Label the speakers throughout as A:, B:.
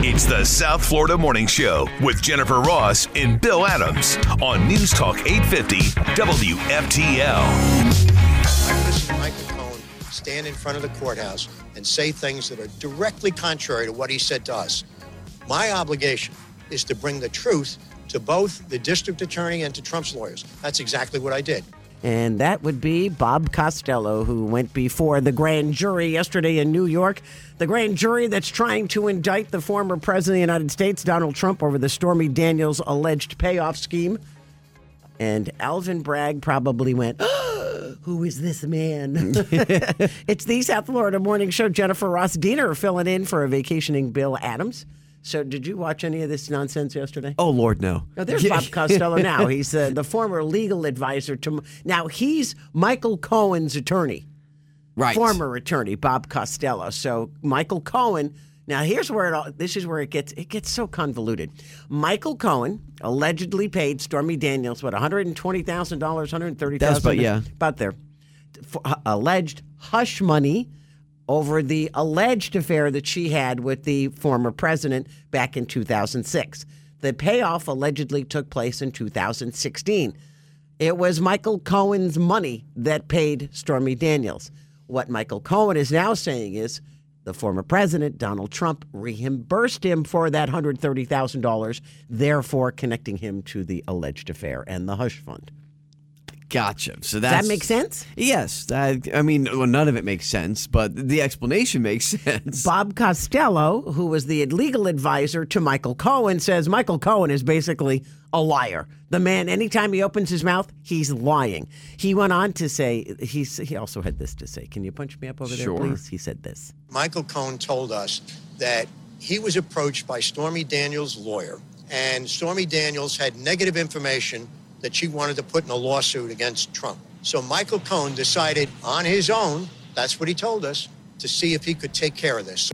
A: It's the South Florida Morning Show with Jennifer Ross and Bill Adams on News Talk 850 WFTL.
B: I listen to Michael Cohen stand in front of the courthouse and say things that are directly contrary to what he said to us. My obligation is to bring the truth to both the district attorney and to Trump's lawyers. That's exactly what I did.
C: And that would be Bob Costello, who went before the grand jury yesterday in New York. The grand jury that's trying to indict the former president of the United States, Donald Trump, over the Stormy Daniels alleged payoff scheme. And Alvin Bragg probably went, Who is this man? it's the South Florida Morning Show. Jennifer Ross Diener filling in for a vacationing Bill Adams. So, did you watch any of this nonsense yesterday?
D: Oh Lord, no.
C: Now, there's Bob Costello now. He's uh, the former legal advisor to. Now, he's Michael Cohen's attorney,
D: Right.
C: former attorney, Bob Costello. So, Michael Cohen. Now, here's where it all. This is where it gets it gets so convoluted. Michael Cohen allegedly paid Stormy Daniels what 120 thousand dollars, 130 thousand.
D: That's about- yeah.
C: about there. For hu- uh, alleged hush money over the alleged affair that she had with the former president back in 2006. The payoff allegedly took place in 2016. It was Michael Cohen's money that paid Stormy Daniels. What Michael Cohen is now saying is the former president, Donald Trump, reimbursed him for that $130,000, therefore connecting him to the alleged affair and the hush fund.
D: Gotcha. So that's,
C: make sense?
D: Yes. That, I mean, well, none of it makes sense, but the explanation makes sense.
C: Bob Costello, who was the legal advisor to Michael Cohen, says Michael Cohen is basically a liar. The man, anytime he opens his mouth, he's lying. He went on to say, he's, he also had this to say. Can you punch me up over
D: Sure.
C: there, please? He said this.
B: Michael Cohen told us that he was approached by Stormy Daniels' lawyer, and Stormy Daniels had negative information that she wanted to put in a lawsuit against Trump. So Michael Cohen decided on his own, that's what he told us, to see if he could take care of this.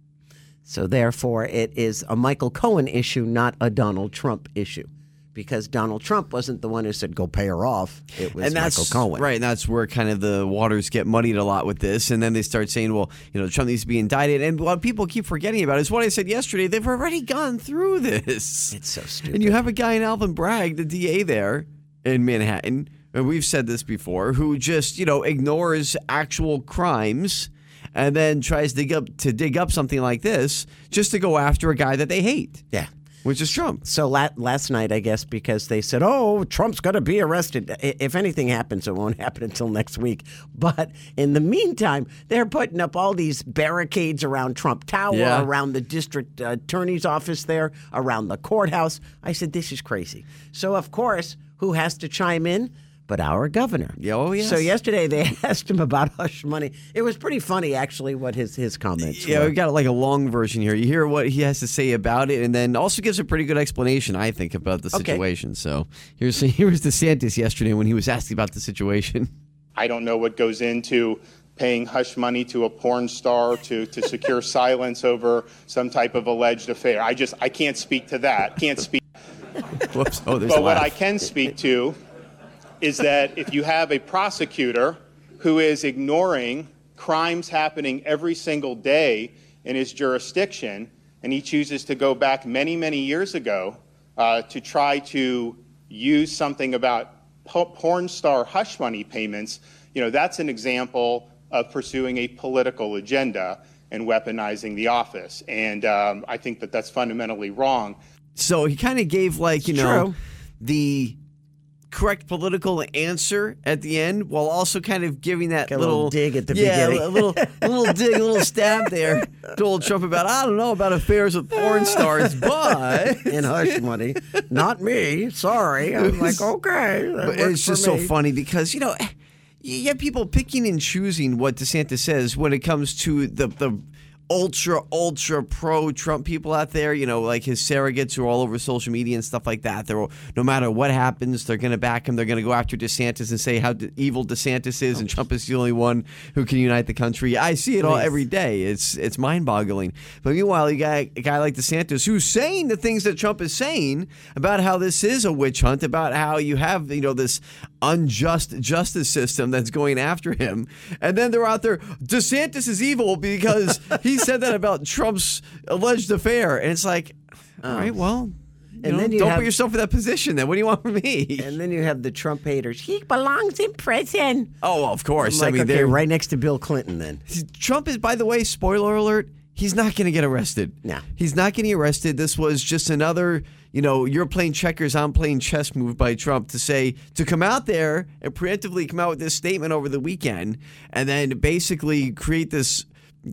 C: So therefore, it is a Michael Cohen issue, not a Donald Trump issue. Because Donald Trump wasn't the one who said, go pay her off. It was
D: and that's
C: Michael Cohen.
D: right. And that's where kind of the waters get muddied a lot with this, and then they start saying, "Well, you know, Trump needs to be indicted." And what people keep forgetting about is what I said yesterday. They've already gone through this.
C: It's so
D: And you have a guy in Alvin Bragg, the DA there in Manhattan, and we've said this before, who just, you know, ignores actual crimes and then tries to dig up to dig up something like this just to go after a guy that they hate.
C: Yeah.
D: Which is Trump.
C: So la- last night, I guess, because they said, "Oh, Trump's going to be arrested." I- If anything happens, it won't happen until next week. But in the meantime, they're putting up all these barricades around Trump Tower,
D: Yeah.
C: around the district uh, attorney's office there, around the courthouse. I said, "This is crazy." So of course, who has to chime in? But our governor.
D: Yeah, oh, yes.
C: So yesterday they asked him about hush money. It was pretty funny, actually, what his his comments
D: Yeah,
C: were.
D: we got like a long version here. You hear what he has to say about it, and then also gives a pretty good explanation, I think, about the
C: Okay.
D: situation. So here's here was DeSantis yesterday when he was asked about the situation.
E: I don't know what goes into paying hush money to a porn star to, to secure silence over some type of alleged affair. I just, I can't speak to that. Can't speak.
D: Whoops! Oh, there's a
E: But what
D: laugh.
E: I can speak to is that if you have a prosecutor who is ignoring crimes happening every single day in his jurisdiction, and he chooses to go back many, many years ago uh, to try to use something about po- porn star hush money payments, you know, that's an example of pursuing a political agenda and weaponizing the office. And um, I think that that's fundamentally wrong.
D: So he kind of gave like, you know,
C: True.
D: the correct political answer at the end while also kind of giving that
C: Got a little
D: little,
C: dig at the
D: yeah,
C: beginning.
D: a little a little dig, a little stab there to old Trump about I don't know about affairs with porn stars, but
C: in hush money. Not me. Sorry. I'm like, okay. that
D: But
C: works
D: it's just
C: for
D: so
C: me.
D: funny because you know eh, you have people picking and choosing what DeSantis says when it comes to the the ultra ultra pro Trump people out there. You know, like his surrogates who are all over social media and stuff like that. They're all- no matter what happens, they're going to back him. They're going to go after DeSantis and say how de- evil DeSantis is, and Trump is the only one who can unite the country. I see it all every day. It's it's mind boggling. But meanwhile, you got a guy like DeSantis who's saying the things that Trump is saying about how this is a witch hunt, about how you have you know this unjust justice system that's going after him. And then they're out there, DeSantis is evil because he said that about Trump's alleged affair. And it's like, all right, well, and
C: then
D: then
C: you
D: don't
C: have-
D: put yourself in that position then. What do you want from me?
C: And then you have the Trump haters. He belongs in prison.
D: oh, well, of course.
C: Like,
D: I mean,
C: okay,
D: they're
C: right next to Bill Clinton then.
D: Trump is, by the way, spoiler alert, he's not going to get arrested.
C: No.
D: He's not getting arrested. This was just another, you know, you're playing checkers, I'm playing chess move by Trump to say, to come out there and preemptively come out with this statement over the weekend and then basically create this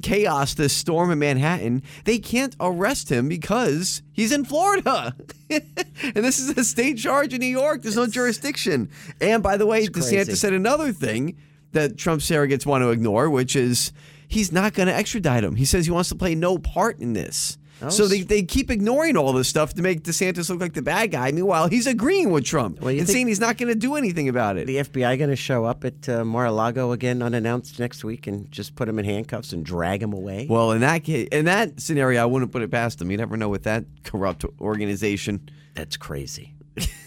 D: chaos, this storm in Manhattan. They can't arrest him because he's in Florida. and this is a state charge in New York. There's no jurisdiction. And by the way,
C: crazy.
D: DeSantis said another thing that Trump surrogates want to ignore, which is he's not going to extradite him. He says he wants to play no part in this. So they, they keep ignoring all this stuff to make DeSantis look like the bad guy. Meanwhile, he's agreeing with Trump
C: you
D: and
C: think-
D: saying he's not going to do anything about it.
C: The FBI going to show up at uh, Mar-a-Lago again unannounced next week and just put him in handcuffs and drag him away?
D: Well, in that case, in that scenario, I wouldn't put it past him. You never know with that corrupt organization.
C: That's crazy.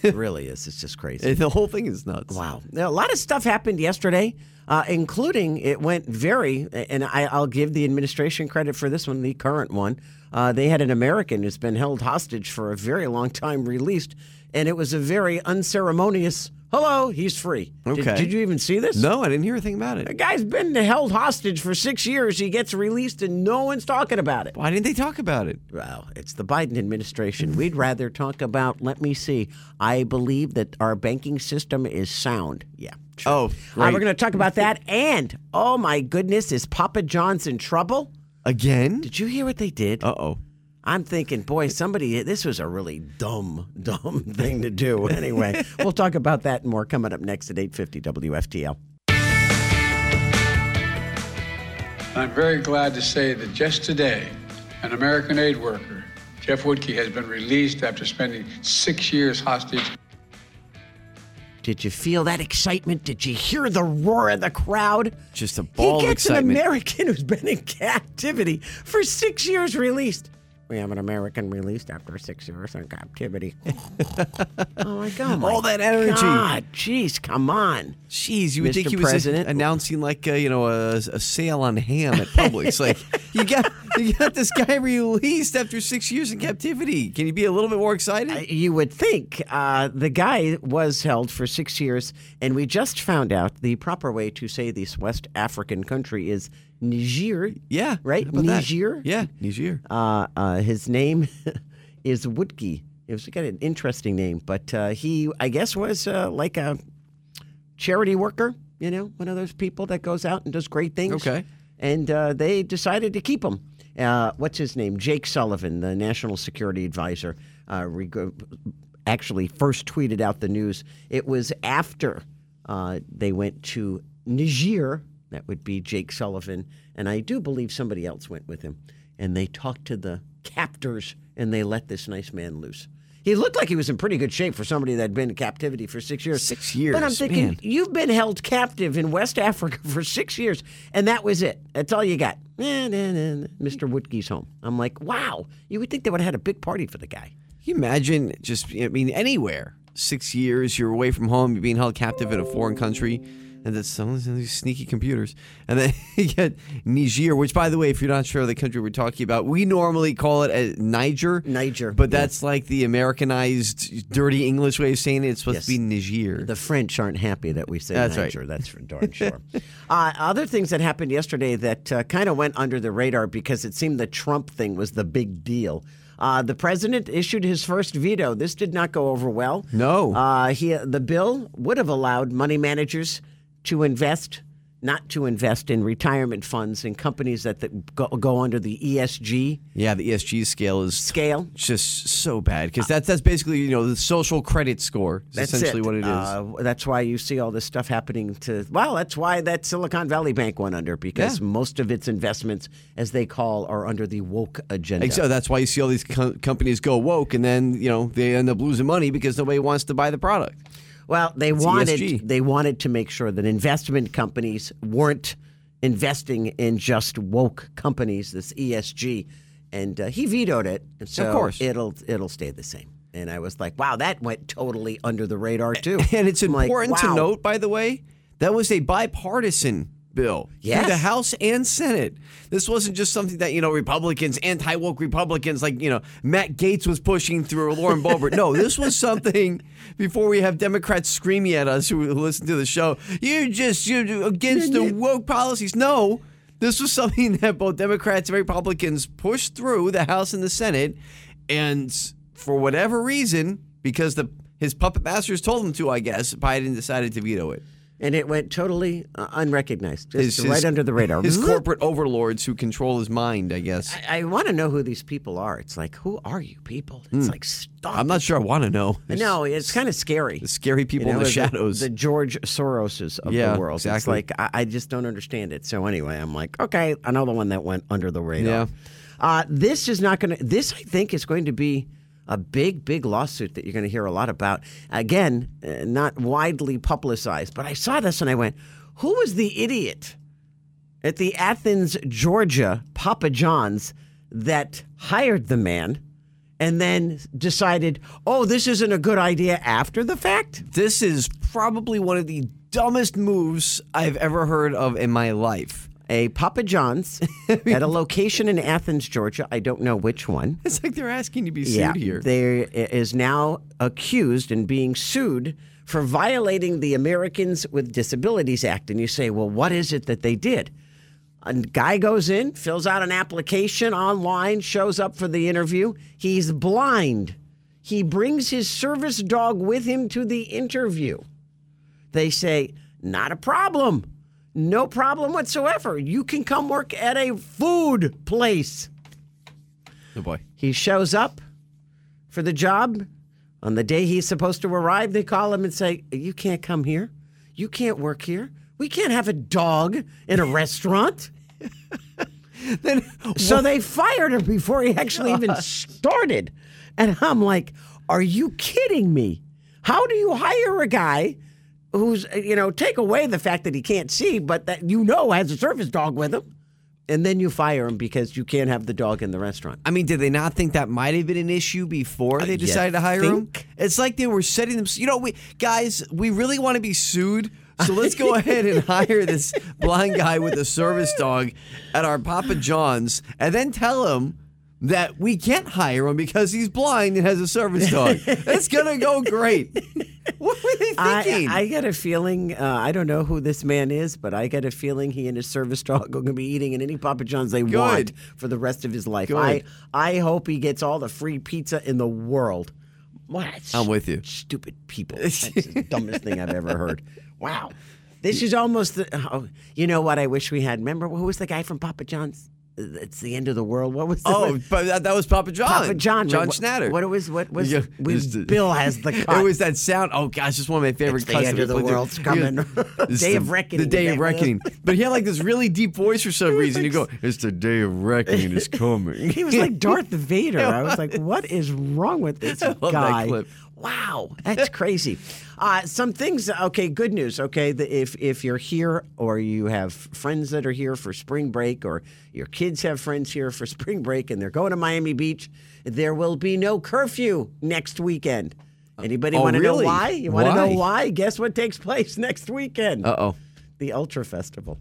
C: it really is. It's just crazy.
D: The whole thing is nuts.
C: Wow. Now, a lot of stuff happened yesterday, uh, including it went very, and I, I'll give the administration credit for this one, the current one. Uh, they had an American who's been held hostage for a very long time released, and it was a very unceremonious hello, he's free. Did-
D: Okay.
C: Did, you even see this?
D: No, I didn't hear a thing about
C: The
D: it.
C: guy's been held hostage for six years. He gets released, and no one's talking about it.
D: Why didn't they talk about it?
C: Well, it's the Biden administration. We'd rather talk about, let me see, I believe that our banking system is sound. Yeah. sure.
D: Oh,
C: Uh,
D: right.
C: we're going to talk about that. And, oh my goodness, is Papa John's in trouble?
D: Again?
C: Did you hear what they did?
D: Uh oh.
C: I'm thinking, boy, somebody, this was a really dumb, dumb thing to do. Anyway, we'll talk about that and more coming up next at 850 WFTL.
F: I'm very glad to say that just today, an American aid worker, Jeff Woodkey, has been released after spending six years hostage.
C: Did you feel that excitement? Did you hear the roar of the crowd?
D: Just a ball
C: He
D: of
C: gets
D: excitement.
C: an American who's been in captivity for six years released. We have an American released after six years in captivity. oh my God! my
D: All that energy.
C: God, jeez, come on!
D: Jeez, you would think
C: Mr.
D: he was
C: President.
D: announcing like a, you know a, a sale on ham at Publix. like you got you got this guy released after six years in captivity. Can you be a little bit more excited?
C: Uh, You would think uh, the guy was held for six years, and we just found out the proper way to say this West African country is Niger.
D: yeah,
C: right,
D: how about that?
C: Niger.
D: Yeah, Niger.
C: uh, uh, his name is Woodkey. It was got an interesting name, but uh, he, I guess, was uh, like a charity worker. You know, one of those people that goes out and does great things.
D: Okay.
C: And uh, they decided to keep him. Uh, what's his name? Jake Sullivan, the national security advisor, uh, reg- actually first tweeted out the news. It was after uh, they went to Niger. That would be Jake Sullivan. And I do believe somebody else went with him. And they talked to the captors and they let this nice man loose. He looked like he was in pretty good shape for somebody that had been in captivity for six years.
D: Six
C: But I'm
D: years,
C: thinking,
D: man.
C: You've been held captive in West Africa for six years, and that was it. That's all you got. Eh, nah, nah, nah. Mr. Woodkey's home. I'm like, wow. You would think they would have had a big party for the guy.
D: Can you imagine just, I mean, anywhere, six years, you're away from home, you're being held captive in a foreign country, and that's some of these sneaky computers. And then you get Niger, which, by the way, if you're not sure of the country we're talking about, we normally call it a Niger.
C: Niger,
D: But that's like the Americanized, dirty English way of saying it. It's supposed
C: Yes.
D: to be Niger.
C: The French aren't happy that we say
D: That's right.
C: Niger. That's for darn sure. uh, other things that happened yesterday that uh, kind of went under the radar because it seemed the Trump thing was the big deal. Uh, the president issued his first veto. This did not go over well.
D: No.
C: Uh, he, the bill would have allowed money managers to invest, not to invest in retirement funds and companies that, that go, go under the ESG
D: yeah, the ESG scale is
C: scale.
D: just so bad because that's, that's basically, you know, the social credit score is
C: Uh, That's
D: essentially
C: it.
D: what it is.
C: Uh, that's why you see all this stuff happening to. Well, that's why that Silicon Valley Bank went under because
D: Yeah.
C: most of its investments, as they call, are under the woke agenda.
D: Except that's why you see all these com- companies go woke, and then you know they end up losing money because nobody wants to buy the product.
C: Well, they wanted
D: ESG.
C: they wanted to make sure that investment companies weren't investing in just woke companies. This ESG, and uh, he vetoed it. And so
D: course.
C: it'll it'll stay the same. And I was like, wow, that went totally under the radar too.
D: And it's
C: I'm like,
D: important
C: wow.
D: to note, by the way, that was a bipartisan bill
C: Yes.
D: through the House and Senate. This wasn't just something that you know Republicans, anti woke Republicans, like you know Matt Gates was pushing through or Lauren Boebert. no, this was something before we have Democrats screaming at us who listen to the show. You just you against the woke policies. No. This was something that both Democrats and Republicans pushed through the House and the Senate, and for whatever reason, because the his puppet masters told him to, I guess Biden decided to veto it.
C: And it went totally uh, unrecognized, just
D: His-
C: right
D: his-
C: under the radar.
D: His corporate overlords who control his mind, I guess.
C: I, I want to know who these people are. It's like, who are you people? It's like, stop.
D: Hmm. I'm not sure I want to know.
C: I know it's kind of scary.
D: The scary people
C: You
D: in
C: know,
D: the shadows.
C: the George Soroses of
D: Yeah,
C: the world. It's
D: exactly.
C: like I, I just don't understand it. So anyway, I'm like, okay, another one that went under the radar.
D: Yeah.
C: Uh, this is not going to. This I think is going to be a big, big lawsuit that you're going to hear a lot about. Again, uh, not widely publicized, but I saw this and I went, who was the idiot at the Athens, Georgia Papa John's that hired the man? And then decided, oh, this isn't a good idea after the fact?
D: this is probably one of the dumbest moves I've ever heard of in my life.
C: a Papa John's at a location in Athens, Georgia. I don't know which one.
D: It's like they're asking to be sued here.
C: There is now accused and being sued for violating the Americans with Disabilities Act. And you say, well, what is it that they did? A guy goes in, fills out an application online, shows up for the interview. He's blind. He brings his service dog with him to the interview. They say, not a problem. No problem whatsoever. You can come work at a food place.
D: oh boy.
C: He shows up for the job. On the day he's supposed to arrive, they call him and say, You can't come here. You can't work here. We can't have a dog in a restaurant.
D: Then
C: So they fired him before he actually even started. And I'm like, Are you kidding me? How do you hire a guy who's, you know, take away the fact that he can't see, but that you know has a service dog with him? And then you fire him because you can't have the dog in the restaurant.
D: I mean, did they not think that might have been an issue before they decided to hire
C: think?
D: him? It's like they were setting them. You know, we guys, we really want to be sued, so let's go ahead and hire this blind guy with a service dog at our Papa John's, and then tell him that we can't hire him because he's blind and has a service dog. It's gonna go great. What were they
C: I,
D: thinking?
C: I get a feeling, uh, I don't know who this man is, but I get a feeling he and his service dog are going to be eating in any Papa John's they want for the rest of his life. I,
D: Good.
C: I hope he gets all the free pizza in the world. What?
D: I'm with you.
C: Stupid people. That's the dumbest thing I've ever heard. Wow. This is almost the. Oh, you know what I wish we had? Remember, who was the guy from Papa John's? It's the end of the world. What was the
D: Oh, but that, that was Papa John.
C: Papa John.
D: John
C: What-
D: Schnatter.
C: What, was what was
D: Yeah,
C: we-
D: it's the-
C: Bill has the cut.
D: It was that sound. Oh gosh, it's one of my favorite.
C: It's the
D: cuts
C: end
D: that
C: of the
D: they play through.
C: world's coming.
D: It's
C: Day of reckoning.
D: The day
C: Is
D: of
C: that what it
D: reckoning. but he had like this really deep voice for some reason. You go, it's the day of reckoning is coming.
C: He was like Darth Vader. I was like, what is wrong with this
D: I love that
C: guy?
D: clip.
C: Wow, that's crazy. Uh, some things. Okay, good news. Okay, the, if if you're here or you have friends that are here for spring break, or your kids have friends here for spring break and they're going to Miami Beach, there will be no curfew next weekend. Anybody
D: oh,
C: want to
D: really?
C: know why? You want to know
D: Why?
C: why? Guess what takes place next weekend?
D: Uh oh.
C: the Ultra Festival.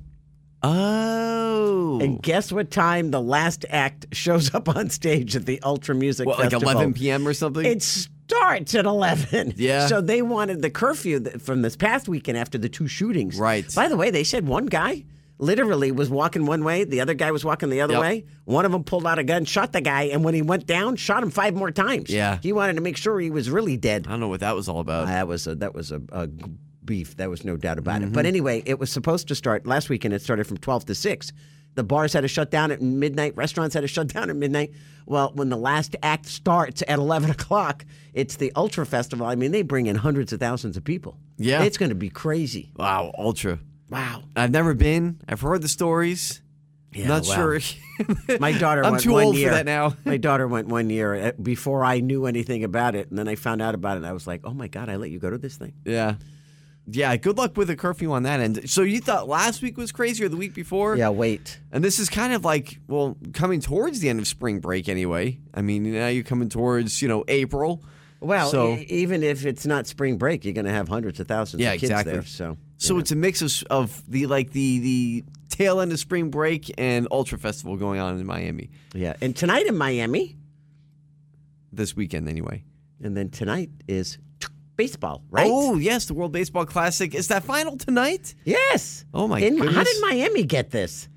D: Oh.
C: And guess what time the last act shows up on stage at the Ultra Music
D: what, like
C: Festival?
D: 11 p.m. or something?
C: It starts at 11.
D: Yeah.
C: So they wanted the curfew th- from this past weekend after the two shootings.
D: Right.
C: By the way, they said one guy literally was walking one way, the other guy was walking the other
D: Yep.
C: way. One of them pulled out a gun, shot the guy, and when he went down, shot him five more times.
D: Yeah.
C: He wanted to make sure he was really dead.
D: I don't know what that was all about.
C: Uh, That was a, that was a, a g- beef. That was no doubt about it.
D: Mm-hmm.
C: But anyway, it was supposed to start last weekend. It started from twelve to six. The bars had to shut down at midnight. Restaurants had to shut down at midnight. Well, when the last act starts at eleven o'clock, it's the Ultra Festival. I mean, they bring in hundreds of thousands of people.
D: Yeah.
C: it's going to be crazy.
D: wow, ultra.
C: Wow.
D: I've never been. I've heard the stories. Not
C: well.
D: sure.
C: My daughter
D: I'm
C: went
D: too
C: one
D: old for
C: year.
D: that now.
C: my daughter went one year uh, before I knew anything about it, and then I found out about it. and I was like, "Oh my god, I let you go to this thing."
D: yeah. Yeah, good luck with the curfew on that end. So you thought last week was crazy or the week before?
C: Yeah, wait.
D: And this is kind of like, well, coming towards the end of spring break anyway. I mean, now you're coming towards, you know, April.
C: Well,
D: So-
C: e- even if it's not spring break, you're going to have hundreds of thousands
D: Yeah,
C: of kids
D: exactly.
C: there. So,
D: So it's a mix of, s- of the like the the tail end of spring break and Ultra Festival going on in Miami
C: yeah. And tonight in Miami,
D: this weekend anyway.
C: and then tonight is baseball, right?
D: Oh yes, the World Baseball Classic is that final tonight.
C: yes.
D: Oh, my
C: in, How
D: goodness.
C: did Miami get this?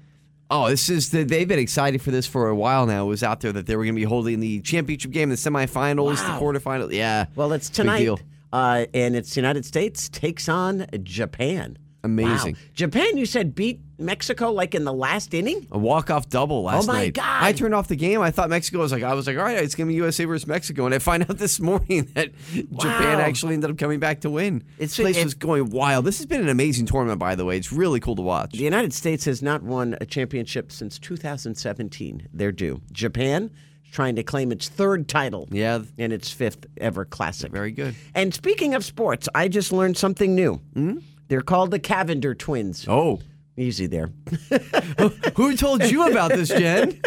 D: Oh, this is the, they've been excited for this for a while now. It was out there that they were going to be holding the championship game, the semifinals,
C: Wow.
D: the quarterfinals. Yeah,
C: Well, it's
D: Big
C: tonight,
D: deal.
C: Uh, and it's United States takes on Japan.
D: Amazing.
C: Wow. Japan, you said beat Mexico like in the last inning.
D: A walk off double last
C: Oh my
D: night.
C: God.
D: I turned off the game. I thought Mexico was like I was like, all right, it's gonna be USA versus Mexico, and I find out this morning that Japan
C: Wow.
D: actually ended up coming back to win.
C: It's-
D: this place
C: it-
D: was going wild. This has been an amazing tournament, by the way. It's really cool to watch.
C: The United States has not won a championship since 2017. They're due. Japan is trying to claim its third title.
D: Yeah.
C: And its fifth ever classic.
D: Very good.
C: And speaking of sports, I just learned something new. Mm? They're called the Cavender twins.
D: Oh,
C: Easy there.
D: who told you about this, Jen?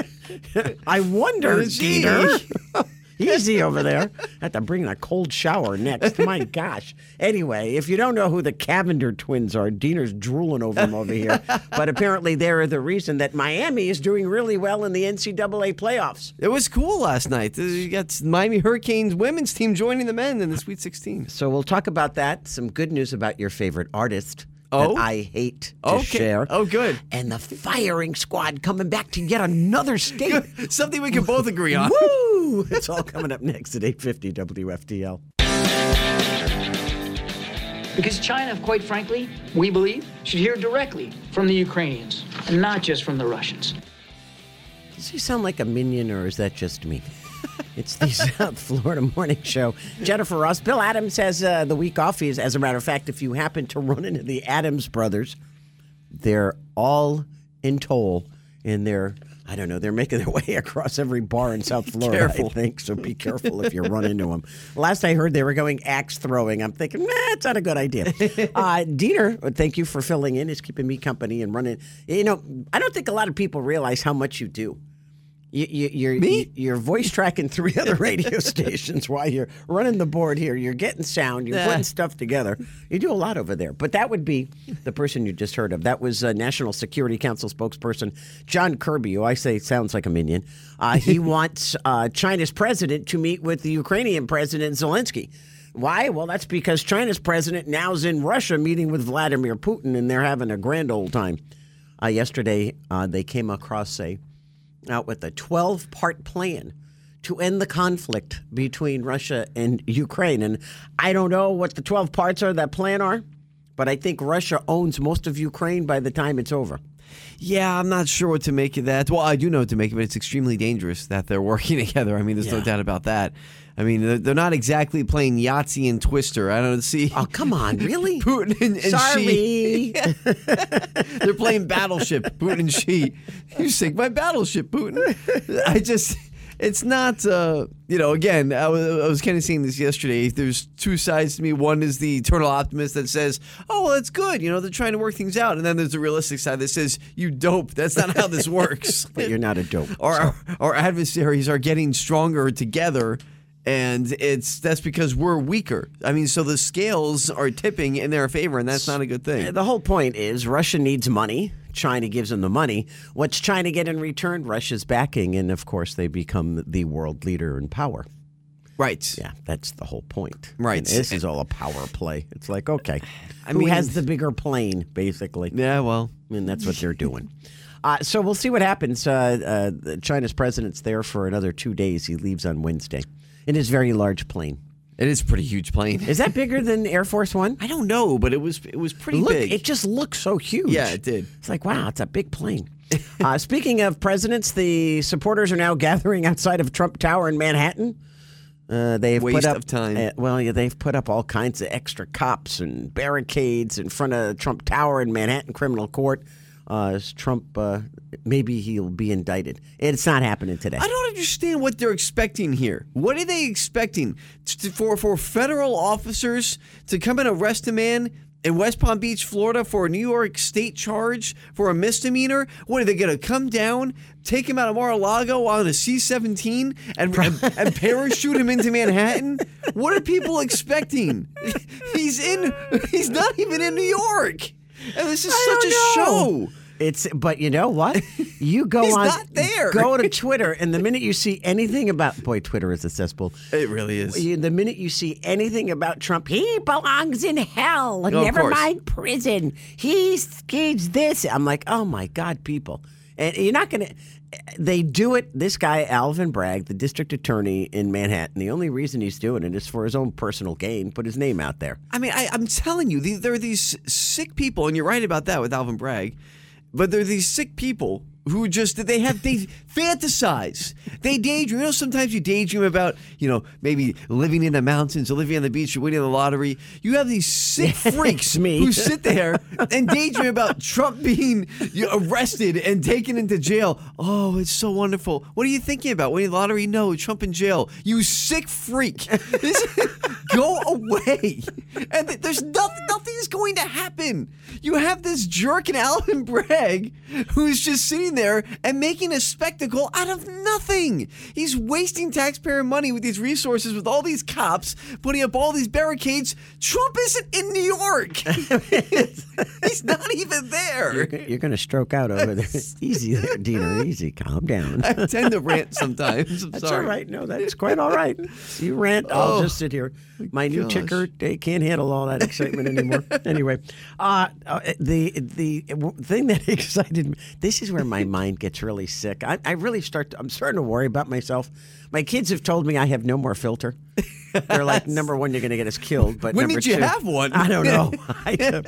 C: I wonder,
D: Gee.
C: Dieter. Easy over there. I have to bring in a cold shower next. My gosh. Anyway, if you don't know who the Cavender twins are, Diener's drooling over them over here. But apparently, they're the reason that Miami is doing really well in the NCAA playoffs.
D: It was cool last night. You got Miami Hurricanes women's team joining the men in the Sweet 16.
C: So we'll talk about that. Some good news about your favorite artist
D: Oh?
C: that I hate to
D: Okay.
C: share.
D: Oh, good.
C: And the firing squad coming back to yet another state.
D: Something we can both agree on.
C: Woo! It's all coming up next at 850 WFDL.
G: Because China, quite frankly, we believe, should hear directly from the Ukrainians and not just from the Russians.
C: Does he sound like a minion, or is that just me? It's the South Florida Morning Show. Jennifer Ross. Bill Adams has uh, the week off. He's, as a matter of fact, if you happen to run into the Adams brothers, they're all in tow, and they're I don't know. They're making their way across every bar in South Florida, I think. So be careful if you run into them. Last I heard, they were going axe throwing. I'm thinking, nah, it's not a good idea. Uh, Dieter, thank you for filling in. Is keeping me company and running. You know, I don't think a lot of people realize how much you do. You, you, you're,
D: Me?
C: You're voice tracking three other radio stations while you're running the board here. You're getting sound. You're
D: Yeah.
C: putting stuff together. You do a lot over there. But that would be the person you just heard of. That was uh, National Security Council spokesperson John Kirby, who I say sounds like a minion. Uh, he wants uh, China's president to meet with the Ukrainian president Zelensky. Why? Well, that's because China's president now's in Russia meeting with Vladimir Putin, and they're having a grand old time. Uh, yesterday, uh, they came across a out with a 12 part plan to end the conflict between Russia and Ukraine. And I don't know what the 12 parts are of that plan are, but I think Russia owns most of Ukraine by the time it's over.
D: Yeah, I'm not sure what to make of that. Well, I do know what to make of it. It's extremely dangerous that they're working together. I mean, there's no
C: Yeah.
D: doubt about that. I mean, they're, they're not exactly playing Yahtzee and Twister. I don't see
C: Oh, come on, really?
D: Putin and, and she.
C: Sorry.
D: They're playing Battleship, Putin and she. You sink my battleship, Putin. I just, it's not, uh, you know, again, I was, I was kind of seeing this yesterday. There's two sides to me. One is the eternal optimist that says, oh, well, it's good. You know, they're trying to work things out. And then there's the realistic side that says, you dope. That's not how this works.
C: but you're not a dope.
D: our, our adversaries are getting stronger together and it's that's because we're weaker i mean so the scales are tipping in their favor and that's not a good thing
C: The whole point is Russia needs money. China gives them the money. What's China get in return? Russia's backing, and of course, they become the world leader in power.
D: right
C: Yeah, that's the whole point.
D: Right.
C: And this is all a power play. It's like, okay,
D: I
C: who
D: mean-
C: has the bigger plane, basically?
D: yeah well
C: And that's what they're doing. Uh, so we'll see what happens. Uh, uh, China's president's there for another two days. He leaves on Wednesday in his very large plane.
D: it is a pretty huge plane
C: Is that bigger than Air Force One?
D: i don't know but it was it was pretty
C: Look,
D: big
C: it just looks so huge.
D: Yeah, it did.
C: It's like, wow, it's a big plane. uh, speaking of presidents, the supporters are now gathering outside of Trump Tower in Manhattan. Uh, they've put
D: Waste
C: up
D: of time.
C: uh, well, yeah, they've put up all kinds of extra cops and barricades in front of Trump Tower in Manhattan Criminal Court. Uh, as Trump, uh, maybe he'll be indicted. It's not happening today.
D: I don't understand what they're expecting here. What are they expecting T- t- for for federal officers to come and arrest a man in West Palm Beach, Florida, for a New York state charge for a misdemeanor? What are they going to come down, take him out of Mar-a-Lago on a C-17, and, and, and parachute him into Manhattan? What are people expecting? He's in. He's not even in New York. And this is such a
C: I don't know.
D: show.
C: It's but you know what? You go
D: He's
C: on
D: not there.
C: go to Twitter and the minute you see anything about boy Twitter is a cesspool.
D: It really is.
C: You- The minute you see anything about Trump, he belongs in hell.
D: Oh, of
C: Never
D: course.
C: mind prison. He skids this. I'm like, oh my God, people. And you're not going to. They do it. This guy, Alvin Bragg, the district attorney in Manhattan, the only reason he's doing it is for his own personal gain, put his name out there.
D: I mean, I, I'm telling you, the- there are these sick people, and you're right about that with Alvin Bragg. But there are these sick people who just they have they fantasize, they daydream. You know, sometimes you daydream about you know maybe living in the mountains or living on the beach or winning the lottery. You have these sick freaks
C: me.
D: who sit there and daydream about Trump being you know, arrested and taken into jail. Oh, it's so wonderful. What are you thinking about? Winning the lottery? No, Trump in jail. You sick freak. This, go away. And th- there's nothing, nothing's going to happen. You have this jerk in Alvin Bragg who's just sitting there and making a spectacle out of nothing. He's wasting taxpayer money with these resources, with all these cops, putting up all these barricades. Trump isn't in New York. He's not even
C: You're,
D: there.
C: go- you're going to stroke out over there. easy there, Diener. Easy. Calm down.
D: I tend to rant sometimes. I'm
C: That's
D: sorry.
C: all right. No, that's quite all right. You rant. I'll
D: Oh,
C: just sit here. My new
D: gosh.
C: ticker they can't handle all that excitement anymore. anyway, uh, uh, the the thing that excited me. This is where my mind gets really sick. I, I really start. To, I'm starting to worry about myself. My kids have told me I have no more filter. They're like, number one, you're going to get us killed. But
D: When
C: number
D: did you
C: two-
D: have one?
C: I don't know. I don't-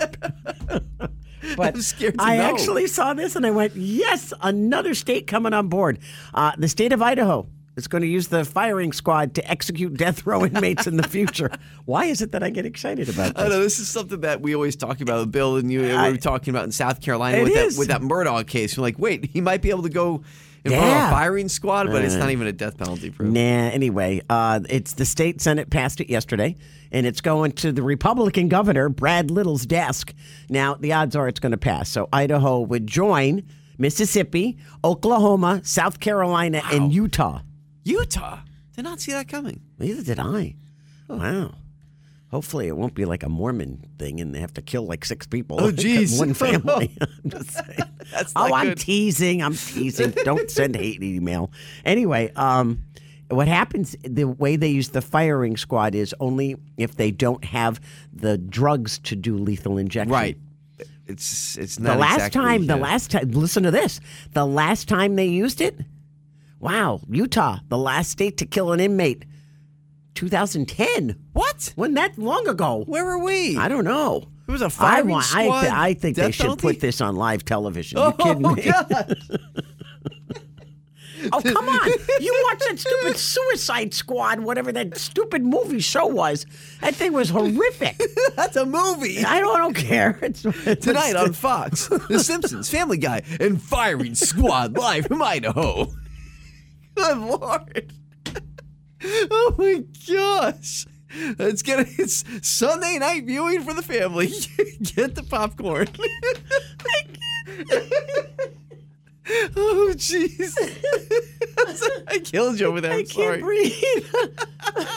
C: but
D: I'm scared to
C: I
D: know.
C: actually saw this and I went, yes, another state coming on board. Uh, the state of Idaho is going to use the firing squad to execute death row inmates in the future. Why is it that I get excited about
D: I know
C: this?
D: this is something that we always talk about, Bill, and you. and we
C: I-
D: were talking about in South Carolina
C: It
D: with
C: is.
D: that with that Murdoch case. We're like, wait, he might be able to go in front of
C: Yeah.
D: a firing squad, but it's
C: Uh,
D: not even a death penalty proof.
C: Nah, anyway, uh, it's the state Senate passed it yesterday, and it's going to the Republican governor, Brad Little's desk. Now, the odds are it's going to pass. So Idaho would join Mississippi, Oklahoma, South Carolina, and Utah.
D: Utah did not see that coming.
C: Neither did I. Wow. Hopefully, it won't be like a Mormon thing and they have to kill like six people.
D: Oh, geez.
C: One family. I'm just saying. oh,
D: not
C: I'm
D: good.
C: teasing. I'm teasing. Don't send hate email. Anyway, um, what happens, the way they use the firing squad is only if they don't have the drugs to do lethal injection.
D: Right. It's it's not
C: The last
D: exactly,
C: time, the
D: yeah.
C: last time, listen to this. The last time they used it, wow, Utah, the last state to kill an inmate, 2010.
D: What?
C: When that long ago?
D: Where were we?
C: I don't know.
D: It was a
C: I,
D: firing
C: want- I,
D: squad.
C: th- I think they
D: death
C: should
D: penalty?
C: put this on live television.
D: Oh
C: you kidding
D: my
C: me?
D: God.
C: Oh come on! You watch that stupid Suicide Squad, whatever that stupid movie show was. That thing was horrific.
D: That's a movie.
C: I don't, I don't care. It's, it's-
D: Tonight on Fox, The Simpsons, Family Guy, and Firing Squad live from Idaho. Good lord. Oh my gosh. It's gonna it's Sunday night viewing for the family. Get the popcorn. oh jeez. I killed you over there. I'm
C: I
D: sorry.
C: can't breathe.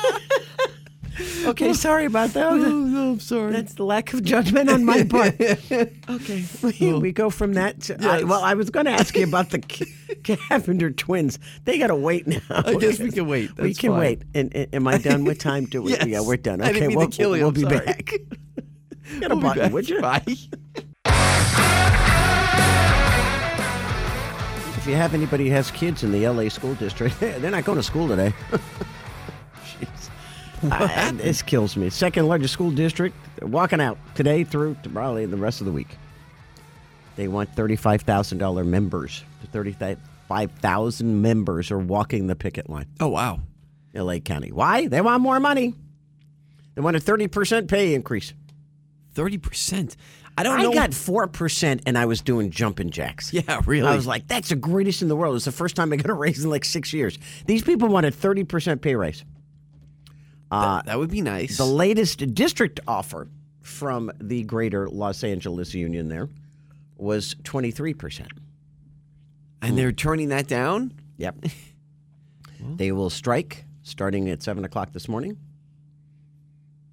C: okay, sorry about
D: Oh,
C: that.
D: no, I'm sorry.
C: That's the lack of judgment on my part. Okay, we, we go from that. To, I-
D: Yes.
C: well, I was going to ask you about the Ca- Cavender twins. They got to wait now.
D: I guess we can wait.
C: we
D: That's
C: can
D: fine.
C: wait. And, and- am I done with time? Do we?
D: Yes.
C: Yeah, we're done.
D: I
C: Okay,
D: didn't mean
C: we'll,
D: to kill you.
C: we'll
D: I'm
C: be
D: sorry.
C: back. Hit a
D: We'll be
C: button,
D: back.
C: would you?
D: Bye.
C: If you have anybody who has kids in the LA school district, they're not going to school today. Jeez. I- this kills me. Second largest school district, they're walking out today through to probably the rest of the week. They want $35,000 members. The 35,000 members are walking the picket line,
D: Oh wow.
C: LA County. Why? They want more money. They want a 30% pay increase.
D: Thirty percent. I don't
C: I
D: know.
C: got 4% and I was doing jumping jacks.
D: yeah, really.
C: I was like, that's the greatest in the world. It's the first time I got a raise in like six years. These people want a 30% pay raise.
D: that would be nice.
C: The latest district offer from the greater Los Angeles union there was 23%.
D: and they're turning that down.
C: Yep. they will strike starting at 7 o'clock this morning.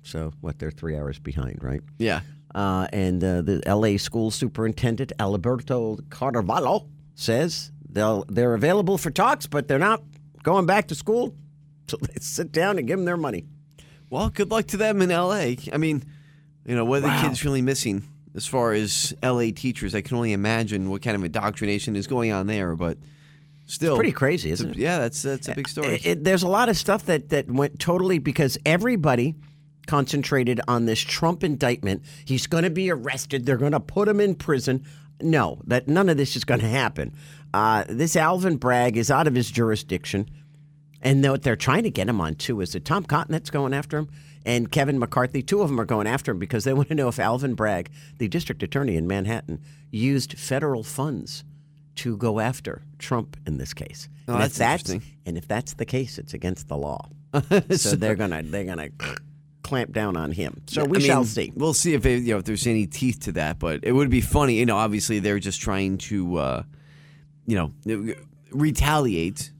C: So, what, they're three hours behind, right?
D: Yeah,
C: Uh, and uh, the LA school superintendent, Alberto Carvalho, says they'll, they're available for talks, but they're not going back to school. So they sit down and give them their money.
D: Well, good luck to them in LA. I mean, you know, what are the kids really missing as far as LA teachers? I can only imagine what kind of indoctrination is going on there, but still.
C: Pretty crazy, isn't it?
D: Yeah, that's that's a big story.
C: It, it- there's a lot of stuff that that went totally because everybody concentrated on this Trump indictment. He's going to be arrested. They're going to put him in prison. No, that none of this is going to happen. Uh, this Alvin Bragg is out of his jurisdiction, and what they're trying to get him on too is that Tom Cotton that's going after him and Kevin McCarthy. Two of them are going after him because they want to know if Alvin Bragg, the district attorney in Manhattan, used federal funds to go after Trump in this case.
D: Oh,
C: and
D: that's
C: if that's
D: interesting.
C: and if that's the case, it's against the law. so they're gonna they're gonna clamp down on him. So we
D: I mean,
C: shall see.
D: We'll see if they, you know if there's any teeth to that, but it would be funny. You know, obviously they're just trying to, uh, you know, retaliate.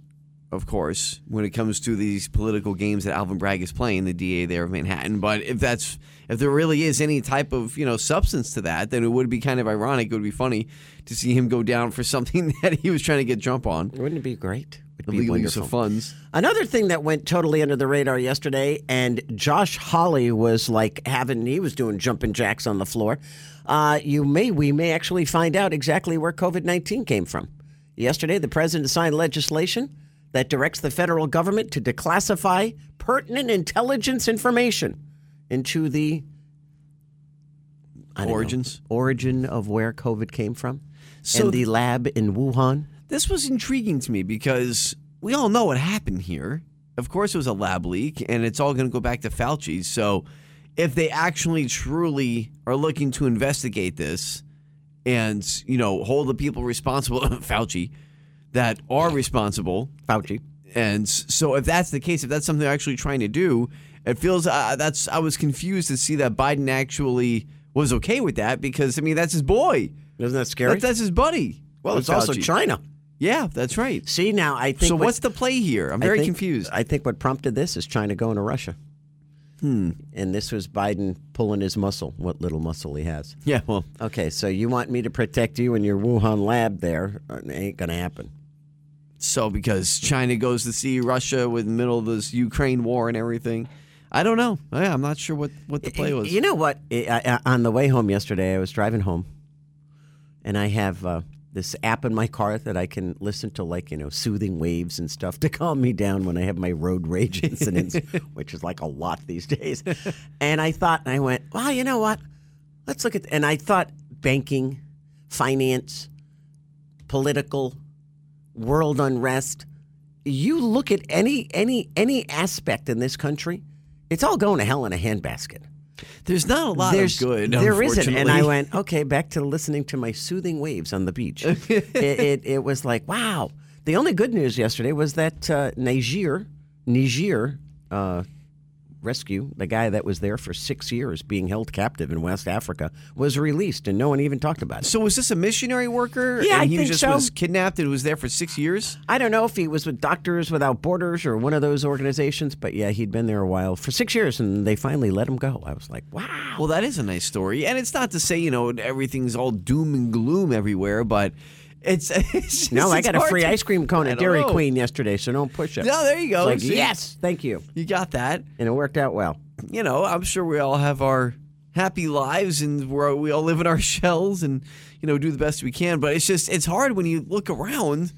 D: Of course, when it comes to these political games that Alvin Bragg is playing, the DA there of Manhattan. But if that's if there really is any type of you know substance to that, then it would be kind of ironic. It would be funny to see him go down for something that he was trying to get jump on
C: Wouldn't it be great? Would be
D: illegal use of
C: wonderful.
D: funds.
C: Another thing that went totally under the radar yesterday, and Josh Hawley was like having he was doing jumping jacks on the floor. Uh, you may we may actually find out exactly where COVID nineteen came from. Yesterday, the president signed legislation that directs the federal government to declassify pertinent intelligence information into the I don't know,
D: Origins?
C: origin of where COVID came from,
D: So
C: and the lab in Wuhan.
D: this was intriguing to me because we all know what happened here. Of course, it was a lab leak, and it's all going to go back to Fauci. So, if they actually truly are looking to investigate this and, you know, hold the people responsible, Fauci, that are responsible,
C: Fauci.
D: and s- so if that's the case, if that's something they're actually trying to do, it feels uh, that's I was confused to see that Biden actually was okay with that because, I mean, that's his boy.
C: Isn't that scary?
D: That, that's his buddy.
C: well, it's also
D: Fauci.
C: China.
D: Yeah, that's right.
C: See now, I think.
D: So
C: what-
D: what's the play here? I'm
C: I
D: very
C: think-
D: confused.
C: I think what prompted this is China going to Russia. Hmm. And this was Biden pulling his muscle, what little muscle he has.
D: yeah, well,
C: Okay, so you want me to protect you in your Wuhan lab? There Uh, it ain't gonna happen.
D: so because China goes to see Russia with the middle of this Ukraine war and everything, I don't know. I- I'm not sure what what the play was.
C: You know what? I, I, on the way home yesterday, I was driving home, and I have uh, this app in my car that I can listen to, like you know, soothing waves and stuff to calm me down when I have my road rage incidents, which is like a lot these days. And I thought, and I went, well, you know what? Let's look at. And I thought banking, finance, political, world unrest. You look at any any any aspect in this country, it's all going to hell in a handbasket
D: There's not a lot
C: there's,
D: of good.
C: There isn't. And I
D: unfortunately.
C: went, okay, back to listening to my soothing waves on the beach. it, it, it was like, wow. The only good news yesterday was that uh, Niger, Niger uh, rescue, the guy that was there for six years being held captive in West Africa, was released and no one even talked about it.
D: So was this a missionary worker?
C: Yeah,
D: and
C: I
D: he
C: think
D: just
C: so.
D: was kidnapped and was there for six years.
C: I don't know if he was with Doctors Without Borders or one of those organizations, but yeah, he'd been there a while for six years and they finally let him go. I was like, wow.
D: Well, that is a nice story, and it's not to say you know everything's all doom and gloom everywhere, but it's, it's just,
C: No, I
D: it's
C: got a
D: hard
C: free
D: to-
C: ice cream cone
D: I
C: at
D: don't
C: Dairy
D: know.
C: Queen yesterday, so don't push it.
D: No, there you go.
C: It's like,
D: See?
C: yes, thank you.
D: You got that.
C: And it worked out well.
D: you know, I'm sure we all have our happy lives and we're, we all live in our shells and, you know, do the best we can. But it's just, it's hard when you look around.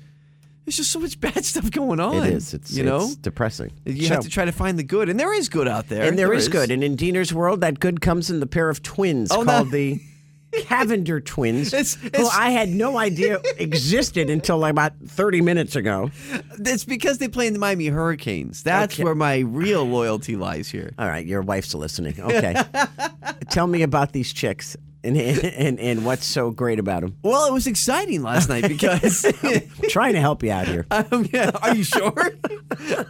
D: There's just so much bad stuff going on.
C: It is. It's
D: you know,
C: it's depressing.
D: you
C: So-
D: have to try to find the good. And there is good out there.
C: and there is, good. And in Diener's world, that good comes in the pair of twins
D: Oh, no.
C: called the Cavender twins,
D: It's-
C: who
D: it's-
C: I had no idea existed until like about 30 minutes ago.
D: It's because they play in the Miami Hurricanes. That's
C: Okay.
D: where my real loyalty lies here.
C: All right, your wife's listening. Okay. Tell me about these chicks. and and and what's so great about him?
D: Well, it was exciting last night because.
C: Trying to help you out here.
D: Um, yeah, are you sure?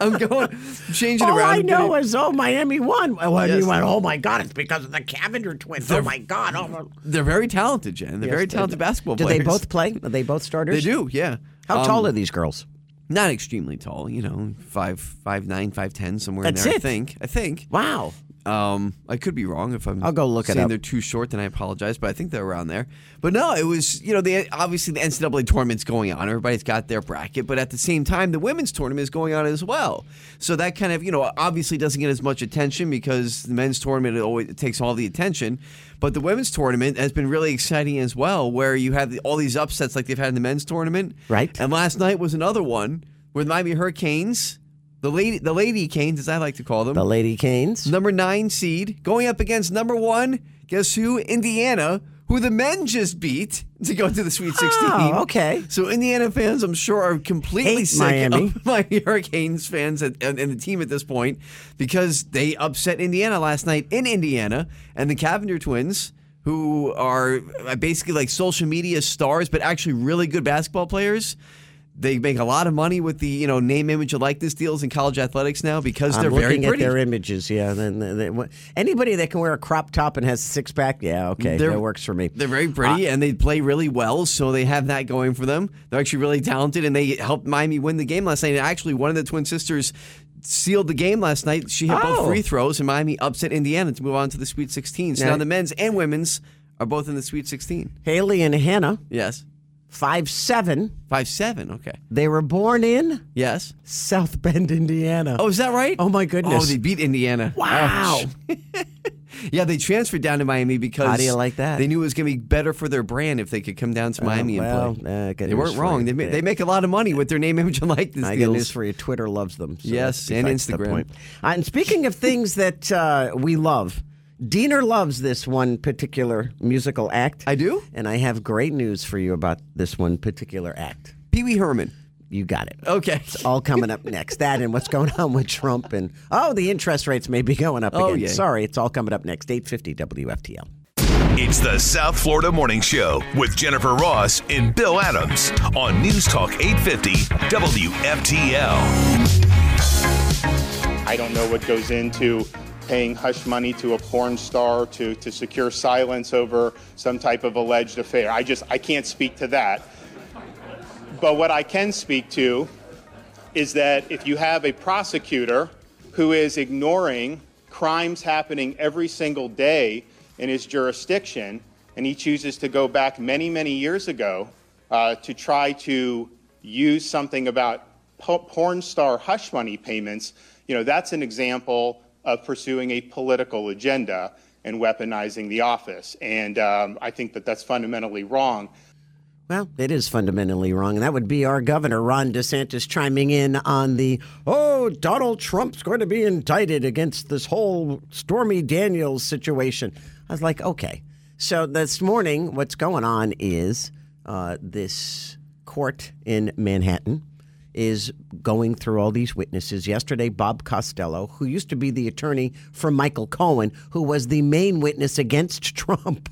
D: I'm going changing
C: All
D: around.
C: I
D: I'm
C: know
D: gonna-
C: is, oh, Miami won. Well, and
D: Yes.
C: you went, oh my God, it's because of the Cavender twins. Oh my God. Oh, my-
D: they're very talented, Jen. They're very talented basketball
C: Do
D: players.
C: they both play? Are they both starters?
D: They do. Yeah.
C: How
D: Um,
C: tall are these girls?
D: Not extremely tall. You know, five, five, nine, five, ten, somewhere
C: That's
D: in there. I
C: it.
D: think. I think.
C: Wow.
D: Um, I could be wrong if I'm.
C: I'll go look it
D: saying
C: up.
D: They're too short, then I apologize, but I think they're around there. But no, it was you know the obviously the NCAA tournament's going on. Everybody's got their bracket, but at the same time, the women's tournament is going on as well. So that kind of you know obviously doesn't get as much attention because the men's tournament it always it takes all the attention. But the women's tournament has been really exciting as well, where you have the, all these upsets like they've had in the men's tournament.
C: Right.
D: And last night was another one with Miami Hurricanes, the lady the lady Canes as I like to call them.
C: The Lady Canes.
D: Number nine seed going up against number one. Guess who? Indiana, who the men just beat to go to the Sweet 16.
C: Oh, okay.
D: So Indiana fans, I'm sure, are completely
C: Hate
D: sick
C: Miami.
D: of Miami Hurricanes fans and, and, and the team at this point because they upset Indiana last night in Indiana and the Cavender Twins. Who are uh, basically like social media stars, but actually really good basketball players. They make a lot of money with the you know name, image, and likeness deals in college athletics now because
C: I'm
D: they're very
C: looking
D: pretty.
C: at their images. Yeah. Then then- then- anybody that can wear a crop top and has a six pack, yeah, okay,
D: They're-
C: that works for me.
D: They're very pretty and they play really well, so they have that going for them. They're actually really talented and they helped Miami win the game last night. And actually, one of the twin sisters sealed the game last night. She hit both
C: Oh.
D: free throws and Miami upset Indiana to move on to the Sweet 16. So now,
C: Now-
D: the men's and women's are both in the Sweet 16.
C: Haley and Hannah,
D: Yes.
C: five seven.
D: 5 7. Okay.
C: They were born in
D: Yes.
C: South Bend, Indiana.
D: Oh, is that right?
C: Oh, my goodness.
D: Oh, they beat Indiana.
C: Wow.
D: Oh, yeah, they transferred down to Miami because
C: How do you like that?
D: They knew it was going to be better for their brand if they could come down to Miami
C: well,
D: and
C: uh,
D: play.
C: good
D: they
C: news
D: weren't
C: for
D: wrong.
C: you.
D: They, ma- they make a lot of money with their name, image, and likeness
C: I get
D: deals.
C: news for you. Twitter loves them. so
D: Yes,
C: that's
D: and
C: besides the
D: Instagram.
C: point. Uh, and speaking of things that uh, we love, Diener loves this one particular musical act.
D: I do?
C: And I have great news for you about this one particular act.
D: Pee Wee Herman.
C: You got it.
D: Okay.
C: All coming up next. That and what's going on with Trump and oh, the interest rates may be going up
D: Oh,
C: again.
D: yeah.
C: Sorry, it's all coming up next. Eight fifty WFTL.
A: It's the South Florida Morning Show with Jennifer Ross and Bill Adams on News Talk 850 WFTL.
E: I don't know what goes into paying hush money to a porn star to, to secure silence over some type of alleged affair. I just, I can't speak to that. But what I can speak to is that if you have a prosecutor who is ignoring crimes happening every single day in his jurisdiction, and he chooses to go back many, many years ago uh, to try to use something about po- porn star hush money payments, you know, that's an example of pursuing a political agenda and weaponizing the office. And um, I think that that's fundamentally wrong.
C: Well, it is fundamentally wrong. And that would be our governor, Ron DeSantis, chiming in on the, oh, Donald Trump's going to be indicted against this whole Stormy Daniels situation. I was like, okay. So this morning, what's going on is uh, this court in Manhattan is going through all these witnesses. Yesterday, Bob Costello, who used to be the attorney for Michael Cohen, who was the main witness against Trump.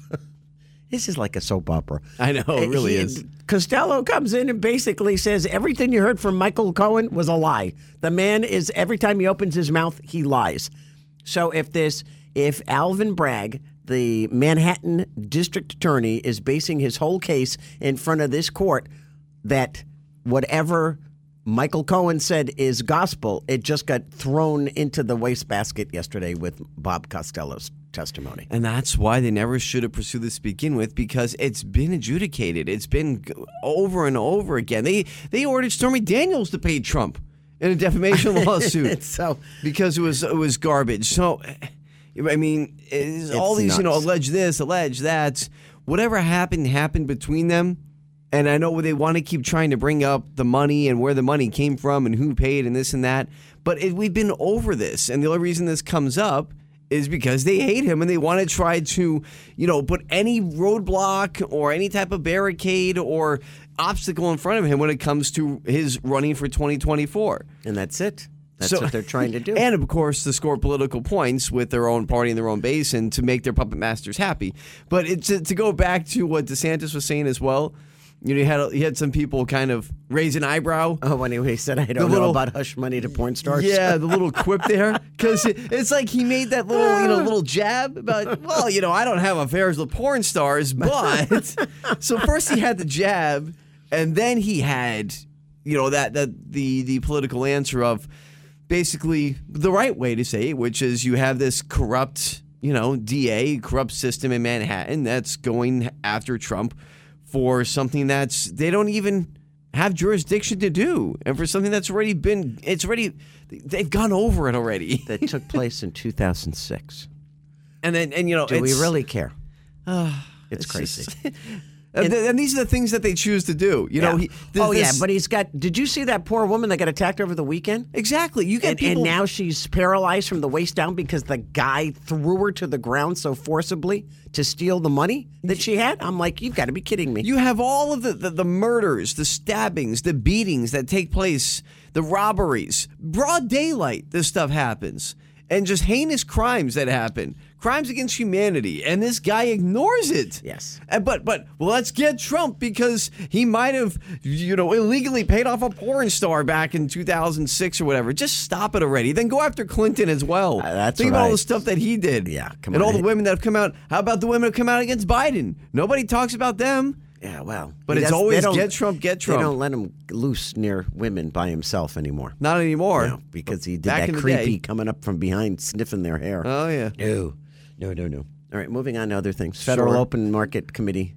C: this is like a soap opera.
D: I know, it
C: Uh,
D: really is.
C: Costello comes in and basically says everything you heard from Michael Cohen was a lie. The man is, every time he opens his mouth, he lies. So if this, if Alvin Bragg, the Manhattan district attorney, is basing his whole case in front of this court that whatever Michael Cohen said is gospel, it just got thrown into the wastebasket yesterday with Bob Costello's testimony.
D: And that's why they never should have pursued this to begin with because it's been adjudicated. It's been g- over and over again. They they ordered Stormy Daniels to pay Trump in a defamation lawsuit.
C: So-
D: because it was it was garbage. So I mean, it's all these you know
C: nuts.
D: allege this, allege that, whatever happened happened between them. And I know they want to keep trying to bring up the money and where the money came from and who paid and this and that. But it, we've been over this, and the only reason this comes up is because they hate him and they want to try to, you know, put any roadblock or any type of barricade or obstacle in front of him when it comes to his running for 2024.
C: And that's it. That's
D: So-
C: what they're trying to do.
D: And of course, to score political points with their own party and their own base and to make their puppet masters happy. But it, to, to go back to what DeSantis was saying as well, you know, he had, he had some people kind of raise an eyebrow.
C: oh, when he said, I don't know
D: little-
C: about hush money to porn stars.
D: Yeah, the little quip there, because it's like he made that little, you know, little jab about. Well, you know, I don't have affairs with porn stars, but so first he had the jab, and then he had, you know, that that the the political answer of basically the right way to say it, which is you have this corrupt, you know, DA corrupt system in Manhattan that's going after Trump for something that's they don't even have jurisdiction to do and for something that's already been it's already they've gone over it already
C: That took place in 2006.
D: and then and you know
C: Do we
D: it's-
C: really care? it's, crazy.
D: just- and, th- and these are the things that they choose to do you know
C: Yeah.
D: he, th-
C: oh, yeah,
D: this-
C: but he's got. Did you see that poor woman that got attacked over the weekend?
D: exactly you get
C: and, and
D: people
C: now she's paralyzed from the waist down because the guy threw her to the ground so forcibly to steal the money that she had. I'm like, you've got to be kidding me.
D: You have all of the, the, the murders, the stabbings, the beatings that take place, the robberies. Broad daylight, this stuff happens. And just heinous crimes that happen, crimes against humanity. And this guy ignores it.
C: Yes.
D: And, but, but, well, let's get Trump because he might have, you know, illegally paid off a porn star back in 2006 or whatever. Just stop it already. Then go after Clinton as well.
C: Uh, that's
D: Think
C: what
D: about all
C: I-
D: the stuff that he did.
C: Yeah, come
D: And
C: on.
D: all the women that have come out. How about the women who come out against Biden? Nobody talks about them.
C: yeah, well,
D: But
C: he
D: it's
C: does- they
D: always
C: don't-
D: get Trump, get Trump.
C: They don't let him loose near women by himself anymore.
D: Not anymore.
C: No, because he did
D: Back in
C: that
D: the
C: creepy
D: day.
C: coming up from behind, sniffing their hair.
D: Oh yeah.
C: No, no, no, no. All right, moving on to other things. Federal
D: Sure.
C: Open Market Committee.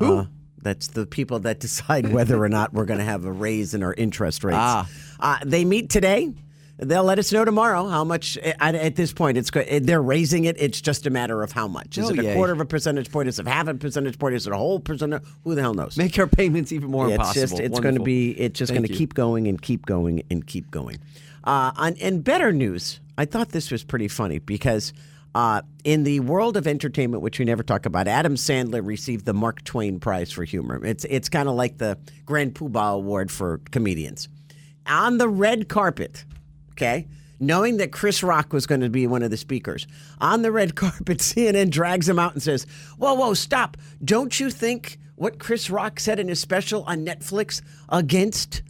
C: Who? that's the people that decide whether or not we're going to have a raise in our interest rates.
D: Ah.
C: Uh, they meet today. They'll let us know tomorrow how much. At, at this point, it's go- they're raising it. It's just a matter of how much. Is
D: Oh,
C: it a
D: yay.
C: quarter of a percentage point? Is it half a percentage point? Is it a whole percentage? Who the hell knows?
D: Make our payments even more
C: Yeah, it's
D: impossible.
C: just it's going to
D: Wonderful.
C: be it's just
D: Thank
C: going to
D: you.
C: keep going and keep going and keep going. Uh, on, and better news, I thought this was pretty funny because uh, in the world of entertainment, which we never talk about, Adam Sandler received the Mark Twain Prize for humor. It's it's kind of like the Grand Poobah Award for comedians. On the red carpet, okay. Knowing that Chris Rock was going to be one of the speakers on the red carpet, CNN drags him out and says, Whoa, whoa, stop. Don't you think what Chris Rock said in his special on Netflix against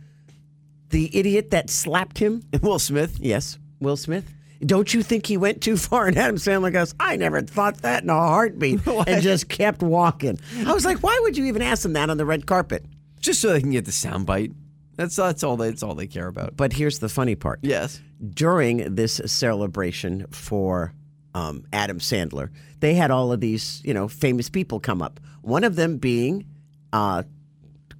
C: the idiot that slapped him?
D: Will Smith.
C: Yes, Will Smith. Don't you think he went too far? And Adam Sandler goes, I never thought that in a heartbeat, and just kept walking. I was like, why would you even ask him that on the red carpet?
D: Just so they can get the soundbite. That's that's all that's all they care about.
C: But here's the funny part.
D: Yes.
C: during this celebration for um, Adam Sandler, they had all of these, you know, famous people come up. One of them being uh,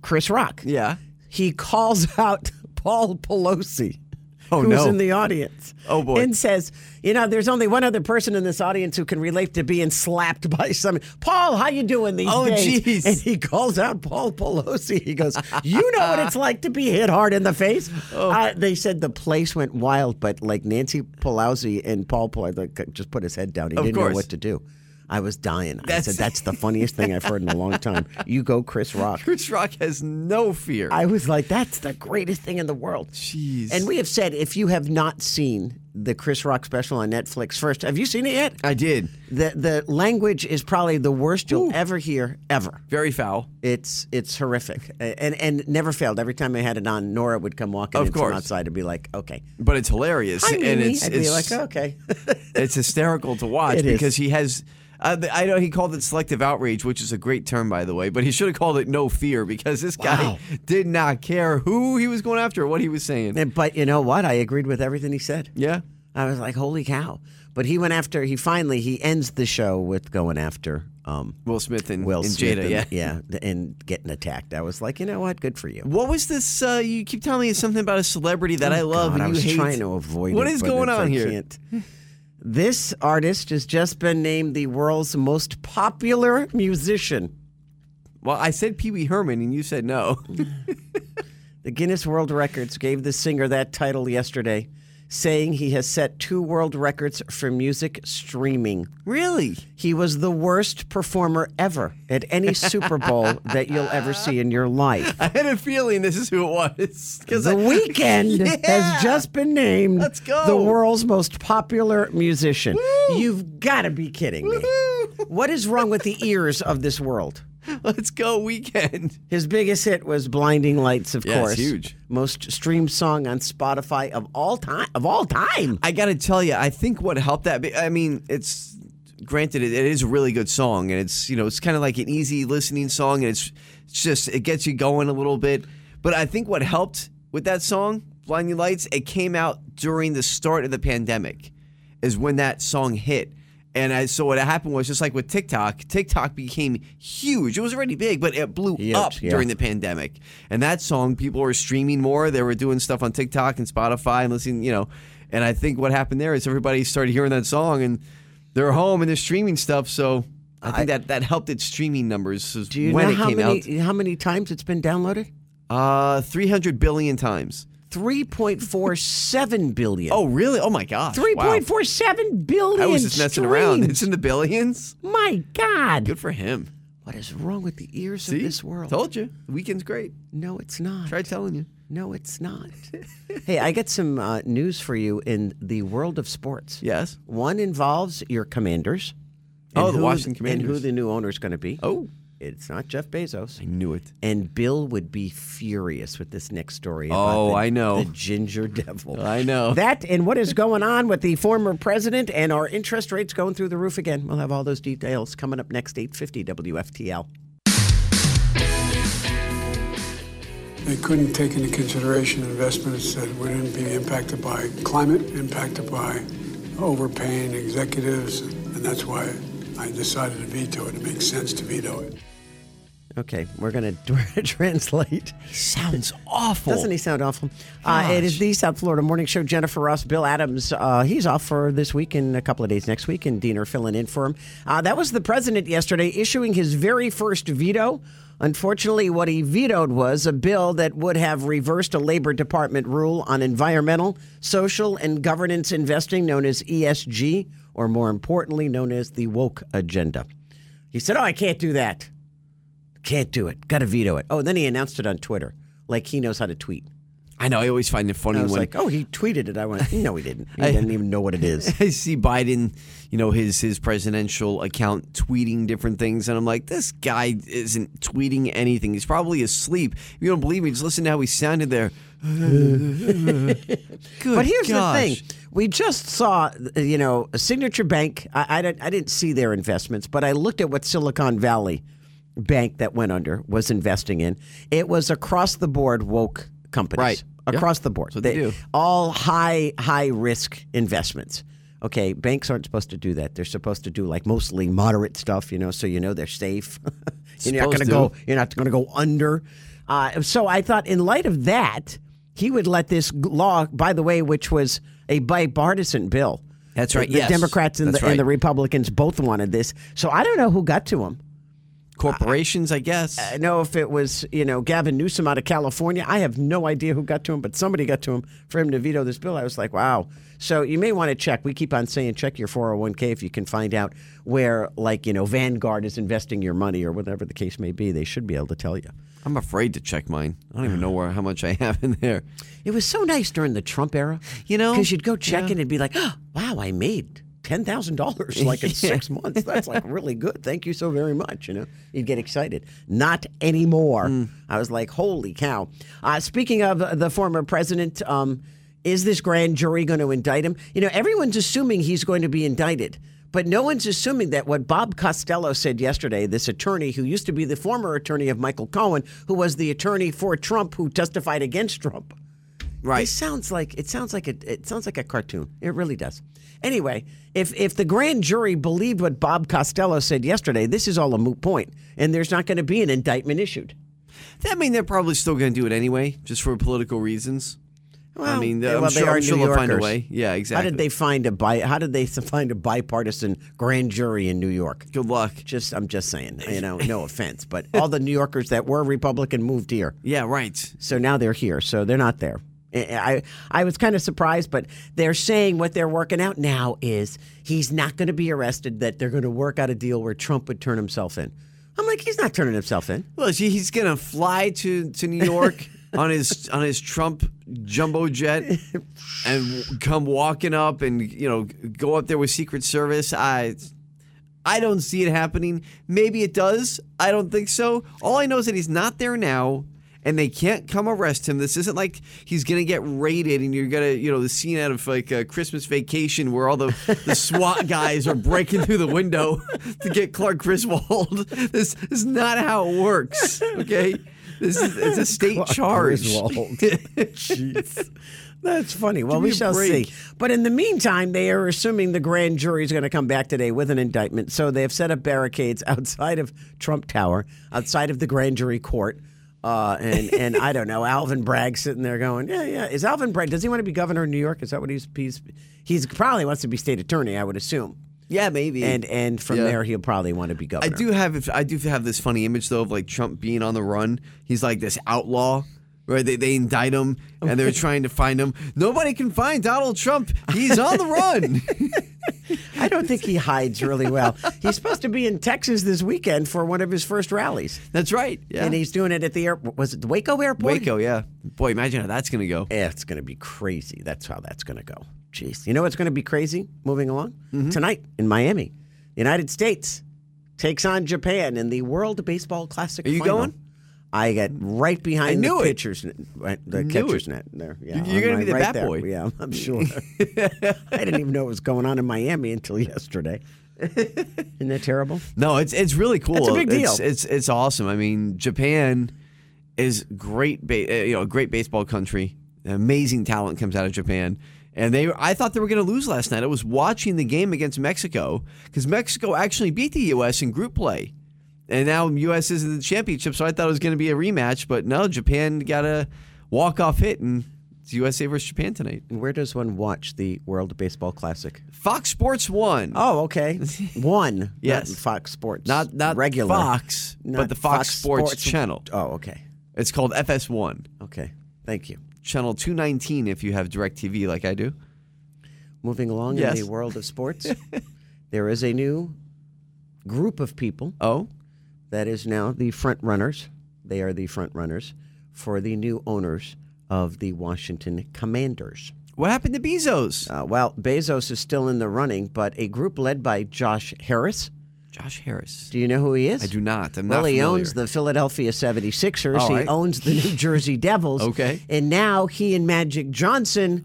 C: Chris Rock.
D: Yeah.
C: He calls out Paul Pelosi.
D: Oh,
C: who's
D: no.
C: in the audience.
D: Oh, boy.
C: And says, you know, there's only one other person in this audience who can relate to being slapped by someone. Paul, how you doing these
D: Oh,
C: days?
D: jeez.
C: And he calls out Paul Pelosi. He goes, "You know what it's like to be hit hard in the face."
D: Oh.
C: Uh, they said the place went wild, but like Nancy Pelosi and Paul Pelosi like, just put his head down. He
D: Of
C: didn't
D: course.
C: know what to do. I was dying.
D: That's-
C: I said, "That's the funniest thing I've heard in a long time." You go, Chris Rock.
D: Chris Rock has no fear.
C: I was like, that's the greatest thing in the world.
D: Jeez.
C: And we have said, if you have not seen the Chris Rock special on Netflix first, have you seen it yet?
D: I did.
C: The the language is probably the worst you'll ever hear ever.
D: Very foul.
C: It's it's horrific. A- And and never failed. Every time I had it on, Nora would come walking
D: Of
C: in from
D: course.
C: outside and be like, Okay.
D: But it's hilarious.
C: Hi,
D: and
C: Mimi.
D: it's
C: I'd
D: it's
C: be like, Okay.
D: it's hysterical to watch
C: It is.
D: because he has. Uh, th- I know he called it selective outrage, which is a great term, by the way, but he should have called it no fear because this
C: Wow.
D: guy did not care who he was going after or what he was saying.
C: And- but you know what? I agreed with everything he said.
D: yeah.
C: I was like, Holy cow. But he went after he finally he ends the show with going after um
D: Will Smith and,
C: Will
D: and
C: Smith
D: Jada.
C: and,
D: yeah.
C: th- and getting attacked. I was like, you know what? Good for you.
D: What was this? Uh, you keep telling me something about a celebrity that Oh, I love
C: God,
D: and
C: I
D: you
C: was
D: hate.
C: trying to avoid
D: What
C: it,
D: is
C: but
D: going
C: it's-
D: on
C: I
D: here?
C: can't. This artist has just been named the world's most popular musician.
D: Well, I said Pee Wee Herman and you said no.
C: The Guinness World Records gave the singer that title yesterday, saying he has set two world records for music streaming.
D: Really?
C: He was the worst performer ever at any Super Bowl that you'll ever see in your life.
D: I had a feeling this is who it was. 'Cause
C: The
D: I-
C: weekend
D: Yeah.
C: has just been named
D: Let's go.
C: the world's most popular musician. You've got to be kidding me.
D: Woo.
C: What is wrong with the ears of this world?
D: Let's go weekend.
C: His biggest hit was "Blinding Lights," of
D: Yeah, it's
C: course,
D: huge.
C: most streamed song on Spotify of all time. Of all time,
D: I got to tell you, I think what helped that. be- I mean, it's granted it, it is a really good song, and it's you know it's kind of like an easy listening song, and it's, it's just it gets you going a little bit. But I think what helped with that song, "Blinding Lights," it came out during the start of the pandemic, is when that song hit. And I, so what happened was just like with TikTok, TikTok became huge. It was already big, but it blew
C: Huge,
D: up
C: yeah.
D: during the pandemic. And that song, people were streaming more. They were doing stuff on TikTok and Spotify and listening, you know. And I think what happened there is everybody started hearing that song and they're home and they're streaming stuff. So I think that, that helped its streaming numbers is
C: do you
D: when
C: know
D: it
C: how
D: came
C: many how many times it's been downloaded?
D: out. Uh, 300 billion times.
C: Three point four seven billion.
D: Oh, really? Oh, my gosh.
C: Three
D: Wow.
C: point four seven billion.
D: I was just messing around.
C: streams.
D: It's in the billions.
C: My God,
D: Good for him.
C: what is wrong with the ears
D: See?
C: of this world?
D: Told you. The weekend's great.
C: No, it's not.
D: Try telling you.
C: No, it's not. hey, I got some uh, news for you in the world of sports.
D: Yes.
C: One involves your commanders.
D: Oh,
C: and
D: the
C: who-
D: Washington
C: And who
D: Commanders.
C: the new owner's going to be.
D: Oh,
C: It's not Jeff Bezos.
D: I knew it.
C: And Bill would be furious with this next story. about
D: Oh,
C: the-
D: I know.
C: The ginger devil.
D: I know.
C: That and what is going on with the former president and our interest rates going through the roof again. We'll have all those details coming up next 850 WFTL.
H: They couldn't take into consideration investments that wouldn't be impacted by climate, impacted by overpaying executives, and that's why I decided to veto it. It makes sense to veto it.
C: Okay, we're going to translate.
D: Sounds awful.
C: Doesn't he sound awful? Uh, it is
D: Gosh.
C: the South Florida Morning Show. Jennifer Ross, Bill Adams. Uh, he's off for this week and a couple of days next week, and Dean are filling in for him. Uh, that was the president yesterday issuing his very first veto. Unfortunately, what he vetoed was a bill that would have reversed a Labor Department rule on environmental, social, and governance investing, known as ESG, or more importantly, known as the woke agenda. He said, Oh, I can't do that. Can't do it. Got to veto it. Oh, and then he announced it on Twitter, like he knows how to tweet.
D: I know. I always find it funny
C: I was
D: when
C: like, oh, he tweeted it. I went, no, he didn't. He didn't even know what it is.
D: I see Biden, you know, his his presidential account tweeting different things, and I'm like, this guy isn't tweeting anything. He's probably asleep. If you don't believe me, just listen to how he sounded there. Good
C: But here's
D: gosh.
C: the thing: we just saw, you know, a Signature Bank. I, I didn't, I didn't see their investments, but I looked at what Silicon Valley Bank that went under was investing in. It was across the board woke companies,
D: Right. Yep.
C: Across the board,
D: That's what they do.
C: all high high risk investments. Okay, banks aren't supposed to do that. They're supposed to do like mostly moderate stuff, you know, so you know they're safe. you're not going
D: Supposed
C: to
D: to.
C: go. You're not going to go under. Uh, so I thought, in light of that, he would let this g- law, by the way, which was a bipartisan bill.
D: That's right,
C: The
D: yes.
C: Democrats and the,
D: That's
C: and the
D: right.
C: Republicans both wanted this. So I don't know who got to him.
D: Corporations, I guess.
C: I know if it was, you know, Gavin Newsom out of California. I have no idea who got to him, but somebody got to him for him to veto this bill. I was like, wow. So you may want to check. We keep on saying check your 401k if you can find out where, like, you know, Vanguard is investing your money or whatever the case may be. They should be able to tell you.
D: I'm afraid to check mine. I don't even know where how much I have in there.
C: It was so nice during the Trump era,
D: You know?
C: because you'd go check and it'd be like, oh, "Wow, I made ten thousand dollars like in six months. That's like really good. Thank you so very much." You know, you'd get excited. Not anymore. I was like, "Holy cow!" Uh, speaking of the former president, um, is this grand jury going to indict him? You know, everyone's assuming he's going to be indicted. But no one's assuming that what Bob Costello said yesterday, this attorney who used to be the former attorney of Michael Cohen, who was the attorney for Trump, who testified against Trump.
D: Right.
C: It sounds like it sounds like a it sounds like a cartoon. It really does. Anyway, if if the grand jury believed what Bob Costello said yesterday, this is all a moot point, and there's not going to be an indictment issued.
D: That mean they're probably still going to do it anyway, just for political reasons. I
C: Well,
D: mean,
C: they-
D: I'm
C: well, they
D: sure,
C: are
D: I'm sure
C: New
D: they'll find a
C: Yorkers.
D: way. Yeah,
C: How
D: exactly.
C: did they find a bi- How did they find a bipartisan grand jury in New York?
D: Good luck.
C: Just I'm just saying, you know, no offense, but all the New Yorkers that were Republican moved here,
D: Yeah, right.
C: so now they're here, so they're not there. I I was kind of surprised, but they're saying what they're working out now is he's not going to be arrested. That they're going to work out a deal where Trump would turn himself in. I'm like, he's not turning himself in.
D: Well, see, he's gonna fly to, to New York on his on his Trump jumbo jet and w- come walking up and you know go up there with Secret Service. I I don't see it happening. Maybe it does. I don't think so. All I know is that he's not there now. And they can't come arrest him. This isn't like he's gonna get raided, and you're gonna, you know, the scene out of like a Christmas Vacation where all the, the SWAT guys are breaking through the window to get Clark Griswold. This is not how it works. Okay, this is it's a state charge.
C: Griswold. Jeez. That's funny. Well,
D: Give
C: we
D: me a
C: shall
D: break.
C: see. But in the meantime, they are assuming the grand jury is going to come back today with an indictment. So they have set up barricades outside of Trump Tower, outside of the grand jury court. Uh, and, and I don't know, Alvin Bragg sitting there going, yeah, yeah. Is Alvin Bragg, does he want to be governor of New York? Is that what he's, he's, he's probably wants to be state attorney, I would assume.
D: Yeah, maybe.
C: And, and from
D: Yeah.
C: there, he'll probably want to be
D: I
C: governor.
D: do have I do have this funny image though of like Trump being on the run. He's like this outlaw. Right, they, they indict him and they're trying to find him. Nobody can find Donald Trump. He's on the run.
C: I don't think he hides really well. He's supposed to be in Texas this weekend for one of his first rallies.
D: That's right. Yeah.
C: And he's doing it at the airport. Was it the Waco airport?
D: Waco, yeah. Boy, imagine how that's gonna go.
C: Yeah, Eh, it's going to be crazy. That's how that's going to go. Jeez. You know what's going to be crazy moving along?
D: Mm-hmm.
C: Tonight in Miami, the United States takes on Japan in the World Baseball Classic.
D: Are you
C: Final.
D: going?
C: I got right behind
D: I knew
C: the
D: it.
C: pitcher's net, right, the
D: Knew
C: catcher's
D: it.
C: net there. Yeah,
D: You- you're gonna
C: I'm
D: be the
C: right
D: bat
C: there.
D: boy.
C: Yeah, I'm sure. I didn't even know what was going on in Miami until yesterday. Isn't that terrible?
D: No, it's it's really cool.
C: That's a big
D: It's-
C: deal.
D: It's it's, awesome. I mean, Japan is great. Ba- uh, you know, a great baseball country. Amazing talent comes out of Japan, and they. I thought they were going to lose last night. I was watching the game against Mexico because Mexico actually beat the U.S. in group play, and now U.S. is in the championship. So I thought it was going to be a rematch, but no, Japan got a walk off hit, and it's USA versus Japan tonight.
C: Where does one watch the World Baseball Classic?
D: Fox Sports won.
C: Oh, okay. One.
D: Yes.
C: Not Fox Sports.
D: Not not
C: regular.
D: Fox, but
C: Not
D: the Fox, Sports, channel.
C: Oh, okay.
D: It's called FS1.
C: Okay. Thank you.
D: channel 219 if you have DirecTV like I do.
C: Moving along
D: Yes.
C: in the world of sports, there is a new group of people
D: Oh,
C: that is now the front runners. They are the front runners for the new owners of the Washington Commanders.
D: what happened to Bezos?
C: Uh, well, Bezos is still in the running, but a group led by Josh Harris.
D: Josh Harris.
C: Do you know who he is?
D: I do not. I'm
C: well,
D: not
C: he
D: familiar.
C: owns the Philadelphia 76ers.
D: All
C: he
D: right.
C: owns the New Jersey Devils.
D: Okay. Oh.
C: And now he and Magic Johnson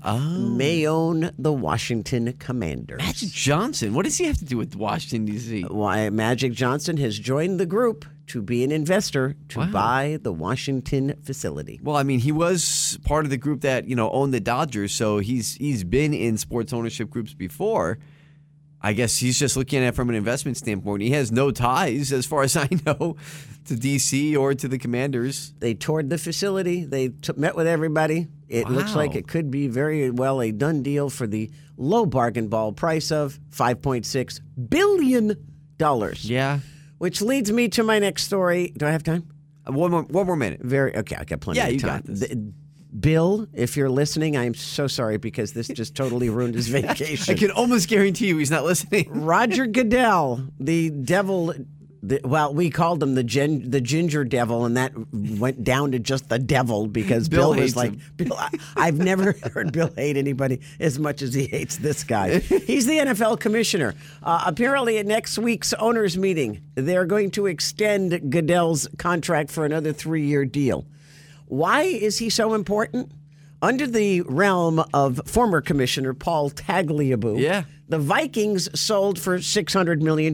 C: may own the Washington Commanders.
D: Magic Johnson. What does he have to do with Washington D.C.?
C: Why Magic Johnson has joined the group to be an investor to
D: Wow.
C: buy the Washington facility.
D: Well, I mean, he was part of the group that you know owned the Dodgers, so he's he's been in sports ownership groups before. I guess he's just looking at it from an investment standpoint. He has no ties, as far as I know, to D.C. or to the Commanders.
C: They toured the facility. They t- met with everybody. It looks
D: Wow.
C: like it could be very well a done deal for the low bargain ball price of $5.6 billion.
D: Yeah.
C: Which leads me to my next story. Do I have time?
D: Uh, One more one more minute.
C: Very okay. I got plenty
D: Yeah,
C: of
D: you
C: time.
D: got this.
C: Th- Bill, if you're listening, I'm so sorry because this just totally ruined his
D: I
C: vacation.
D: can almost guarantee you he's not listening.
C: Roger Goodell, the devil. The, well, we called him the gen, the ginger devil, and that went down to just the devil because
D: Bill
C: Bill, was
D: hates
C: like,
D: him.
C: Bill, I, I've never heard Bill hate anybody as much as he hates this guy. He's the NFL commissioner. Uh, apparently, at next week's owners' meeting, they're going to extend Goodell's contract for another three year deal. Why is he so important? Under the realm of former commissioner Paul Tagliabue,
D: Yeah.
C: the Vikings sold for $600 million.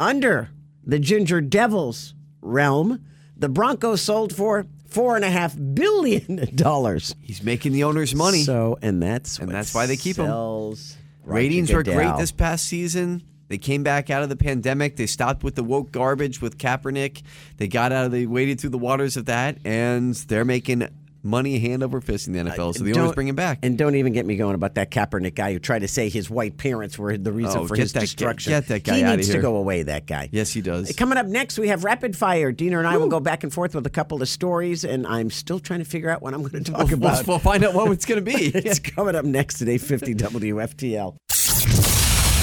C: Under the Ginger Devils realm, the Broncos sold for $4.5 billion.
D: He's making the owners money.
C: So, and that's
D: And
C: what
D: that's why they keep 'em.
C: sells Roger
D: Ratings were great
C: Goodell.
D: this past season. They came back out of the pandemic. They stopped with the woke garbage with Kaepernick. They got out of. They waded through the waters of that, and they're making money hand over fist in the NFL, so the
C: Uh, Don't-
D: owners bring him back.
C: And don't even get me going about that Kaepernick guy who tried to say his white parents were the reason
D: Oh,
C: for
D: get
C: his
D: that- get-
C: destruction.
D: get that guy
C: he
D: outta
C: needs to
D: here.
C: go away. That guy.
D: Yes, he does.
C: Coming up next, we have rapid fire. Dina and I will go back and forth with a couple of stories, and I'm still trying to figure out what I'm going to talk
D: We'll- we'll,
C: about.
D: we'll find out what it's going to be.
C: It's coming up next at 850 WFTL.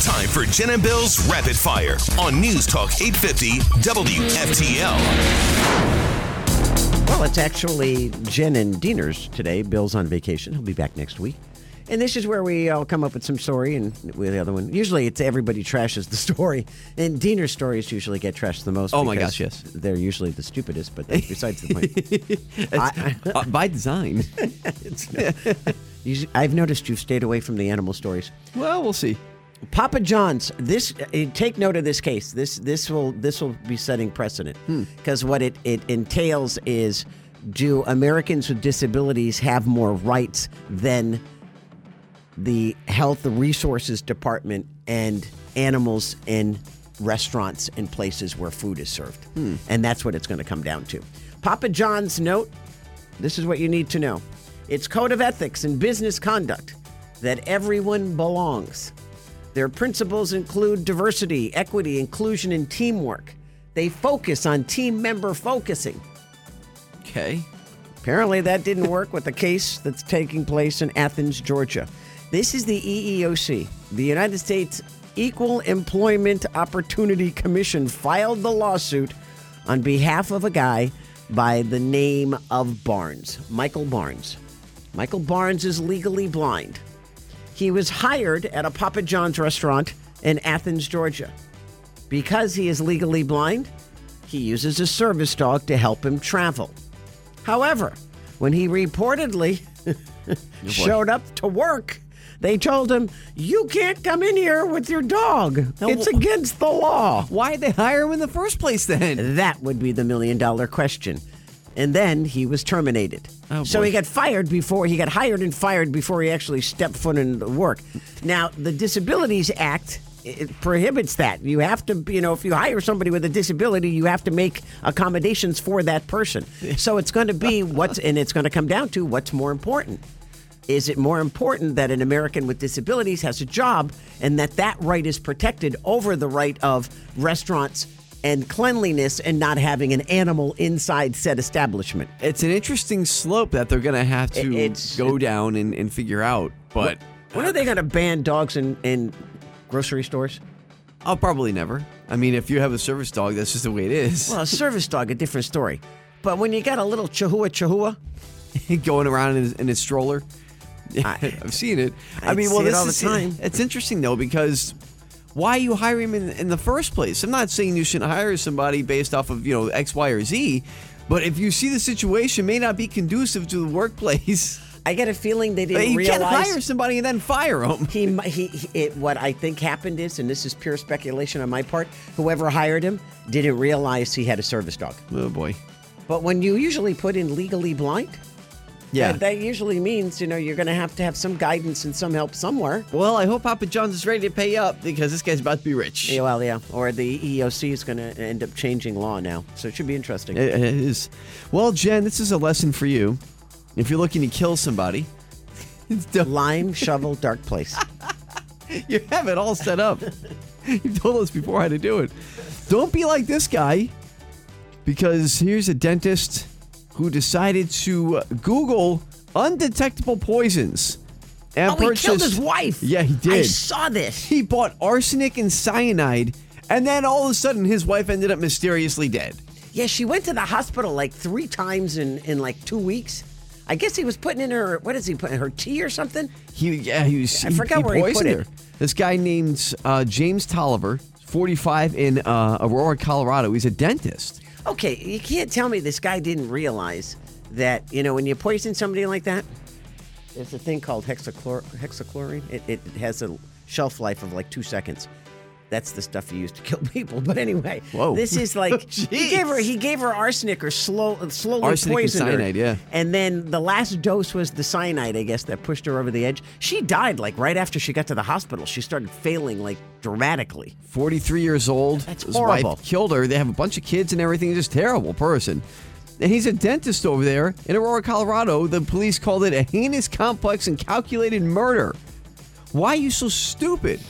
A: Time for Jen and Bill's Rapid Fire on News Talk 850 WFTL.
C: Well, it's actually Jen and Diener's today. Bill's on vacation. He'll be back next week. And this is where we all come up with some story, and we, the other one. Usually, it's everybody trashes the story, and Diener's stories usually get trashed the most.
D: Oh my
C: because
D: gosh, yes.
C: they're usually the stupidest, but that's besides the point. I-
D: It's, uh, by design.
C: You- I've noticed you've stayed away from the animal stories.
D: well, we'll see.
C: Papa John's. This eh, take note of this case. This this will this will be setting precedent because what it it entails is do Americans with disabilities have more rights than the Health Resources Department and animals in restaurants and places where food is served, and that's what it's going to come down to. Papa John's note this is what you need to know its code of ethics and business conduct that everyone belongs. Their principles include diversity, equity, inclusion, and teamwork. They focus on team member focusing.
D: Okay.
C: Apparently, that didn't work with the case that's taking place in Athens, Georgia. This is the E EEOC, the United States Equal Employment Opportunity Commission, filed the lawsuit on behalf of a guy by the name of Barnes, Michael Barnes. Michael Barnes is legally blind. He was hired at a Papa John's restaurant in Athens, Georgia. Because he is legally blind, he uses a service dog to help him travel. However, when he reportedly showed up to work, they told him, You can't come in here with your dog. It's against the law.
D: Why did they hire him in the first place then?
C: That would be the million dollar question. And then he was terminated.
D: Oh,
C: so
D: boy.
C: he got fired before he got hired and fired before he actually stepped foot into work. Now, the Disabilities Act it prohibits that. You have to, you know, if you hire somebody with a disability, you have to make accommodations for that person. So it's going to be what's and it's going to come down to what's more important. Is it more important that an American with disabilities has a job and that that right is protected over the right of restaurants and cleanliness and not having an animal inside said establishment?
D: It's an interesting slope that they're going to have to
C: It- it's-
D: go down and, and figure out. But
C: When are they going to ban dogs in, in grocery stores?
D: I'll probably never. I mean, if you have a service dog, that's just the way it is.
C: Well, a service dog, a different story. But when you got a little chihuahua chihuahua,
D: going around in his, in his stroller.
C: I-
D: I've seen it. I,
C: I
D: mean,
C: see
D: well,
C: it
D: this
C: all the
D: is,
C: time.
D: It's interesting though because why you hire him in, in the first place? I'm not saying you should hire somebody based off of you know X, Y, or Z, but if you see the situation may not be conducive to the workplace,
C: I get a feeling they didn't
D: you can't
C: realize.
D: hire somebody and then fire them.
C: He, mi- he, he it, what I think happened is, and this is pure speculation on my part, whoever hired him didn't realize he had a service dog.
D: Oh boy,
C: But when you usually put in legally blind,
D: yeah.
C: that, that usually means, you know, you're going to have to have some guidance and some help somewhere.
D: well, I hope Papa John's is ready to pay up because this guy's about to be rich.
C: Yeah, well, yeah. Or the E EEOC is going to end up changing law now. So it should be interesting.
D: It it is. Well, Jen, this is a lesson for you. If you're looking to kill somebody, don't
C: Lime, shovel, dark place.
D: You have it all set up. You've told us before how to do it. Don't be like this guy, because here's a dentist who decided to Google undetectable poisons and
C: Oh, he killed
D: purchased-
C: his wife.
D: Yeah, he
C: I
D: did.
C: saw this.
D: he bought arsenic and cyanide, and then all of a sudden, his wife ended up mysteriously dead.
C: Yeah, she went to the hospital like three times in, in like two weeks. I guess he was putting in her, what is he putting, her tea or something?
D: He yeah he was.
C: I
D: he,
C: forgot
D: he
C: where he put
D: poisoned
C: it.
D: her. This guy named uh, James Tolliver, 45, in uh, Aurora, Colorado. He's a dentist.
C: Okay, you can't tell me this guy didn't realize that, you know, when you poison somebody like that, there's a thing called hexachlor- hexachlorine. It, it has a shelf life of like two seconds. That's the stuff you use to kill people. But anyway,
D: Whoa.
C: this is like
D: Jeez.
C: he gave her he gave her arsenic or slow slowly
D: Arsenic and
C: poisoned
D: cyanide,
C: her.
D: yeah.
C: And then the last dose was the cyanide, I guess, that pushed her over the edge. She died like right after she got to the hospital. She started failing like dramatically.
D: 43 years old.
C: That's
D: His
C: horrible.
D: wife killed her. They have a bunch of kids and everything. Just terrible person. and he's a dentist over there in Aurora, Colorado. The police called it a heinous, complex, and calculated murder. Why are you so stupid?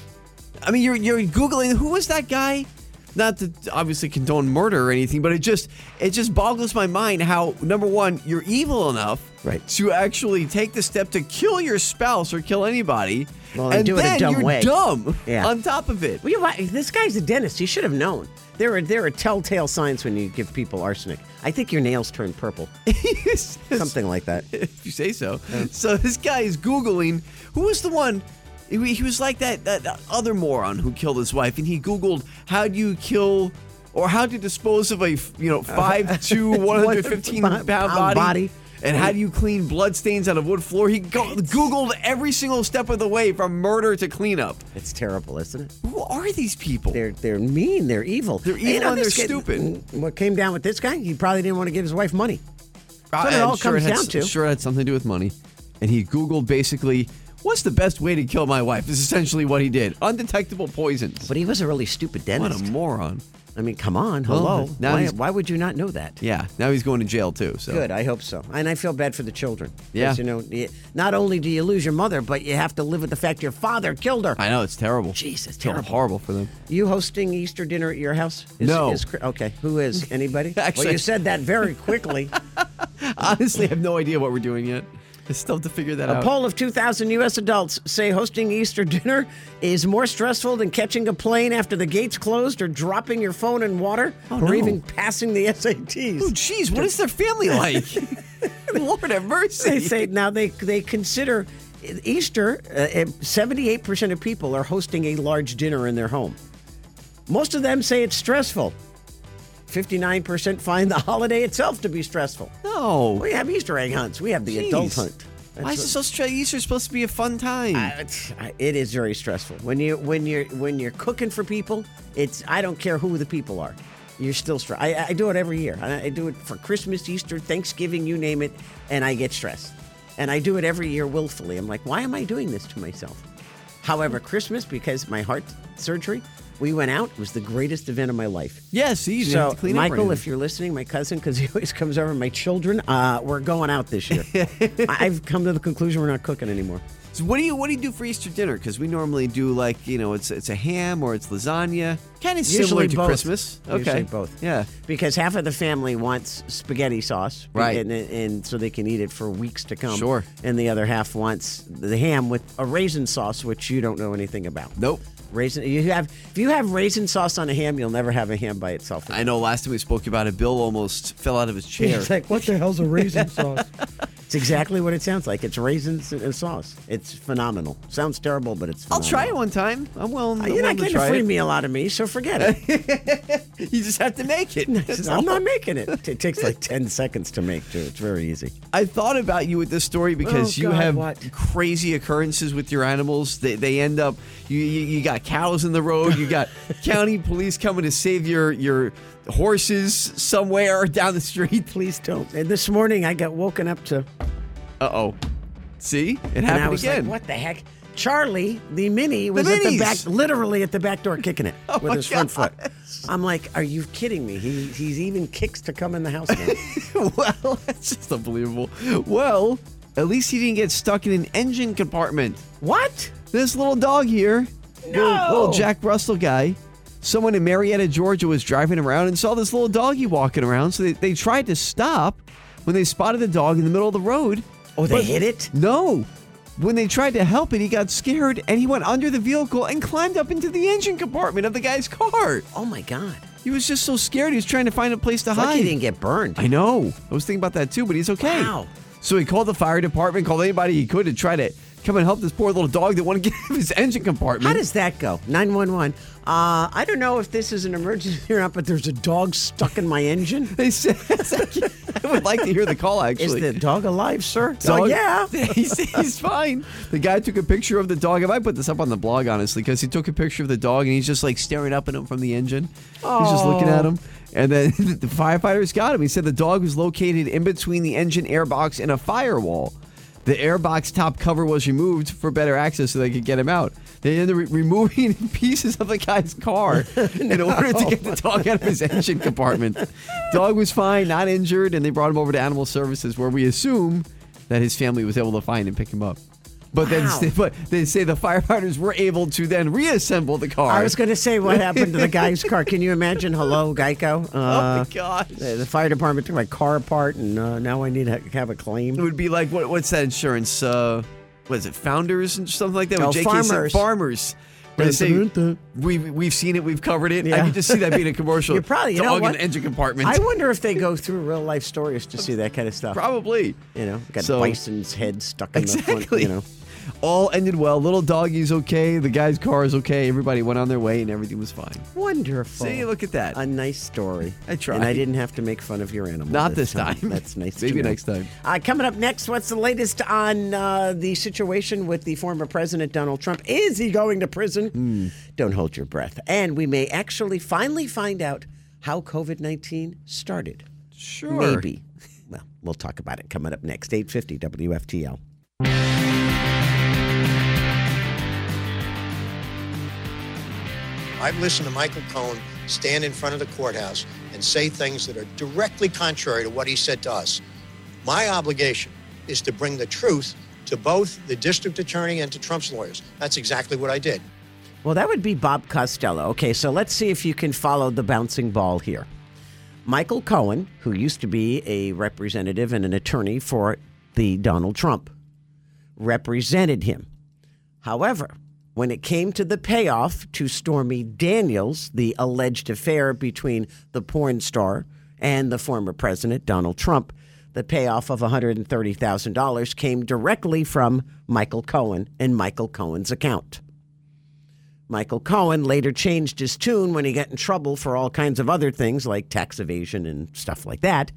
D: I mean, you're you're googling who was that guy? Not to obviously condone murder or anything, but it just it just boggles my mind how number one you're evil enough
C: Right.
D: to actually take the step to kill your spouse or kill anybody,
C: Well, they
D: and
C: do it a
D: then
C: dumb
D: you're
C: way.
D: dumb
C: Yeah.
D: on top of it.
C: Well, you're right. This guy's a dentist. He should have known. There are there are telltale signs when you give people arsenic. I think your nails turn purple,
D: It's just-
C: something like that.
D: if you say so. So this guy is googling who was the one. He he was like that, that that other moron who killed his wife, and he googled how do you kill or how to dispose of a you know five to Uh-huh. one hundred fifteen
C: Pound
D: pound body.
C: body.
D: And how do you clean bloodstains out of wood floor? He go- Googled every single step of the way from murder to cleanup.
C: It's terrible, isn't it?
D: Who are these people?
C: They're they're mean. They're evil.
D: They're
C: You
D: evil and
C: this
D: they're
C: guy-
D: stupid.
C: Mm, What came down with this guy? He probably didn't want to give his wife money.
D: Uh,
C: what it
D: I'm
C: all comes
D: had,
C: down
D: s-
C: to.
D: Sure, it had something to do with money. And he Googled basically, what's the best way to kill my wife? Is essentially what he did. Undetectable poisons.
C: But he was a really stupid
D: what
C: dentist.
D: a moron.
C: I mean, come on,
D: Well,
C: hello.
D: now
C: why,
D: he's-
C: why would you not know that?
D: Yeah, now he's going to jail too. So
C: Good. I hope so. And I feel bad for the children. 'Cause,
D: Yeah.
C: You know, you- not only do you lose your mother, but you have to live with the fact your father killed her.
D: I know it's terrible.
C: Jeez, it's
D: Feel
C: terrible.
D: Horrible for them.
C: You hosting Easter dinner at your house? Is,
D: No.
C: Is, okay. Who is anybody? well,
D: Actually-
C: you said that very quickly.
D: Honestly, I have no idea what we're doing yet. It's still to figure that
C: a
D: out.
C: poll of 2,000 U.S. adults say hosting Easter dinner is more stressful than catching a plane after the gates closed, or dropping your phone in water, or
D: Oh, no.
C: even passing the SATs.
D: oh, jeez, what is their family like? Lord have mercy.
C: they say now they they consider Easter. Seventy eight percent of people are hosting a large dinner in their home. Most of them say it's stressful. Fifty nine percent find the holiday itself to be stressful.
D: no.
C: We have Easter egg hunts. We have the adult
D: Oh. Jeez.
C: hunt.
D: Why is it so strange? Easter's supposed to be a fun time.
C: I- it's- I- It is very stressful when you when you're when you're cooking for people. It's I don't care who the people are. You're still stressed. I, I do it every year. I, I do it for Christmas, Easter, Thanksgiving, you name it, and I get stressed. And I do it every year willfully. I'm like, why am I doing this to myself? However, Christmas because my heart surgery, we went out. It was the greatest event of my life.
D: yeah, see, you didn't have
C: So,
D: to clean up or
C: Michael,
D: anything.
C: if you're listening, my cousin, because he always comes over, my children, uh, we're going out this year. I- I've come to the conclusion we're not cooking anymore.
D: So what do you what do you do for Easter dinner? Because we normally do like you know it's it's a ham or it's lasagna, kind of similar
C: Usually
D: to
C: both.
D: Christmas.
C: Usually both.
D: Yeah.
C: Because half of the family wants spaghetti sauce, be-
D: Right.
C: And, and so they can eat it for weeks to come.
D: Sure.
C: And the other half wants the ham with a raisin sauce, which you don't know anything about.
D: Nope.
C: Raisin. You have if you have raisin sauce on a ham, you'll never have a ham by itself.
D: I know. Last time we spoke about it, Bill almost fell out of his chair.
C: It's like what the hell's a raisin sauce? It's exactly what it sounds like. It's raisins and sauce. It's phenomenal. Sounds terrible, but it's.
D: I'll
C: Phenomenal.
D: try it one time. I'm willing.
C: Uh,
D: I'm
C: You're not
D: willing to
C: getting a
D: try
C: free
D: it.
C: meal out of me, so forget it.
D: You just have to make it. That's all.
C: I'm not making it. It takes like 10 seconds to make, too. It's very easy.
D: I thought about you with this story because
C: Oh,
D: you
C: God,
D: have
C: what?
D: crazy occurrences with your animals. They, they end up you, you you got cows in the road. You got county police coming to save your your horses somewhere down the street.
C: Please don't. And this morning I got woken up to,
D: Uh oh. See, it
C: and
D: happened
C: I was
D: again.
C: like, what the heck? Charlie, the mini, was at the
D: minis. Oh,
C: back, literally at the back door kicking it with
D: my
C: his front foot. I'm like, are you kidding me? He, he's even kicks to come in the house now.
D: well, that's just unbelievable. Well, at least he didn't get stuck in an engine compartment.
C: what?
D: This little dog here, little, little Jack Russell guy, someone in Marietta, Georgia was driving around and saw this little doggy walking around. So they, they tried to stop when they spotted the dog in the middle of the road.
C: Oh, they
D: But-
C: hit it?
D: No. When they tried to help it, he got scared and he went under the vehicle and climbed up into the engine compartment of the guy's car.
C: Oh, my God.
D: He was just so scared. He was trying to find a place to
C: It's Lucky
D: hide.
C: he didn't get burned.
D: I know. I was thinking about that too, but he's okay.
C: Wow.
D: So he called the fire department, called anybody he could to try to come and help this poor little dog that wanted to get out of his engine compartment.
C: How does that go? 911. Uh, I don't know if this is an emergency or not, but there's a dog stuck in my engine.
D: they said, I would like to hear the call
C: Is
D: actually.
C: the dog alive, sir?
D: Dog-
C: Oh, yeah.
D: he's, he's fine. The guy took a picture of the dog. I might put this up on the blog, honestly, because he took a picture of the dog and he's just like staring up at him from the engine. He's just looking at him. And then the firefighters got him. He said the dog was located in between the engine airbox and a firewall. The airbox top cover was removed for better access so they could get him out. They ended up re- removing pieces of the guy's car in order to get the dog out of his engine compartment. Dog was fine, not injured, and they brought him over to Animal Services where we assume that his family was able to find and pick him up. But
C: Wow.
D: then, but they say the firefighters were able to then reassemble the car.
C: I was going to say what happened to the guy's car. Can you imagine? Hello, Geico.
D: Oh my
C: Uh,
D: gosh!
C: the, the fire department took my car apart, and uh, now I need to have a claim.
D: It would be like what? What's that insurance? Uh, what is it? Founders and something like that.
C: Oh,
D: with J.K. Simmons-
C: Farmers.
D: Farmers. Where they
C: Dun, dun,
D: say
C: dun,
D: we we've seen it, we've covered it. I
C: Yeah.
D: could just see that being a commercial.
C: You're probably you
D: dog
C: know
D: in
C: what?
D: the engine compartment.
C: I wonder if they go through real life stories to see that kind of stuff.
D: probably.
C: You know, got
D: So-
C: bison's head stuck in the front.
D: Exactly.
C: You know,
D: All ended well. Little doggy's okay. The guy's car is okay. Everybody went on their way, and everything was fine.
C: wonderful.
D: See, look at that.
C: A nice story.
D: I tried.
C: And I didn't have to make fun of your animal.
D: Not this time.
C: That's nice. to
D: Maybe
C: know.
D: next time.
C: Uh, coming up next, what's the latest on uh, the situation with the former president Donald Trump? Is he going to prison?
D: Hmm.
C: Don't hold your breath. And we may actually finally find out how COVID 19 started.
D: Sure.
C: Maybe. Well, we'll talk about it coming up next. 850 WFTL.
B: I've listened to Michael Cohen stand in front of the courthouse and say things that are directly contrary to what he said to us. My obligation is to bring the truth to both the district attorney and to Trump's lawyers. That's exactly what I did.
C: Well, that would be Bob Costello. Okay, so let's see if you can follow the bouncing ball here. Michael Cohen, who used to be a representative and an attorney for the Donald Trump, represented him. However, when it came to the payoff to Stormy Daniels, the alleged affair between the porn star and the former president, Donald Trump, the payoff of $130,000 came directly from Michael Cohen and Michael Cohen's account. Michael Cohen later changed his tune when he got in trouble for all kinds of other things like tax evasion and stuff like that.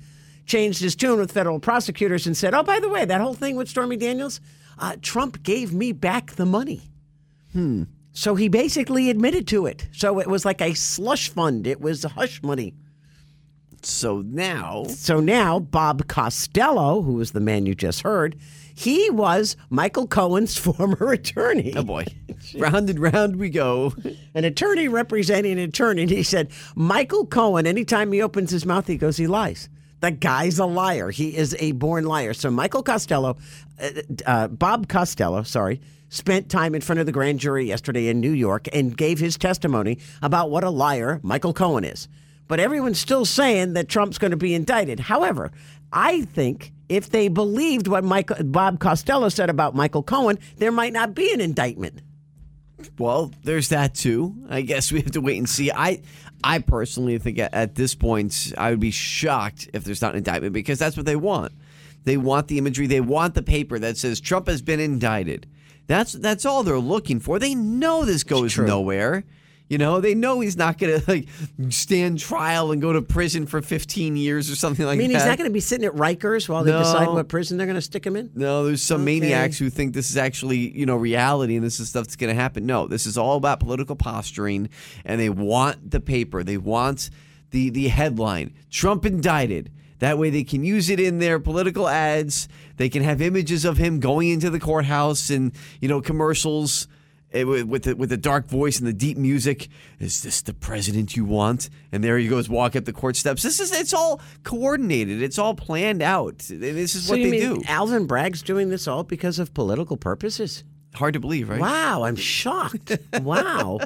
C: Changed his tune with federal prosecutors and said, "Oh, by the way, that whole thing with Stormy Daniels, uh, Trump gave me back the money." Hmm. So he basically admitted to it. So it was like a slush fund. It was hush money.
D: So now,
C: So now Bob Costello, who was the man you just heard, he was Michael Cohen's former attorney.
D: oh boy, round and round we go.
C: an attorney representing an attorney, and he said, Michael Cohen, anytime he opens his mouth, he goes, he lies. The guy's a liar. He is a born liar. So Michael Costello, uh, uh, Bob Costello, sorry, spent time in front of the grand jury yesterday in New York and gave his testimony about what a liar Michael Cohen is. But everyone's still saying that Trump's going to be indicted. However, I think if they believed what Michael, Bob Costello said about Michael Cohen, there might not be an indictment.
D: Well, there's that too. I guess we have to wait and see. I I personally think at, at this point I would be shocked if there's not an indictment because that's what they want. They want the imagery, they want the paper that says Trump has been indicted. That's that's all they're looking for. They know this goes nowhere. You know, they know he's not going to like stand trial and go to prison for 15 years or something like
C: I mean,
D: that.
C: he's not going to be sitting at Rikers while they
D: No.
C: decide what prison they're going to stick him in.
D: No, there's some
C: Okay.
D: maniacs who think this is actually, you know, reality and this is stuff that's going to happen. No, this is all about political posturing and they want the paper. They want the the headline. Trump indicted. That way they can use it in their political ads. They can have images of him going into the courthouse and, you know, commercials eh, with with the, with the dark voice and the deep music. Is this the president you want? And there he goes, walk up the court steps. This is it's all coordinated. It's all planned out. This is
C: So
D: what
C: you
D: they
C: mean
D: do.
C: Alvin Bragg's doing this all because of political purposes?
D: Hard to believe, right?
C: Wow, I'm shocked. wow.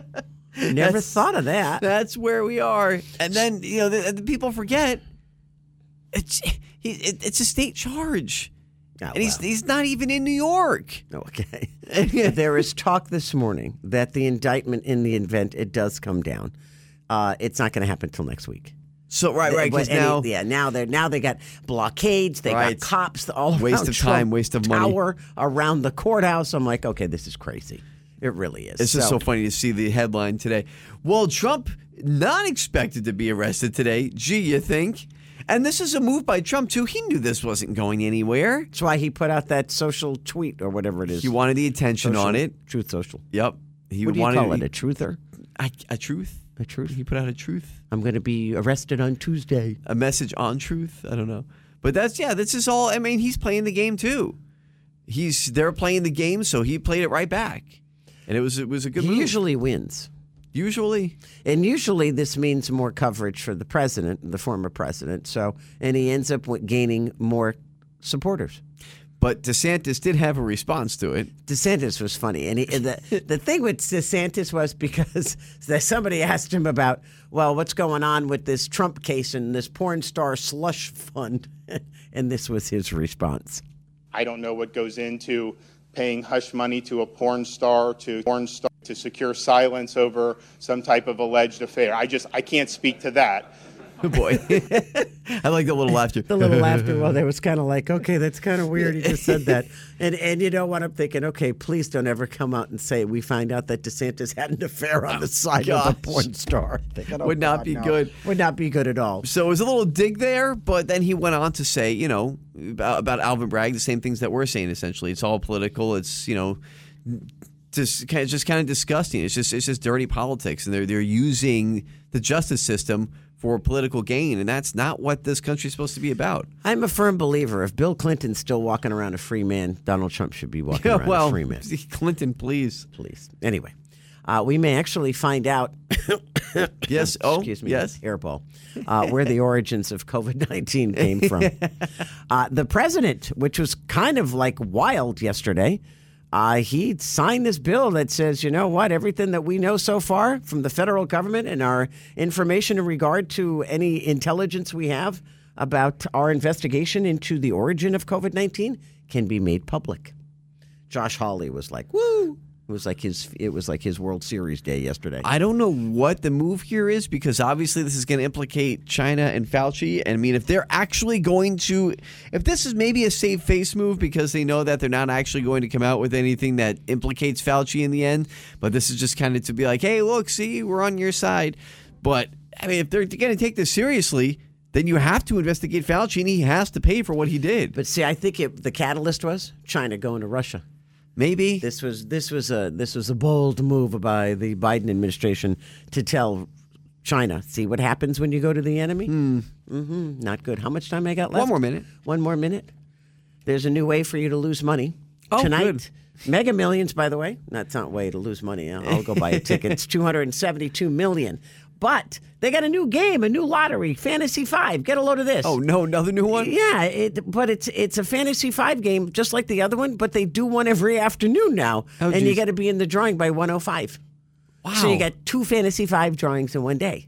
C: Never thought of that.
D: That's where we are. And then, you know, the, the people forget it's he, it, it's a state charge.
C: Oh,
D: and he's
C: wow.
D: he's not even in New York.
C: Okay. there is talk this morning that the indictment in the event it does come down. Uh, it's not going to happen till next week.
D: So right, right,
C: But
D: because
C: any-
D: now
C: yeah, now they are now they got blockades, they
D: Right.
C: got cops all around
D: Waste of time,
C: Trump
D: waste of money.
C: tower around the courthouse. I'm like, okay, this is crazy. It really is.
D: It's just so funny to see the headline today. Well, Trump not expected to be arrested today. Gee, you think? And this is a move by Trump too. He knew this wasn't going anywhere.
C: That's why he put out that social tweet or whatever it is.
D: He wanted the attention
C: Social-
D: on it.
C: Truth social.
D: Yep. He
C: what do you
D: wanted
C: call it? A truther?
D: I- a truth.
C: A truth?
D: He put out a truth.
C: I'm going to be arrested on Tuesday.
D: a message on truth. I don't know. But that's yeah, this is all I mean, he's playing the game too. he's they're playing the game, so he played it right back, and it was it was a good
C: He
D: move.
C: usually wins.
D: usually,
C: And usually this means more coverage for the president, the former president. So, and he ends up with gaining more supporters.
D: but DeSantis did have a response to it.
C: DeSantis was funny, and, he, and the the thing with DeSantis was because that somebody asked him about, well, what's going on with this Trump case and this porn star slush fund, and this was his response.
E: I don't know what goes into paying hush money to a porn star to porn star to secure silence over some type of alleged affair. I just I can't speak to that.
D: Oh boy, I like that little laughter.
C: The little laughter while there was kind of like, okay, that's kind of weird. He just said that, and and you know what? I'm thinking, okay, please don't ever come out and say we find out that DeSantis had an affair on the side of
D: gosh.
C: a porn star. Thinking, oh,
D: Would not
C: God,
D: be
C: no.
D: good.
C: Would not be good at all.
D: So it was a little dig there, but then he went on to say, you know, about, about Alvin Bragg, the same things that we're saying essentially. It's all political. It's you know, just kind of, just kind of disgusting. It's just it's just dirty politics, and they're they're using the justice system for political gain, and that's not what this country's supposed to be about.
C: I'm a firm believer. If Bill Clinton's still walking around a free man, Donald Trump should be walking around a
D: well,
C: free man.
D: Clinton, please,
C: Please. Anyway, uh, we may actually find out.
D: yes. Oh,
C: excuse me.
D: Yes.
C: Hairball. Uh, where the origins of COVID nineteen came from. uh, the president, which was kind of like wild yesterday. Uh, he signed this bill that says, you know what, everything that we know so far from the federal government and our information in regard to any intelligence we have about our investigation into the origin of COVID 19 can be made public. Josh Hawley was like, "Woo!" It was like his it was like his World Series day yesterday.
D: I don't know what the move here is because obviously this is going to implicate China and Fauci. And I mean, if they're actually going to, if this is maybe a safe face move because they know that they're not actually going to come out with anything that implicates Fauci in the end, but this is just kind of to be like, hey, look, see, we're on your side. But I mean, if they're going to take this seriously, then you have to investigate Fauci and he has to pay for what he did. But
C: but see, I think it, the catalyst was China going to Russia.
D: maybe.
C: This was this was a this was a bold move by the Biden administration to tell China, see what happens when you go to the enemy. hmm Not good. How much time I got left?
D: more minute.
C: One more minute. There's a new way for you to lose money
D: Oh,
C: tonight.
D: good.
C: Mega Millions, by the way. That's not a way to lose money. I'll, I'll go buy a ticket. It's 272 million. But they got a new game, a new lottery, Fantasy Five. Get a load of this.
D: Oh, no, another new one?
C: Yeah, it, but it's it's a fantasy five game just like the other one, but they do one every afternoon now,
D: Oh,
C: and you
D: geez.
C: got to be in the drawing by one oh five. So you
D: Wow.
C: got two fantasy five drawings in one day.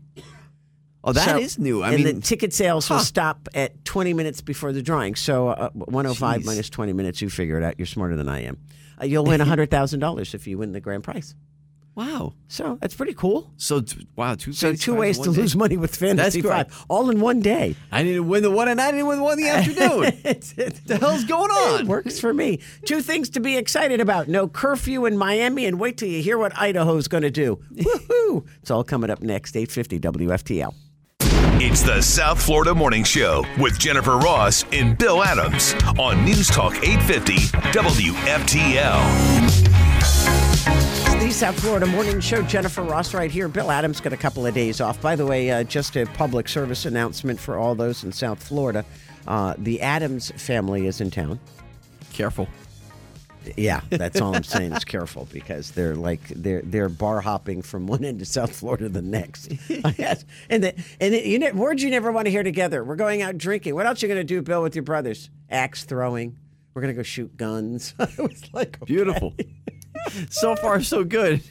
D: Oh, that is
C: So-
D: new. I
C: and
D: mean,
C: the ticket sales will
D: huh.
C: stop at twenty minutes before the drawing. So uh, one oh five
D: Jeez.
C: minus twenty minutes, you figure it out. You're smarter than I am. Uh, you'll win hundred thousand dollars if you win the grand prize.
D: wow.
C: So that's pretty cool.
D: So, t- wow, two
C: So
D: things
C: two
D: tied in
C: ways
D: one
C: to
D: day.
C: lose money with fantasy
D: correct.
C: five, all in one day.
D: I need to win the one and I didn't win the one in the afternoon.
C: It's- it's-
D: the hell's going
C: It
D: on?
C: works for me. Two things to be excited about no curfew in Miami, and wait till you hear what Idaho's going to do. Woohoo! It's all coming up next, 850 WFTL.
A: It's the South Florida Morning Show with Jennifer Ross and Bill Adams on News Talk 850 WFTL.
C: The South Florida Morning Show, Jennifer Ross right here. Bill Adams got a couple of days off. By the way, uh, just a public service announcement for all those in South Florida. Uh, the Adams family is in town.
D: Careful.
C: Yeah, that's all I'm saying is careful because they're like they're they're bar hopping from one end of South Florida to the next. yes, and the, and the, you know, words you never want to hear together. We're going out drinking. What else you going to do, Bill, with your brothers? Axe throwing. We're going to go shoot guns. I was like,
D: Beautiful. so far, so good.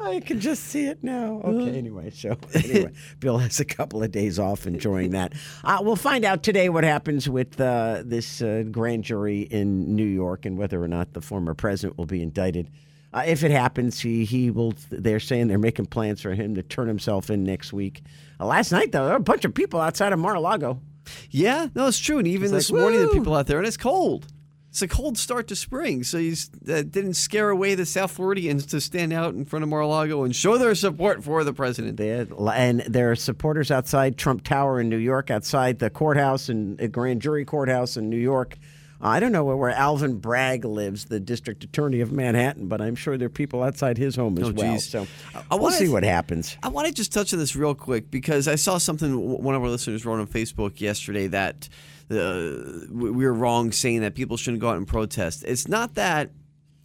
C: I can just see it now. Uh. Okay, anyway, so anyway, Bill has a couple of days off enjoying that. Uh, we'll find out today what happens with uh, this uh, grand jury in New York and whether or not the former president will be indicted. Uh, if it happens, he he will. They're saying they're making plans for him to turn himself in next week. Uh, last night, though, there were a bunch of people outside of Mar-a-Lago.
D: Yeah, no, it's true. And even
C: like,
D: this morning, the
C: "Woo!"
D: people out there, and it's cold. It's a cold start to spring. So you s- that didn't scare away the South Floridians to stand out in front of Mar a Lago and show their support for the president.
C: They had, and there are supporters outside Trump Tower in New York, outside the courthouse and uh, grand jury courthouse in New York. I don't know where, where Alvin Bragg lives, the district attorney of Manhattan, but I'm sure there are people outside his home as
D: Oh,
C: well.
D: geez.
C: So
D: I- I
C: we'll
D: wanna
C: see
D: th-
C: what happens.
D: I want to just touch on this real quick because I saw something w- one of our listeners wrote on Facebook yesterday that uh, we- we were wrong saying that people shouldn't go out and protest. It's not that.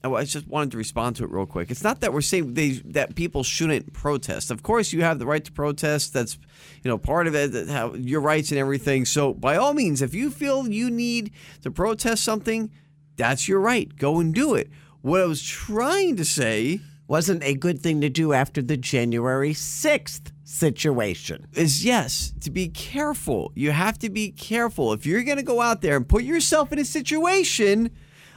D: I wa- I just wanted to respond to it real quick. It's not that we're saying they, that people shouldn't protest. Of course, you have the right to protest. That's you know part of it. that How your rights and everything. So by all means, if you feel you need to protest something, that's your right. Go and do it. What I was trying to say
C: Wasn't a good thing to do after the January 6th situation.
D: is yes, to be careful. You have to be careful. If you're going to go out there and put yourself in a situation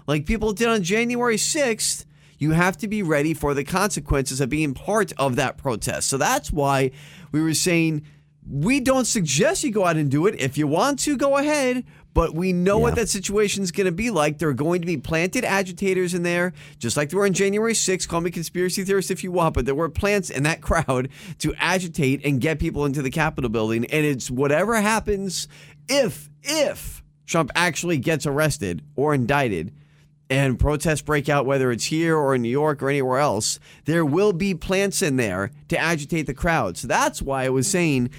D: like people did on January 6th, you have to be ready for the consequences of being part of that protest. So that's why we were saying we don't suggest you go out and do it. If you want to, go ahead. But we know what that situation's going to be like. There are going to be planted agitators in there, just like there were on January 6th. Call me conspiracy theorist if you want, but there were plants in that crowd to agitate and get people into the Capitol building. And it's whatever happens if, if Trump actually gets arrested or indicted and protests break out, whether it's here or in New York or anywhere else, there will be plants in there to agitate the crowd. So that's why I was saying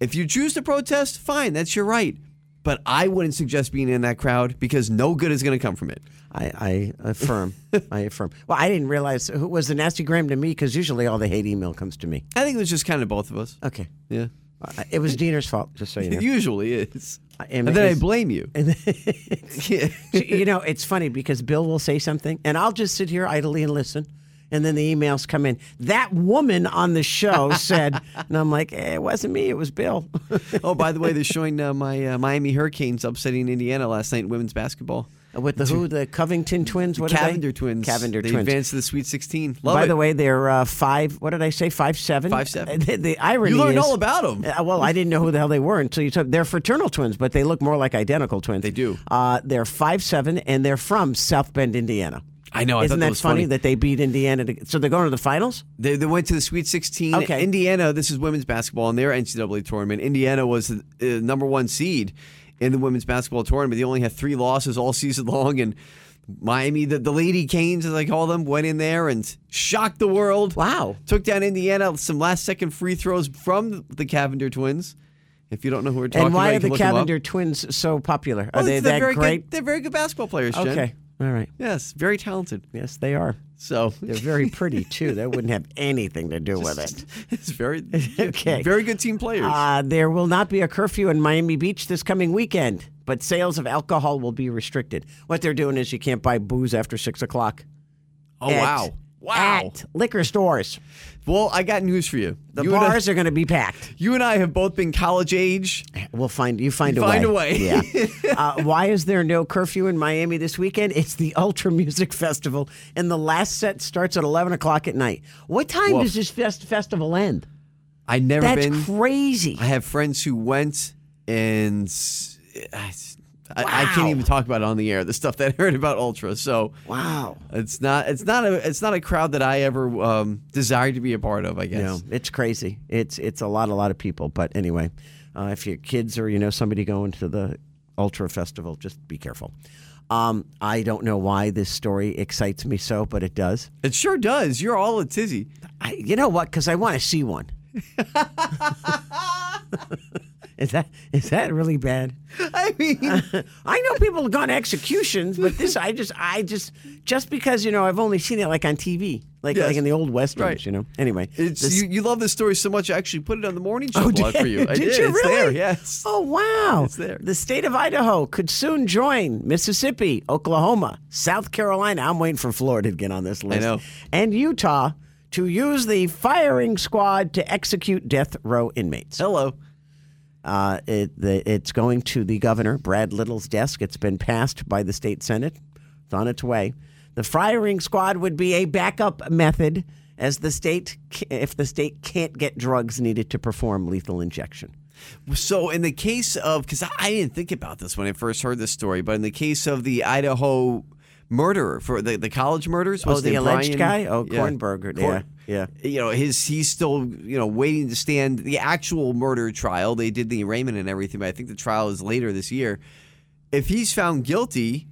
D: if you choose to protest, fine, that's your right. But I wouldn't suggest being in that crowd because no good is going to come from it.
C: I, I affirm. I affirm. Well, I didn't realize who was the nasty gram to me because usually all the hate email comes to me.
D: I think it was just kind of both of us.
C: Okay.
D: Yeah.
C: Uh, It was Diener's fault, just so you know.
D: It usually is.
C: I am-
D: And then I
C: is-
D: blame you. Yeah.
C: you know, it's funny because Bill will say something, and I'll just sit here idly and listen. And then the emails come in. That woman on the show said, and I'm like, eh, it wasn't me, it was Bill.
D: oh, by the way, they're showing uh, my uh, Miami Hurricanes upsetting Indiana last night in women's basketball.
C: With the who? The Covington twins? What are they?
D: Cavender twins.
C: Cavender
D: they
C: twins.
D: advanced to the Sweet 16. Love
C: By
D: it.
C: the way, they're uh, five. What did I say? Five seven.
D: Five, seven.
C: Uh, The, the irony.
D: You learned
C: is-
D: all about 'em.
C: Uh, well, I didn't know who the hell they were until you took. They're fraternal twins, but they look more like identical twins.
D: They do.
C: Uh, they're five seven, and they're from South Bend, Indiana.
D: I know. Oh, I
C: Isn't
D: thought that was
C: funny,
D: funny.
C: that they beat Indiana? To, so they're going to the finals.
D: They, they went to the Sweet 16.
C: Okay.
D: Indiana, this is women's basketball in their NCAA tournament. Indiana was the uh, number one seed in the women's basketball tournament. They only had three losses all season long. And Miami, the, the Lady Canes, as I call them, went in there and shocked the world.
C: Wow.
D: Took down Indiana, some last second free throws from the Cavender twins. If you don't know who we're talking
C: and why
D: about,
C: are
D: you can
C: the
D: look 'em up.
C: Cavender twins so popular? Are
D: Oh,
C: they
D: they're
C: that
D: very
C: great?
D: Good, they're very good basketball players, Jen.
C: Okay. All right.
D: Yes, very talented.
C: Yes, they are.
D: So
C: They're very pretty too. That wouldn't have anything to do with it.
D: it's very
C: Okay.
D: very good team players.
C: Uh, there will not be a curfew in Miami Beach this coming weekend, but sales of alcohol will be restricted. What they're doing is you can't buy booze after six o'clock.
D: oh
C: at-
D: wow. Wow.
C: At liquor stores,
D: Well, I got news for you.
C: the
D: you
C: bars
D: and
C: are going to be packed.
D: I, you and I have both been college age.
C: We'll find you find a
D: Find a
C: way.
D: way.
C: Yeah. uh, why is there no curfew in Miami this weekend? It's the Ultra Music Festival, and the last set starts at eleven o'clock at night. What time
D: Woof.
C: does this fest- festival end?
D: I never
C: That's
D: been.
C: crazy.
D: I have friends who went, and s- I, I- I can't
C: Wow.
D: even talk about it on the air. The stuff that I heard about Ultra. So
C: wow.
D: it's not it's not a it's not a crowd that I ever um, desired to be a part of. I guess.
C: No, it's crazy. It's it's a lot, a lot of people. But anyway, uh, if your kids or you know somebody going to the Ultra Festival, just be careful. Um, I don't know why this story excites me so, but it does.
D: It sure does. You're all a tizzy.
C: I, you know what? Because I want to see one. is that is that really bad?
D: I mean,
C: I know people have gone to executions, but this I just I just just because you know I've only seen it like on TV, like
D: Yes.
C: like in the old westerns,
D: Right.
C: you know. Anyway,
D: it's
C: this-
D: you, you love this story so much. I actually put it on the morning show
C: Oh,
D: blog
C: did,
D: for you. I
C: did
D: did.
C: you
D: it's
C: really?
D: there, yes.
C: Oh wow!
D: It's there.
C: The state of Idaho could soon join Mississippi, Oklahoma, South Carolina. I'm waiting for Florida to get on this list.
D: know.
C: And Utah to use the firing squad to execute death row inmates.
D: Hello.
C: Uh, it, the, it's going to the governor, Brad Little's desk. It's been passed by the state senate. It's on its way. The firing squad would be a backup method as the state, ca- if the state can't get drugs needed to perform lethal injection.
D: So, in the case of, because I didn't think about this when I first heard this story, but in the case of the Idaho murderer for the, the college murders, what's
C: Oh,
D: his
C: the
D: name,
C: alleged
D: Brian-
C: guy? Oh,
D: Yeah.
C: Kornberger.
D: Korn-
C: Yeah,
D: You know, his he's still you know waiting to stand the actual murder trial. They did the arraignment and everything, but I think the trial is later this year. If he's found guilty,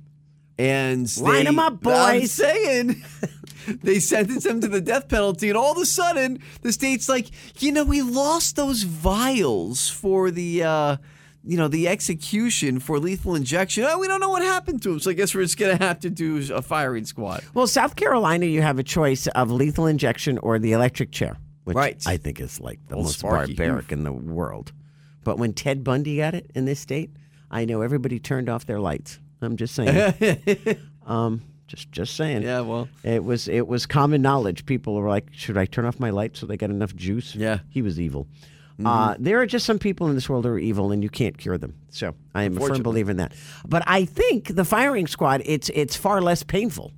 D: and
C: Line
D: they-
C: 'em up,
D: I'm
C: boys.
D: saying they sentenced him to the death penalty, and all of a sudden the state's like, you know, we lost those vials for the. Uh, you know the execution for lethal injection. Oh, we don't know what happened to him, so I guess we're just gonna have to do a firing squad.
C: Well, South Carolina, you have a choice of lethal injection or the electric chair, which
D: Right.
C: I think is like the
D: Old
C: most
D: Sparky.
C: barbaric in the world. But when Ted Bundy got it in this state, I know everybody turned off their lights. I'm just saying. um, just just saying.
D: Yeah, well.
C: it was it was common knowledge. People were like, "Should I turn off my lights so they got enough juice?"
D: Yeah. Mm-hmm.
C: he was evil. Uh, there are just some people in this world who are evil, and you can't cure them. So I am a firm believer in that. But I think the firing squad it's it's far less painful.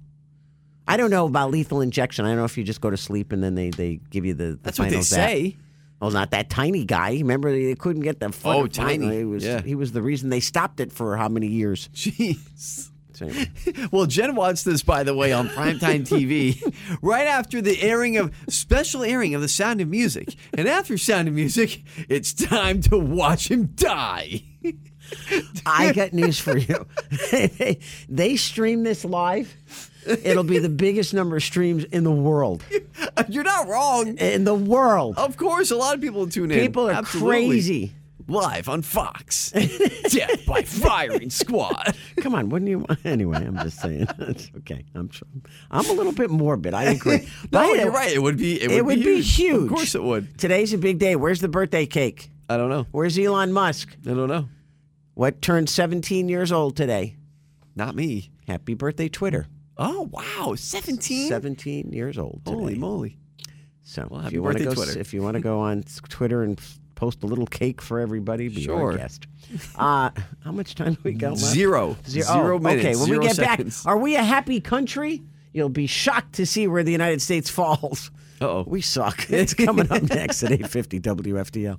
C: I don't know about lethal injection. I don't know if you just go to sleep and then they, they give you the, the
D: That's what
C: final
D: they
C: zap.
D: say.
C: Well, not that tiny guy. Remember, they couldn't get the foot.
D: Oh,
C: in front.
D: tiny.
C: He was,
D: Yeah.
C: he was the reason they stopped it for how many years?
D: Jeez.
C: So anyway.
D: Well, Jen watched this, by the way, on primetime TV, right after the airing of special airing of The Sound of Music. And after Sound of Music, it's time to watch him die.
C: I got news for you. they, they stream this live. It'll be the biggest number of streams in the world.
D: You're not wrong.
C: In the world.
D: Of course, a lot of people tune in.
C: People are
D: Absolutely.
C: crazy.
D: Live on Fox. Death by firing squad.
C: Come on, wouldn't you? Anyway, I'm just saying. It's okay. I'm tr- I'm a little bit morbid. I agree.
D: No,
C: By the-
D: you're right. It would be. It
C: It,
D: would,
C: would be huge.
D: Of course, it would.
C: Today's a big day. Where's the birthday cake?
D: I don't know.
C: Where's Elon Musk?
D: I don't know.
C: What turned 17 years old today?
D: Not me.
C: Happy birthday, Twitter.
D: Oh wow, seventeen.
C: 17 years old today.
D: Holy moly.
C: So if
D: happy
C: you want to
D: birthday,
C: go,
D: Twitter.
C: if you want to go on s- Twitter and f- post a little cake for everybody, be our
D: Sure.
C: guest. Uh, how much time do we got left?
D: Zero.
C: Zero
D: Zero
C: oh,
D: minutes,
C: Okay, when
D: zero
C: we get
D: seconds.
C: back, are we a happy country? You'll be shocked to see where the United States falls.
D: Uh-oh.
C: we suck. It's coming up next at 8:50 WFDL.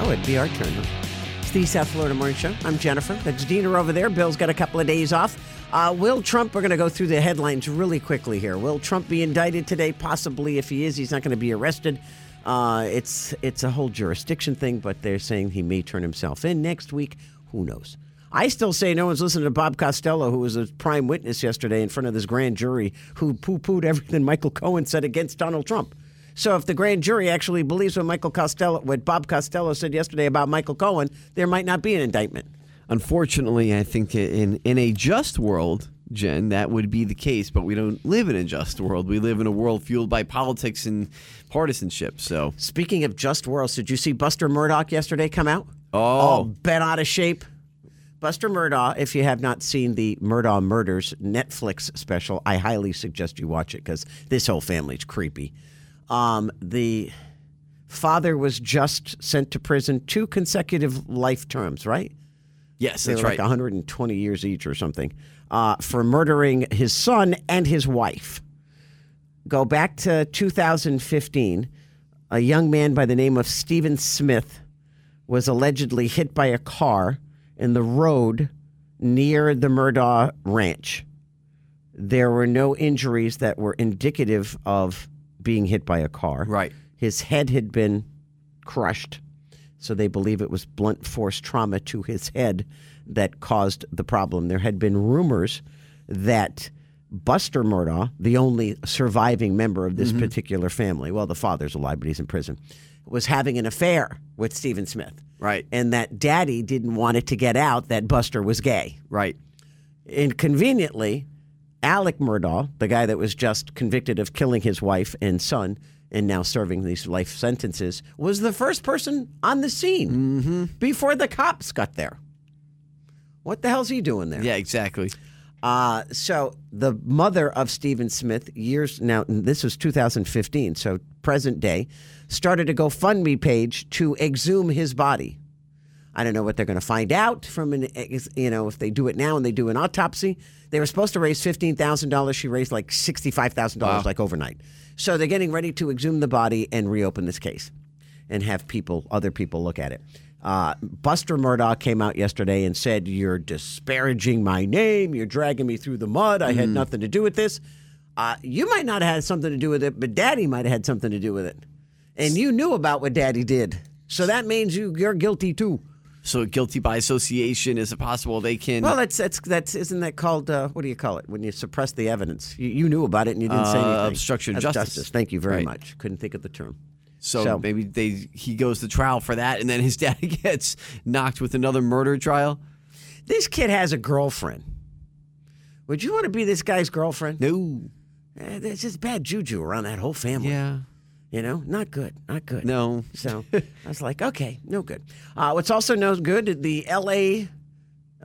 C: Oh, it'd be our turn. huh? It's the South Florida Morning Show. I'm Jennifer. That's Dina over there. Bill's got a couple of days off. Uh, Will Trump, we're going to go through the headlines really quickly here. Will Trump be indicted today? Possibly. If he is, he's not going to be arrested. Uh, it's, it's a whole jurisdiction thing, but they're saying he may turn himself in next week. Who knows? I still say no one's listening to Bob Costello, who was a prime witness yesterday in front of this grand jury who poo pooed everything Michael Cohen said against Donald Trump. So if the grand jury actually believes what Michael Costello, what Bob Costello said yesterday about Michael Cohen, there might not be an indictment.
D: Unfortunately, I think in in a just world, Jen, that would be the case. But we don't live in a just world. We live in a world fueled by politics and partisanship. So,
C: Speaking of just worlds, did you see Buster Murdoch yesterday come out?
D: oh,
C: all bent out of shape. Buster Murdaugh, if you have not seen the Murdaugh Murders Netflix special, I highly suggest you watch it because this whole family's creepy. Um, the father was just sent to prison two consecutive life terms, right?
D: yes,
C: They
D: that's
C: were like
D: right.
C: 120 years each or something uh, for murdering his son and his wife. Go back to 2015. A young man by the name of Stephen Smith was allegedly hit by a car in the road near the Murdaugh Ranch. There were no injuries that were indicative of being hit by a car.
D: Right.
C: His head had been crushed. So they believe it was blunt force trauma to his head that caused the problem. There had been rumors that Buster Murdaugh, the only surviving member of this particular family, well, the father's alive, but he's in prison, was having an affair with Stephen Smith.
D: Right.
C: And that daddy didn't want it to get out that Buster was gay.
D: right.
C: And conveniently, Alec Murdaugh, the guy that was just convicted of killing his wife and son and now serving these life sentences, was the first person on the scene before the cops got there. What the hell's he doing there?
D: Yeah, exactly.
C: Uh, so the mother of Stephen Smith, years now, this was 2015, so present day, started a GoFundMe page to exhume his body. I don't know what they're going to find out from an, ex- you know, if they do it now and they do an autopsy. They were supposed to raise fifteen thousand dollars. She raised like sixty-five thousand dollars, like overnight. So they're getting ready to exhume the body and reopen this case, and have people, other people, look at it. Uh, Buster Murdoch came out yesterday and said, "You're disparaging my name. You're dragging me through the mud. I had nothing to do with this. Uh, you might not have had something to do with it, but Daddy might have had something to do with it, and you knew about what Daddy did. So that means you, you're guilty too."
D: So guilty by association is it possible they can?
C: Well, that's that's that's isn't that called uh, what do you call it when you suppress the evidence? You, you knew about it and you didn't say
D: Uh,
C: anything.
D: obstruction of
C: Of
D: justice.
C: Thank you very
D: Right.
C: much. Couldn't think of the term.
D: so,
C: so-
D: maybe they he goes to trial for that, and then his dad gets knocked with another murder trial.
C: This kid has a girlfriend. Would you want to be this guy's girlfriend?
D: No.
C: Eh, There's just bad juju around that whole family.
D: Yeah.
C: You know, not good, not good.
D: No.
C: So I was like, okay, no good. Uh, what's also no good, the LA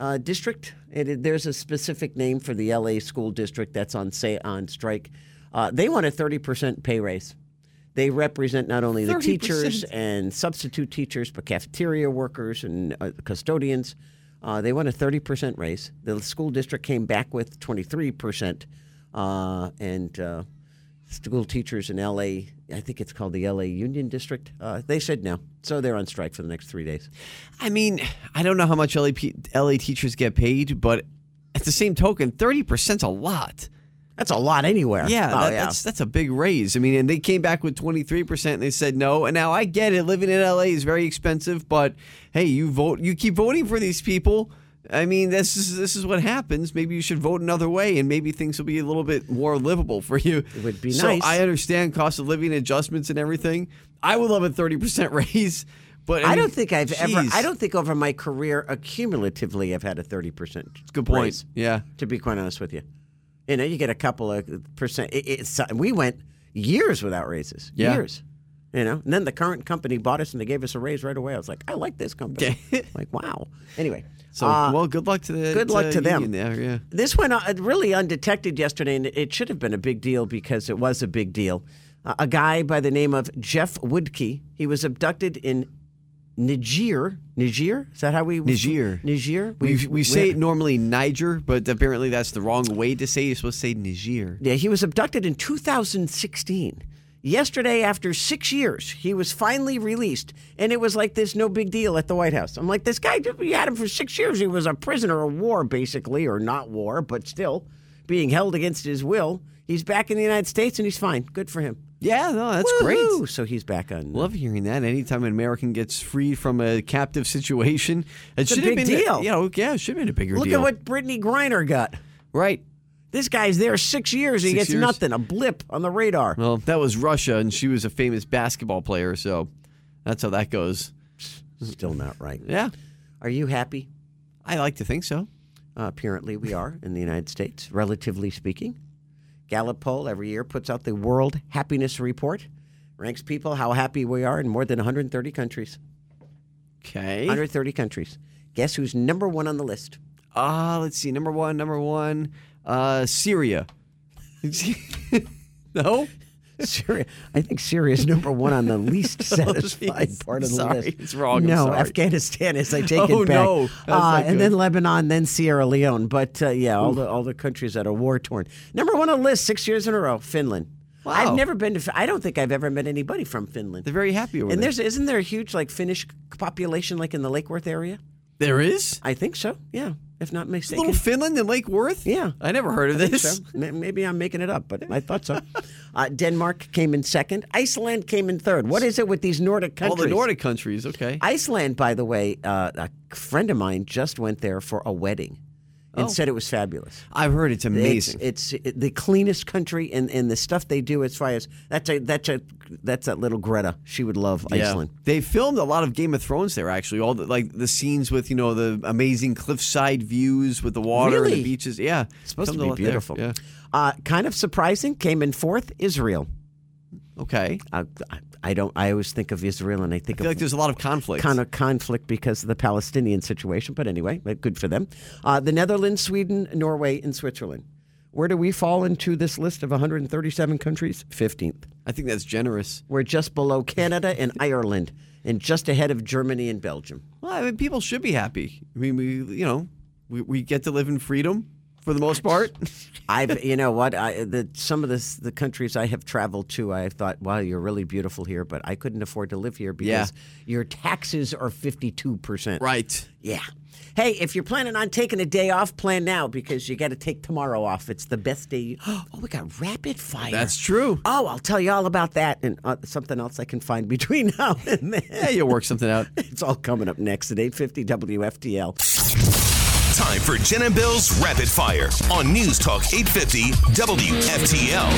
C: uh, district, it, it- there's a specific name for the LA school district that's on say on strike. Uh, they want a 30% pay raise. They represent not only the teachers
D: 30%.
C: and substitute teachers, but cafeteria workers and uh, custodians. Uh, they want a 30% raise. The school district came back with 23%. Uh, and uh, school teachers in LA, I think it's called the LA Union District, uh, they said no. So they're on strike for the next three days.
D: I mean, I don't know how much LA, pe- LA teachers get paid, but at the same token, thirty percent's a lot.
C: That's a lot anywhere.
D: Yeah,
C: Oh,
D: that, that's that's a big raise. I mean, and they came back with twenty three percent, and they said no. And now I get it. Living in LA is very expensive, but hey, you vote. You keep voting for these people. I mean, this is this is what happens. Maybe you should vote another way, and maybe things will be a little bit more livable for you. It
C: would be
D: so
C: nice.
D: I understand cost of living adjustments and everything. I would love a thirty percent raise, but
C: I
D: mean,
C: don't think I've ever.
D: geez.
C: I don't think over my career, accumulatively, I've had a thirty percent.
D: Good point. Yeah.
C: To be quite honest with you, you know, you get a couple of percent. It, it's we went years without raises.
D: Yeah.
C: Years. You know, and then the current company bought us and they gave us a raise right away. I was like, I like this company. like, wow. Anyway,
D: So
C: uh,
D: well, good luck to the
C: good luck to them.
D: union There, yeah.
C: This went uh, really undetected yesterday, and it should have been a big deal because it was a big deal. Uh, a guy by the name of Jeff Woodkey, he was abducted in Niger. Niger? Is that how we
D: Niger.
C: Niger.
D: We, we, say it normally Niger, but apparently that's the wrong way to say it. You're supposed to say Niger.
C: Yeah, he was abducted in 2016. Yesterday, after six years, he was finally released, and it was like this no big deal at the White House. I'm like, this guy, we had him for six years. He was a prisoner of war, basically, or not war, but still being held against his will. He's back in the United States, and he's fine. Good for him.
D: Yeah, no, that's
C: Woo-hoo!
D: great.
C: So he's back on.
D: Love hearing that. Anytime an American gets freed from a captive situation, it
C: a
D: should have
C: big
D: been
C: deal.
D: you know, yeah, it should have been a bigger
C: Look
D: deal.
C: at what Brittany Griner got.
D: right.
C: This guy's there six years. He
D: Six
C: gets
D: years.
C: nothing. A blip on the radar.
D: Well, that was Russia, and she was a famous basketball player, so that's how that goes.
C: Still not right.
D: Yeah,
C: Are you happy?
D: I like to think so.
C: Uh, apparently, we are in the United States, relatively speaking. Gallup poll every year puts out the World Happiness Report, ranks people how happy we are in more than 130 countries.
D: Okay.
C: 130 countries. Guess who's number one on the list?
D: Ah, let's see. Number one, number one, uh, Syria. no.
C: Syria. I think Syria is number one on the least satisfied
D: geez.
C: part of the
D: Oh, Sorry.
C: list.
D: It's wrong. I'm
C: No,
D: sorry.
C: Afghanistan is. I take
D: Oh,
C: it back.
D: no. That's
C: Uh,
D: not
C: and then
D: good.
C: Lebanon, then Sierra Leone. But uh, yeah, all the all the countries that are war torn. Number one on the list six years in a row. Finland. I've
D: Wow.
C: never been to. Fin- I don't think I've ever met anybody from Finland.
D: They're very happy over
C: and
D: there.
C: there's isn't there a huge like Finnish population like in the Lake Worth area?
D: There is?
C: I think so. Yeah, if not mistaken.
D: Little Finland and Lake Worth?
C: Yeah.
D: I never heard of
C: think
D: this.
C: so. M- Maybe I'm making it up, but I thought so. Uh, Denmark came in second. Iceland came in third. What is it with these Nordic
D: All
C: countries?
D: the Nordic countries, okay.
C: Iceland, by the way, uh, a friend of mine just went there for a wedding and
D: Oh.
C: said it was fabulous.
D: I've heard it's amazing.
C: It's, it's the cleanest country, and, and the stuff they do as far as that's a that's a that's that little Greta. She would love Iceland.
D: They filmed a lot of Game of Thrones there actually. All the like the scenes with, you know, the amazing cliffside views with the water and
C: Really?
D: the beaches. Yeah.
C: It's supposed
D: filmed
C: to
D: a
C: be
D: lot there.
C: beautiful.
D: Yeah.
C: Uh, kind of surprising. Came in fourth, Israel.
D: Okay.
C: I, I, I don't. I always think of Israel, and I think
D: I
C: of
D: feel like there's a lot of conflict.
C: kind of conflict because of the Palestinian situation. But anyway, but good for them. Uh, the Netherlands, Sweden, Norway, and Switzerland. Where do we fall into this list of 137 countries? 15th.
D: I think that's generous.
C: We're just below Canada and Ireland, and just ahead of Germany and Belgium.
D: Well, I mean people should be happy. I mean we you know, we, we get to live in freedom. for the most part.
C: I've, you know what, I, the, some of this, the countries I have traveled to, I thought, wow, you're really beautiful here, but I couldn't afford to live here because your taxes are 52%.
D: right.
C: Yeah. Hey, if you're planning on taking a day off, plan now because you got to take tomorrow off. It's the best day. you- Oh, we got rapid fire.
D: That's true.
C: Oh, I'll tell you all about that and uh, something else I can find between now and
D: Yeah,
C: then.
D: you'll work something out.
C: It's all coming up next at 850 WFTL.
A: Time for Jen and Bill's Rapid Fire on News Talk 850 WFTL.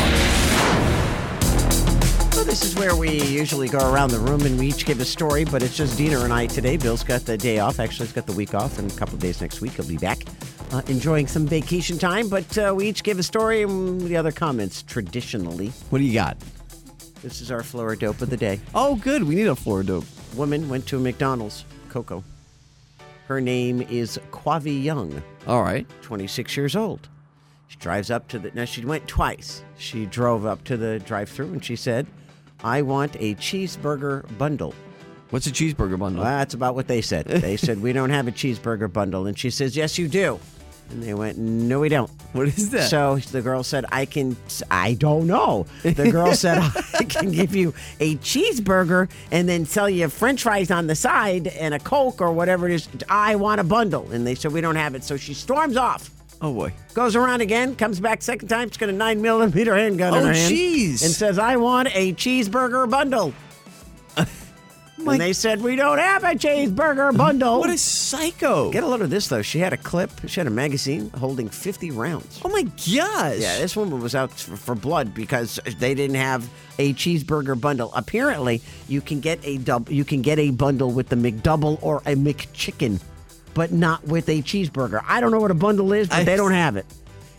C: Well, this is where we usually go around the room and we each give a story, but it's just Dina and I today. Bill's got the day off. Actually, he's got the week off, and a couple of days next week he'll be back uh, enjoying some vacation time. But uh, we each give a story and the other comments traditionally.
D: What do you got?
C: This is our Flora Dope of the day.
D: Oh, good. We need a floor dope.
C: Woman went to a McDonald's, Coco. Her name is Quavi Young.
D: All right.
C: 26 years old. She drives up to the, now she went twice. She drove up to the drive through and she said, I want a cheeseburger bundle.
D: What's a cheeseburger bundle?
C: Well, that's about what they said. They said, We don't have a cheeseburger bundle. And she says, Yes, you do. And they went, No, we don't.
D: What is that?
C: So the girl said, I can, I don't know. The girl said, I can give you a cheeseburger and then sell you french fries on the side and a Coke or whatever it is. I want a bundle. And they said, We don't have it. So she storms off.
D: oh boy.
C: Goes around again, comes back second time. She's got a nine millimeter handgun in
D: Oh,
C: her hand,
D: jeez.
C: and says, "I want a cheeseburger bundle."
D: My-
C: and they said, "We don't have a cheeseburger bundle."
D: What a psycho.
C: oh. Get a load of this though. She had a clip. She had a magazine holding fifty rounds.
D: oh my gosh.
C: Yeah, this woman was out for, for blood because they didn't have a cheeseburger bundle. Apparently, you can get a dub, you can get a bundle with the McDouble or a McChicken, but not with a cheeseburger. I don't know what a bundle is, but
D: I-
C: they don't have it.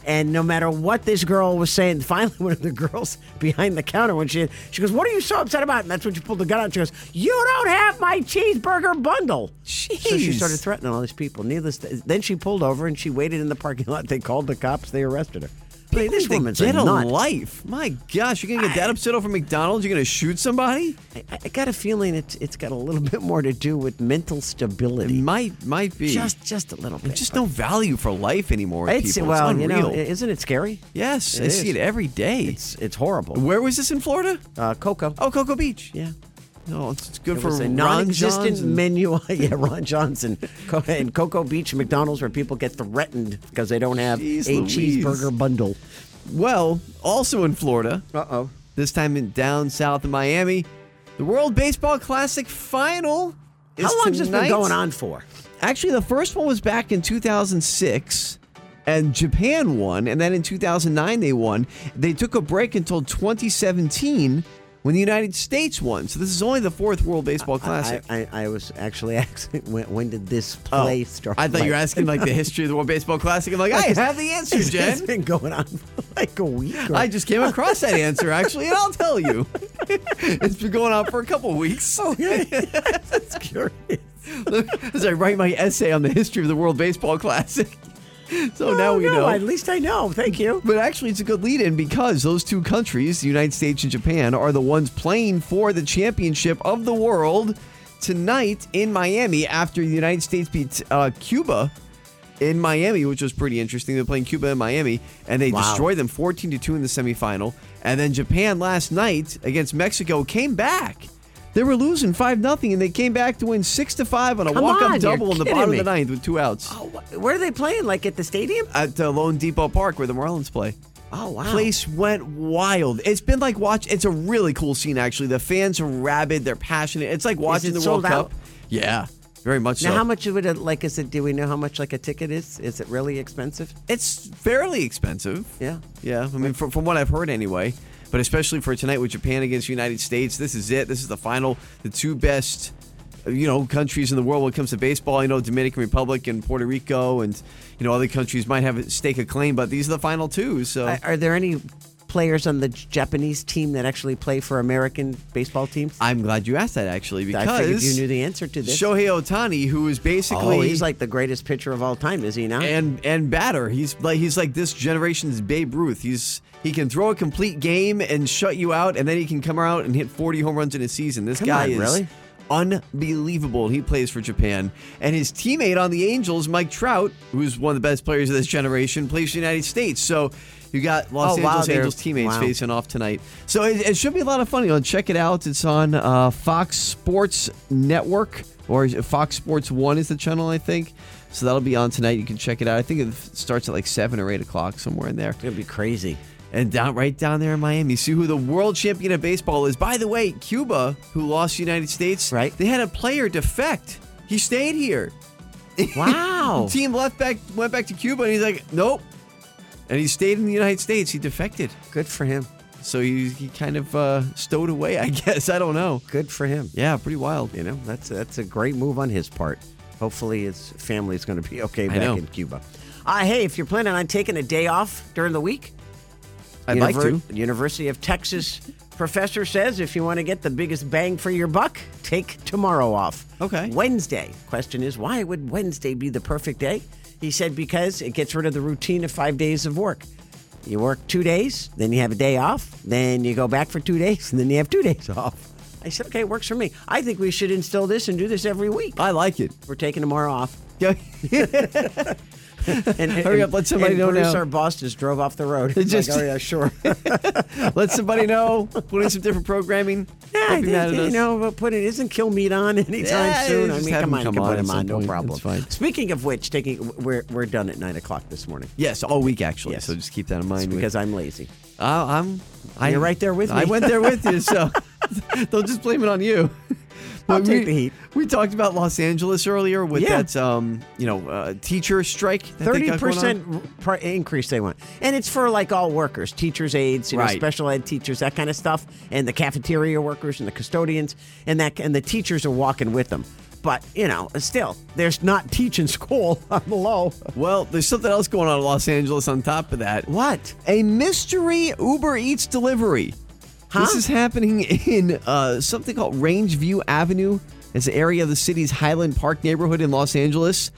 C: And no matter what this girl was saying, finally one of the girls behind the counter when she she goes, "What are you so upset about?" And that's when she pulled the gun out. She goes, "You don't have my cheeseburger bundle." So she
D: Jeez.
C: started threatening all these people. Needless, to, then she pulled over and she waited in the parking lot. They called the cops. They arrested her. I mean,
D: People
C: this
D: need to
C: woman's
D: get
C: a
D: a
C: nut.
D: life. My gosh, you're gonna get that upset over McDonald's? You're gonna shoot somebody?
C: I, I got a feeling it's it's got a little bit more to do with mental
D: It
C: stability.
D: might might be.
C: Just just a little bit.
D: There's just no value for life anymore.
C: It's
D: people.
C: well,
D: it's
C: you
D: unreal.
C: know, isn't it scary?
D: yes,
C: it
D: I see
C: is.
D: it every day.
C: It's it's horrible.
D: Where was this in Florida?
C: Uh, Coco.
D: Oh, Coco Beach.
C: yeah.
D: No, it's, it's good
C: It
D: for
C: was a
D: Ron
C: non-existent
D: Johns and-
C: menu. yeah, Ron Johnson Co- and Cocoa Beach McDonald's, where people get threatened because they don't have
D: Jeez
C: a
D: Louise.
C: cheeseburger bundle.
D: Well, also in Florida.
C: Uh-oh.
D: This time in down south of Miami, the World Baseball Classic final. Is
C: How long's this been
D: tonight.
C: going on for?
D: Actually, the first one was back in 2006, and Japan won. And then in 2009, they won. They took a break until 2017 when the United States won. So this is only the fourth World Baseball Classic.
C: I, I, I was actually asking when, when did this
D: Oh,
C: play start?
D: I thought you were
C: Like,
D: asking like the history of the World Baseball Classic. I'm like, I have the answer,
C: It's
D: Jen.
C: been going on for like a week. Or
D: I just came across that answer actually, and I'll tell you, it's been going on for a couple weeks.
C: Oh, just curious.
D: As I write my essay on the history of the World Baseball Classic. So now
C: Oh,
D: we
C: no,
D: know.
C: At least I know. Thank you.
D: But actually, it's a good lead in because those two countries, the United States and Japan, are the ones playing for the championship of the world tonight in Miami after the United States beat uh, Cuba in Miami, which was pretty interesting. They're playing Cuba in Miami, and they
C: Wow.
D: destroyed them 14 to 2 in the semifinal. And then Japan last night against Mexico came back. They were losing 5 0, and they came back to win 6 to 5 on a
C: Come
D: walk
C: on,
D: up
C: you're
D: double in the
C: kidding
D: bottom
C: me.
D: of the ninth with two outs
C: Oh, wh- where are they playing? Like at the stadium?
D: at uh, Lone Depot Park where the Marlins play
C: Oh wow.
D: place went wild. It's been like watch. It's a really cool scene actually. The fans are rabid. They're passionate. It's like watching
C: it
D: the
C: sold
D: World
C: out?
D: Cup. Yeah, very much
C: Now,
D: so.
C: how much would it uh, like? Is it? Do we know how much like a ticket is? Is it really expensive?
D: it's fairly expensive.
C: Yeah.
D: yeah. I mean, from, from what I've heard anyway. But especially for tonight with Japan against United States, this is it. This is the final. The two best, you know, countries in the world when it comes to baseball. You know, Dominican Republic and Puerto Rico, and you know, other countries might have a stake of claim, but these are the final two. So
C: Uh, Are, are there any players on the J- Japanese team that actually play for American baseball teams?
D: I'm glad you asked that actually because
C: I figured you knew the answer to this.
D: Shohei Otani, who is basically
C: oh, he's like the greatest pitcher of all time, is he not?
D: and and batter. He's like he's like this generation's Babe Ruth. He's he can throw a complete game and shut you out, and then he can come out and hit 40 home runs in a season. This
C: Come
D: guy
C: on,
D: is
C: really?
D: unbelievable. He plays for Japan. And his teammate on the Angels, Mike Trout, who's one of the best players of this generation, plays for the United States. So you got Los
C: Oh, wow,
D: Angeles
C: they're-
D: Angels teammates
C: wow.
D: facing off tonight. So it, it should be a lot of fun. You'll check it out. It's on uh, Fox Sports Network or is it Fox Sports One is the channel, I think. So that'll be on tonight. You can check it out. I think it starts at like seven or eight o'clock somewhere in there.
C: It'd be crazy.
D: And down right down there in Miami, see who the world champion of baseball is. By the way, Cuba, who lost the United States,
C: Right.
D: They had a player defect. He stayed here.
C: Wow.
D: Team left back went back to Cuba, and he's like, nope. And he stayed in the United States. He defected,
C: Good for him.
D: so he he kind of uh, stowed away. I guess I don't know.
C: Good for him.
D: Yeah, pretty wild.
C: You know, that's that's a great move on his part. Hopefully, his family's going to be okay
D: I
C: back
D: know.
C: in Cuba. Uh, hey, if you're planning on taking a day off during the week,
D: I'd like to.
C: University of Texas professor says if you want to get the biggest bang for your buck, take tomorrow off.
D: Okay.
C: Wednesday. Question is, why would Wednesday be the perfect day? He said because it gets rid of the routine of five days of work. You work two days, then you have a day off, then you go back for two days, and then you have two days off. I said, okay, it works for me. I think we should instill this and do this every week.
D: I like it.
C: We're taking tomorrow off.
D: Yeah.
C: And,
D: Hurry up, let somebody
C: and
D: know
C: Bruce,
D: now.
C: our boss, just drove off the road. It's
D: Just-
C: like, oh, yeah, sure.
D: Let somebody know. Put in some different programming.
C: Yeah, I
D: Don't be mad
C: think,
D: at
C: you
D: us.
C: know, but put it isn't kill meat on anytime
D: Yeah,
C: soon. I
D: just
C: mean,
D: have
C: come
D: him
C: on, you
D: come
C: can
D: on
C: put
D: at
C: him
D: some
C: on, no
D: point.
C: problem.
D: It's fine.
C: Speaking of which, taking we're we're done at nine o'clock this morning.
D: Yes, all week actually.
C: Yes.
D: So just keep that in
C: It's
D: mind.
C: because I'm lazy.
D: I, I'm. I,
C: You're right there with
D: I
C: me.
D: went there with you, so don't just blame it on you.
C: I'll
D: But
C: take
D: we,
C: the heat.
D: We talked about Los Angeles earlier with
C: Yeah.
D: that, um, you know, uh, teacher strike. that they
C: Thirty
D: got going on.
C: percent pr- increase they want, and it's for like all workers, teachers, aides, you know,
D: Right.
C: special ed teachers, that kind of stuff, and the cafeteria workers and the custodians, and that and the teachers are walking with them. But you know, still, there's not teaching school on the low.
D: Well, there's something else going on in Los Angeles on top of that.
C: What?
D: A mystery Uber Eats delivery. This
C: Huh?
D: is happening in uh, something called Rangeview Avenue. It's an area of the city's Highland Park neighborhood in Los Angeles.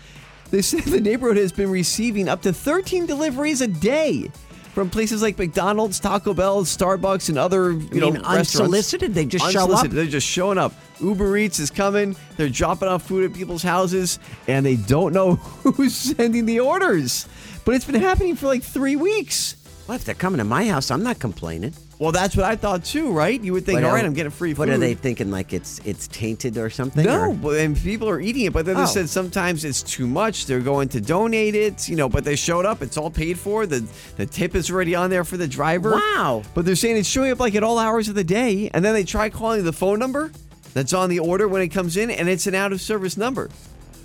D: They said the neighborhood has been receiving up to 13 deliveries a day from places like McDonald's, Taco Bell, Starbucks, and other you
C: mean
D: know restaurants.
C: unsolicited? They just show up?
D: Unsolicited. They're just showing up. Uber Eats is coming. They're dropping off food at people's houses, and they don't know who's sending the orders. But it's been happening for like three weeks.
C: What? If they're coming to my house, I'm not complaining.
D: Well, that's what I thought too, right? You would think,
C: But
D: all right,
C: are-
D: I'm getting free food.
C: What are they thinking? Like it's it's tainted or something?
D: No,
C: or-
D: but, and people are eating it. But then
C: Oh.
D: they said sometimes it's too much. They're going to donate it, you know. But they showed up. It's all paid for. The the tip is already on there for the driver.
C: Wow.
D: But they're saying it's showing up like at all hours of the day, and then they try calling the phone number that's on the order when it comes in, and it's an out of service number.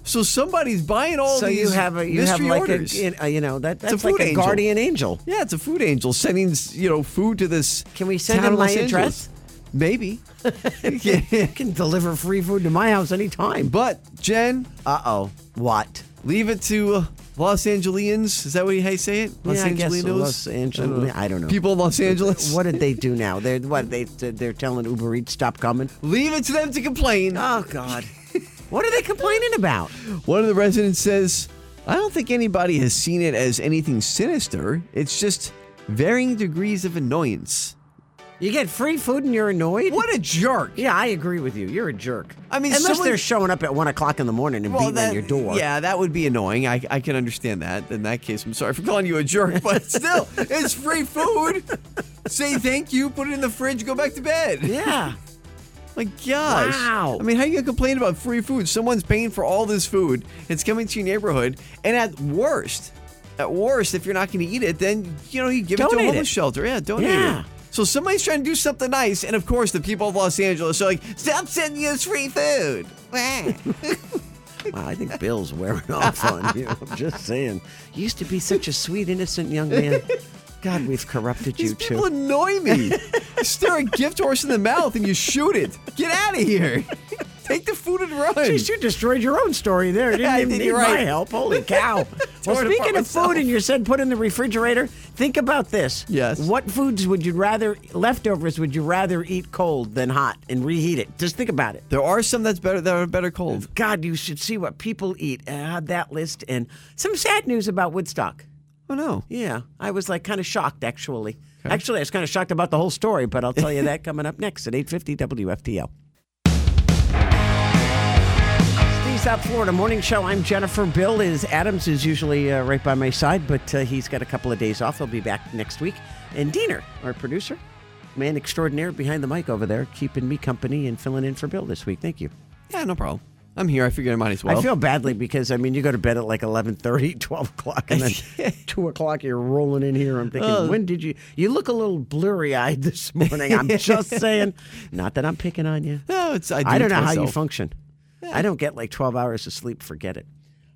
D: So somebody's buying all
C: so
D: these
C: you have a you have
D: mystery
C: like
D: orders.
C: a, a you know that that's
D: food
C: like a
D: angel.
C: guardian angel.
D: yeah, it's a food angel sending you know food to this.
C: Can we send
D: town
C: him
D: in Los
C: my address?
D: Angeles. Maybe.
C: You can deliver free food to my house anytime.
D: But Jen,
C: Uh oh, what?
D: Leave it to uh, Los Angelians. Is that what you say it? Los
C: Yeah, I guess Los Angel- I don't know.
D: People in Los Angeles.
C: What did they do now? They're what they they're telling Uber Eats stop coming.
D: Leave it to them to complain.
C: Oh God, what are they complaining about?
D: One of the residents says, "I don't think anybody has seen it as anything sinister. It's just varying degrees of annoyance."
C: You get free food and you're annoyed.
D: What a jerk!
C: Yeah, I agree with you. You're a jerk.
D: I mean,
C: unless
D: someone-
C: they're showing up at one o'clock in the morning and beating on your door.
D: Yeah, that would be annoying. I, I can understand that. In that case, I'm sorry for calling you a jerk, but still, it's free food. Say thank you, put it in the fridge, go back to bed.
C: yeah.
D: My gosh.
C: Wow.
D: I mean, how you gonna complain about free food? Someone's paying for all this food. It's coming to your neighborhood, and at worst, at worst, if you're not gonna eat it, then you know you give it to
C: Donate
D: a
C: it.
D: homeless shelter. Yeah, donate
C: Yeah.
D: it. So somebody's trying to do something nice, and of course, the people of Los Angeles are like, "Stop sending us free food."
C: Wow, I think Bill's wearing off on you. I'm just saying. You used to be such a sweet, innocent young man. God, we've corrupted
D: These
C: you
D: people
C: too.
D: annoy me. Stare a gift horse in the mouth and you shoot it. Get out of here. Take the food and run.
C: Jeez, you destroyed your own story there. You Didn't
D: Yeah, I
C: even
D: did,
C: need
D: you're
C: my
D: right.
C: help. Holy cow. well,
D: Tore it
C: speaking
D: apart
C: of food,
D: myself.
C: and you said put in the refrigerator, think about this.
D: Yes.
C: What foods would you rather, leftovers, would you rather eat cold than hot and reheat it? Just think about it.
D: There are some that's better that are better cold.
C: God, you should see what people eat. Uh, that list and some sad news about Woodstock.
D: Oh no.
C: Yeah, I was like kind of shocked actually. Actually, I was kind of shocked about the whole story, but I'll tell you that coming up next at 850 WFTL. South Florida Morning Show. I'm Jennifer. Bill is Adams is usually uh, right by my side, but uh, he's got a couple of days off. He'll be back next week. And Diener, our producer, man extraordinaire behind the mic over there, keeping me company and filling in for Bill this week. Thank you.
D: Yeah, no problem. I'm here. I figured I might as well.
C: I feel badly because I mean you go to bed at like 11:30, 12 o'clock, and then two o'clock you're rolling in here. I'm thinking,
D: Oh.
C: when did you? You look a little blurry-eyed this morning. I'm just saying. Not that I'm picking on you.
D: No, it's- I do
C: I
D: it
C: don't
D: to
C: know how you
D: myself.
C: function. I don't get like 12 hours of sleep. Forget it.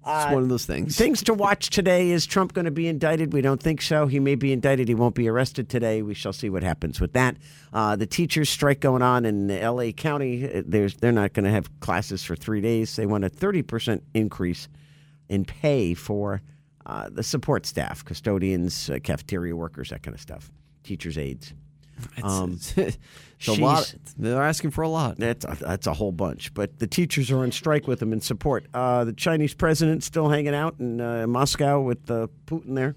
D: it's one of those things.
C: Uh, Things to watch today is Trump going to be indicted? We don't think so. He may be indicted. He won't be arrested today. We shall see what happens with that. Uh, the teachers' strike going on in L.A. County. Uh, There's, they're not going to have classes for three days. They want a 30% increase in pay for uh, the support staff, custodians, uh, cafeteria workers, that kind of stuff, teachers' aides.
D: It's, it's- it's a lot.
C: she's-
D: They're asking for a lot.
C: That's a, that's a whole bunch. But the teachers are on strike with them in support. Uh, the Chinese president's still hanging out in uh, Moscow with uh, Putin there.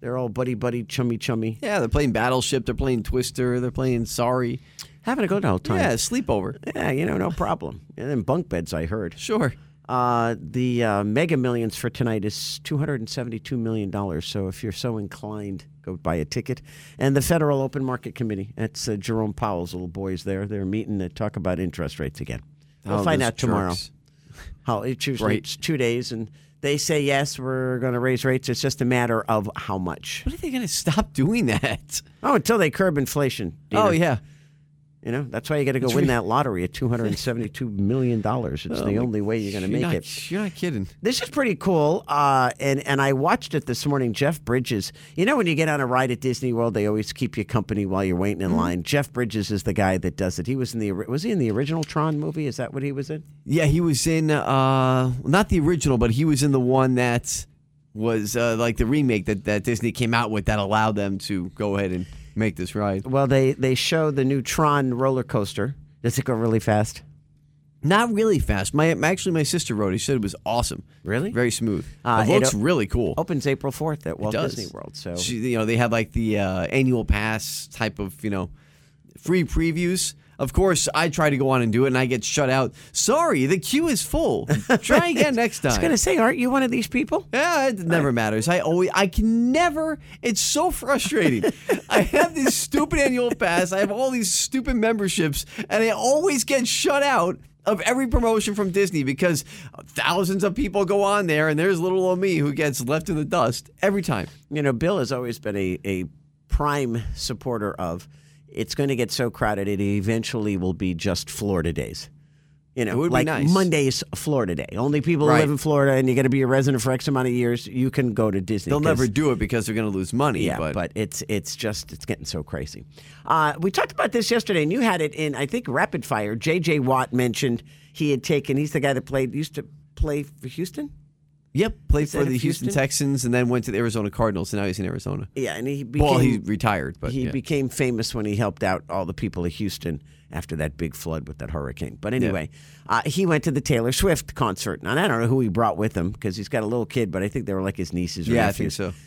C: They're all buddy buddy, chummy chummy,
D: Yeah, they're playing Battleship. They're playing Twister. They're playing Sorry.
C: having a good old time.
D: Yeah, sleepover.
C: Yeah, you know, no problem. And then bunk beds, I heard.
D: Sure.
C: Uh, the uh, Mega Millions for tonight is $272 million. So if you're so inclined, go buy a ticket. And the Federal Open Market Committee, that's uh, Jerome Powell's little boys there. They're meeting to talk about interest rates again. We'll
D: Oh,
C: find
D: those
C: out tomorrow.
D: jerks.
C: How it's usually
D: Right.
C: it's two days, and they say yes, we're going to raise rates. It's just a matter of how much.
D: When are they going to stop doing that?
C: Oh, until they curb inflation. Dina.
D: Oh, yeah.
C: you know that's why you got to go win that lottery at two hundred and seventy-two million dollars. It's
D: Oh,
C: the only way you're going to
D: You're
C: make
D: not-
C: it.
D: You're not kidding.
C: This is pretty cool, uh, and and I watched it this morning. Jeff Bridges, you know when you get on a ride at Disney World, they always keep you company while you're waiting
D: Mm-hmm.
C: in line. Jeff Bridges is the guy that does it. He was in the ori- was he in the original Tron movie? Is that what he was in?
D: Yeah, he was in uh not the original, but he was in the one that was uh, like the remake that, that Disney came out with that allowed them to go ahead and make this ride.
C: Well, they they show the new Tron roller coaster. Does it go really fast?
D: Not really fast. My actually my sister rode. it. She said it was awesome.
C: Really?
D: Very smooth.
C: Uh,
D: it looks
C: it o-
D: really cool.
C: Opens April fourth at Walt
D: It does.
C: Disney World. So
D: She- you know they have like the uh, annual pass type of you know free previews. Of course, I try to go on and do it, and I get shut out. Sorry, the queue is full. try again next
C: I
D: time.
C: was gonna say, aren't you one of these people?
D: Yeah, it never matters. I always, I can never. It's so frustrating. I have this stupid annual pass. I have all these stupid memberships, and I always get shut out of every promotion from Disney because thousands of people go on there, and there's little old me who gets left in the dust every time.
C: You know, Bill has always been a, a prime supporter of. It's going to get so crowded, it eventually will be just Florida days. You know,
D: It would be
C: like
D: nice.
C: Monday's Florida day. Only people who
D: Right.
C: live in Florida and you're going to be a resident for X amount of years, you can go to Disney.
D: They'll
C: 'cause-
D: never do it because they're going to lose money.
C: Yeah, but, it's it's just it's getting so crazy. Uh, we talked about this yesterday, and you had it in I think rapid fire. J.J. Watt mentioned he had taken. He's the guy that played used to play for Houston.
D: yep, played
C: Is that
D: for the
C: of
D: Houston,
C: Houston?
D: Texans and then went to the Arizona Cardinals, and now he's in Arizona.
C: Yeah, and he became,
D: well, he retired, but
C: he
D: yeah.
C: became famous when he helped out all the people of Houston after that big flood with that hurricane. But anyway, uh, he went to the Taylor Swift concert, and I don't know who he brought with him because he's got a little kid, but I think they were like his nieces. Or
D: Yeah, I
C: nephews.
D: think so.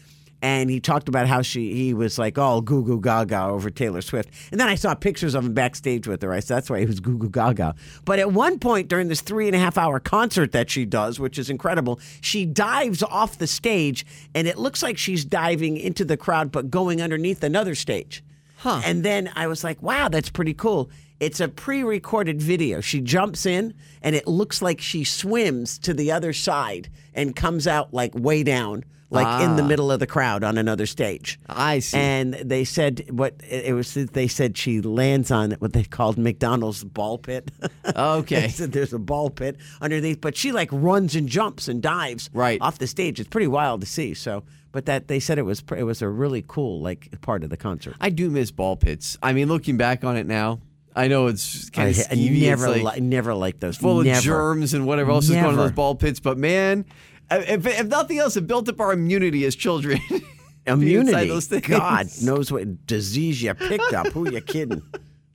C: And he talked about how she he was like all goo goo gaga over Taylor Swift, and then I saw pictures of him backstage with her. I said that's why he was goo goo gaga. But at one point during this three and a half hour concert that she does, which is incredible, she dives off the stage, and it looks like she's diving into the crowd, but going underneath another stage. Huh. And then I was like, wow, that's pretty cool. It's a pre recorded video. She jumps in and it looks like she swims to the other side and comes out like way down, like in the middle of the crowd on another stage.
D: Ah. I see.
C: And they said what it it was, they said she lands on what they called McDonald's ball pit.
D: Okay.
C: They said there's a ball pit underneath, but she like runs and jumps and dives
D: Right.
C: off the stage. It's pretty wild to see. So, but that they said it was, pr- it was a really cool like part of the concert.
D: I do miss ball pits. I mean, looking back on it now, I know it's kind
C: I,
D: of
C: I
D: skeevy.
C: never,
D: it's like
C: li- never liked those.
D: full
C: never.
D: of germs and whatever else is going on in
C: Never.
D: those ball pits. But man, I- if, if nothing else, it built up our immunity as children. Being inside
C: Immunity.
D: those things.
C: God knows what disease you picked up. Who you kidding?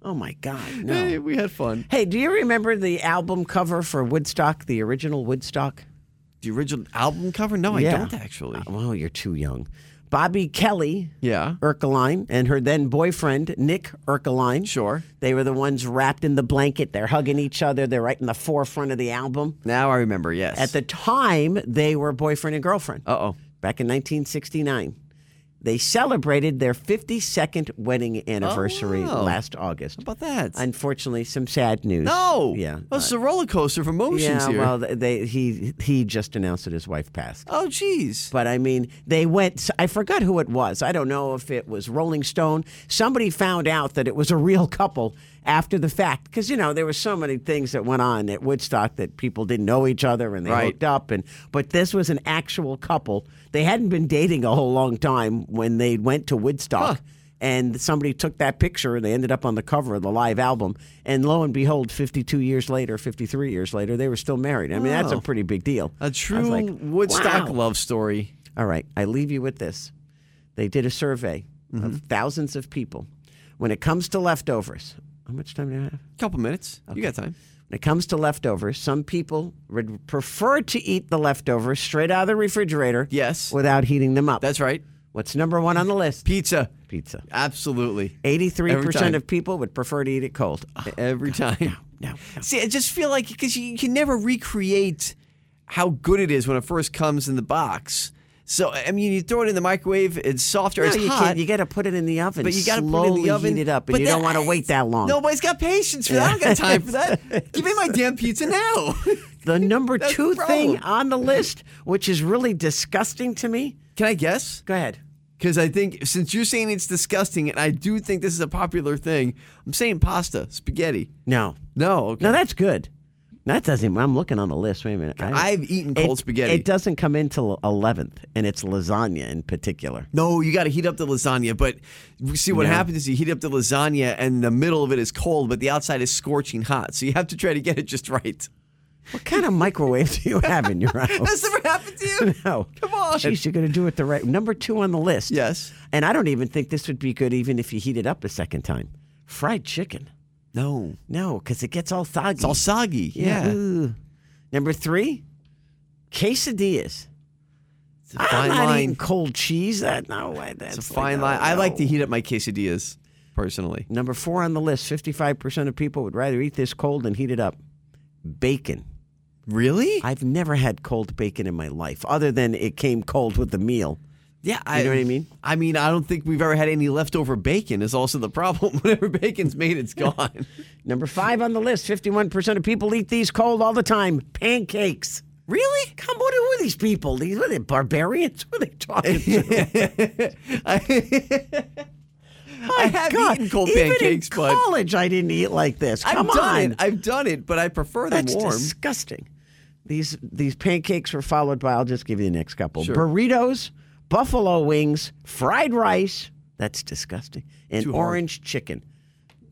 C: Oh my God, no.
D: Hey,
C: Hey.
D: we had fun.
C: do you remember the album cover for Woodstock, the original Woodstock?
D: The original album cover? No, I don't actually.
C: Uh, well, you're Oh, too young. Bobby Kelly
D: Yeah.
C: Erkeline and her then boyfriend, Nick Erkeline.
D: Sure.
C: They were the ones wrapped in the blanket. They're hugging each other. They're right in the forefront of the album.
D: Now I remember, yes.
C: At the time, they were boyfriend and girlfriend.
D: Uh oh.
C: Back in 1969. They celebrated their 52nd wedding anniversary
D: Oh, wow.
C: last August.
D: How about that?
C: Unfortunately, some sad news.
D: no.
C: Yeah. Uh,
D: Well, it's a roller coaster of emotions
C: yeah,
D: here.
C: well, they, he he just announced that his wife passed.
D: oh, jeez.
C: But I mean, they went. I forgot who it was. I don't know if it was Rolling Stone. Somebody found out that it was a real couple after the fact, because you know there were so many things that went on at Woodstock that people didn't know each other and they
D: Right.
C: hooked up. And but this was an actual couple. They hadn't been dating a whole long time when they went to Woodstock. And somebody took that picture, and they ended up on the cover of the live album. And lo and behold, 52 years later, 53 years later, they were still married. I mean, that's a
D: Wow.
C: pretty big deal. I
D: Oh. A
C: was
D: true
C: like,
D: Woodstock
C: wow.
D: love story.
C: All right, I leave you with this. They did a survey
D: Mm-hmm.
C: of thousands of people. When it comes to leftovers, how much time do I have?
D: Couple minutes. You got time.
C: When it comes to leftovers, some people would prefer to eat the leftovers straight out of the refrigerator.
D: Yes.
C: Without heating them up.
D: That's right.
C: What's number one on the list?
D: Pizza.
C: Pizza.
D: Absolutely.
C: 83%
D: time. Ah,
C: of people would prefer to eat it cold. Eh,
D: Every time.
C: No.
D: See, I just feel like because you, you can never recreate how good it is when it first comes in the box. So I mean, you throw it in the microwave; it's softer,
C: No,
D: it's
C: you,
D: hot.
C: can't, you gotta put it in the oven.
D: but you got
C: gotta
D: to put it in the oven.
C: heat it up, and
D: But
C: you
D: that-
C: don't want to wait that long.
D: Nobody's got patience for that. I don't got time for that. Give me my damn pizza now.
C: the number
D: That's
C: two
D: the
C: thing
D: problem.
C: on the list, which is really disgusting to me.
D: Can I guess?
C: Go ahead.
D: Because I think since you're saying it's disgusting, and I do think this is a popular thing, I'm saying pasta, spaghetti.
C: No.
D: No, okay.
C: No, that's good. That doesn't. I'm looking on the list. Wait a minute. I,
D: I've eaten
C: it,
D: cold spaghetti.
C: It doesn't come in till 11th, and it's lasagna in particular.
D: No, you got to heat up the lasagna. But see, what happens is you heat up the lasagna, and the middle of it is cold, but the outside is scorching hot. So you have to try to get it just right.
C: What kind of microwave do you have in your house?
D: That's never happened to you.
C: No.
D: Come on.
C: Jeez, you're going to do it the right Number two on the list.
D: Yes.
C: And I don't even think this would be good even if you heat it up a second time. Fried chicken.
D: No,
C: No, because it gets all soggy.
D: it's all soggy. Yeah,
C: Ooh. Number three, quesadillas.
D: it's a
C: I'm
D: fine
C: not
D: line.
C: eating cold cheese. That no way. That's
D: it's a
C: like,
D: fine
C: no,
D: line. I like
C: no.
D: to heat up my quesadillas personally.
C: Number four on the list 55% of people would rather eat this cold than heat it up. Bacon.
D: Really?
C: I've never had cold bacon in my life, other than it came cold with the meal.
D: yeah. I,
C: know what I mean?
D: I mean, I don't think we've ever had any leftover bacon. Is also the problem. Whenever bacon's made, it's gone.
C: Number five on the list 51% of people eat these cold all the time pancakes. Really? Come on, who are these people? These are they barbarians? Who are they talking to?
D: I have
C: God,
D: eaten cold
C: even
D: pancakes,
C: in
D: but
C: college, I didn't eat like this. Come
D: I've done
C: on.
D: it. I've done it, but I prefer them
C: That's
D: warm.
C: disgusting. These these pancakes were followed by I'll just give you the next couple. Burritos, buffalo wings, fried rice. That's disgusting. And
D: Too hard.
C: orange chicken.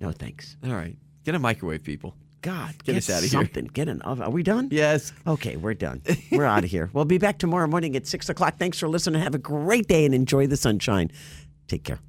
C: No thanks.
D: All right. Get a microwave, people.
C: God,
D: Get
C: get
D: us outta here.
C: something. Get an oven. Are we done?
D: Yes.
C: Okay, we're done. We're out of here. We'll be back tomorrow morning at six o'clock. Thanks for listening. Have a great day and enjoy the sunshine. Take care.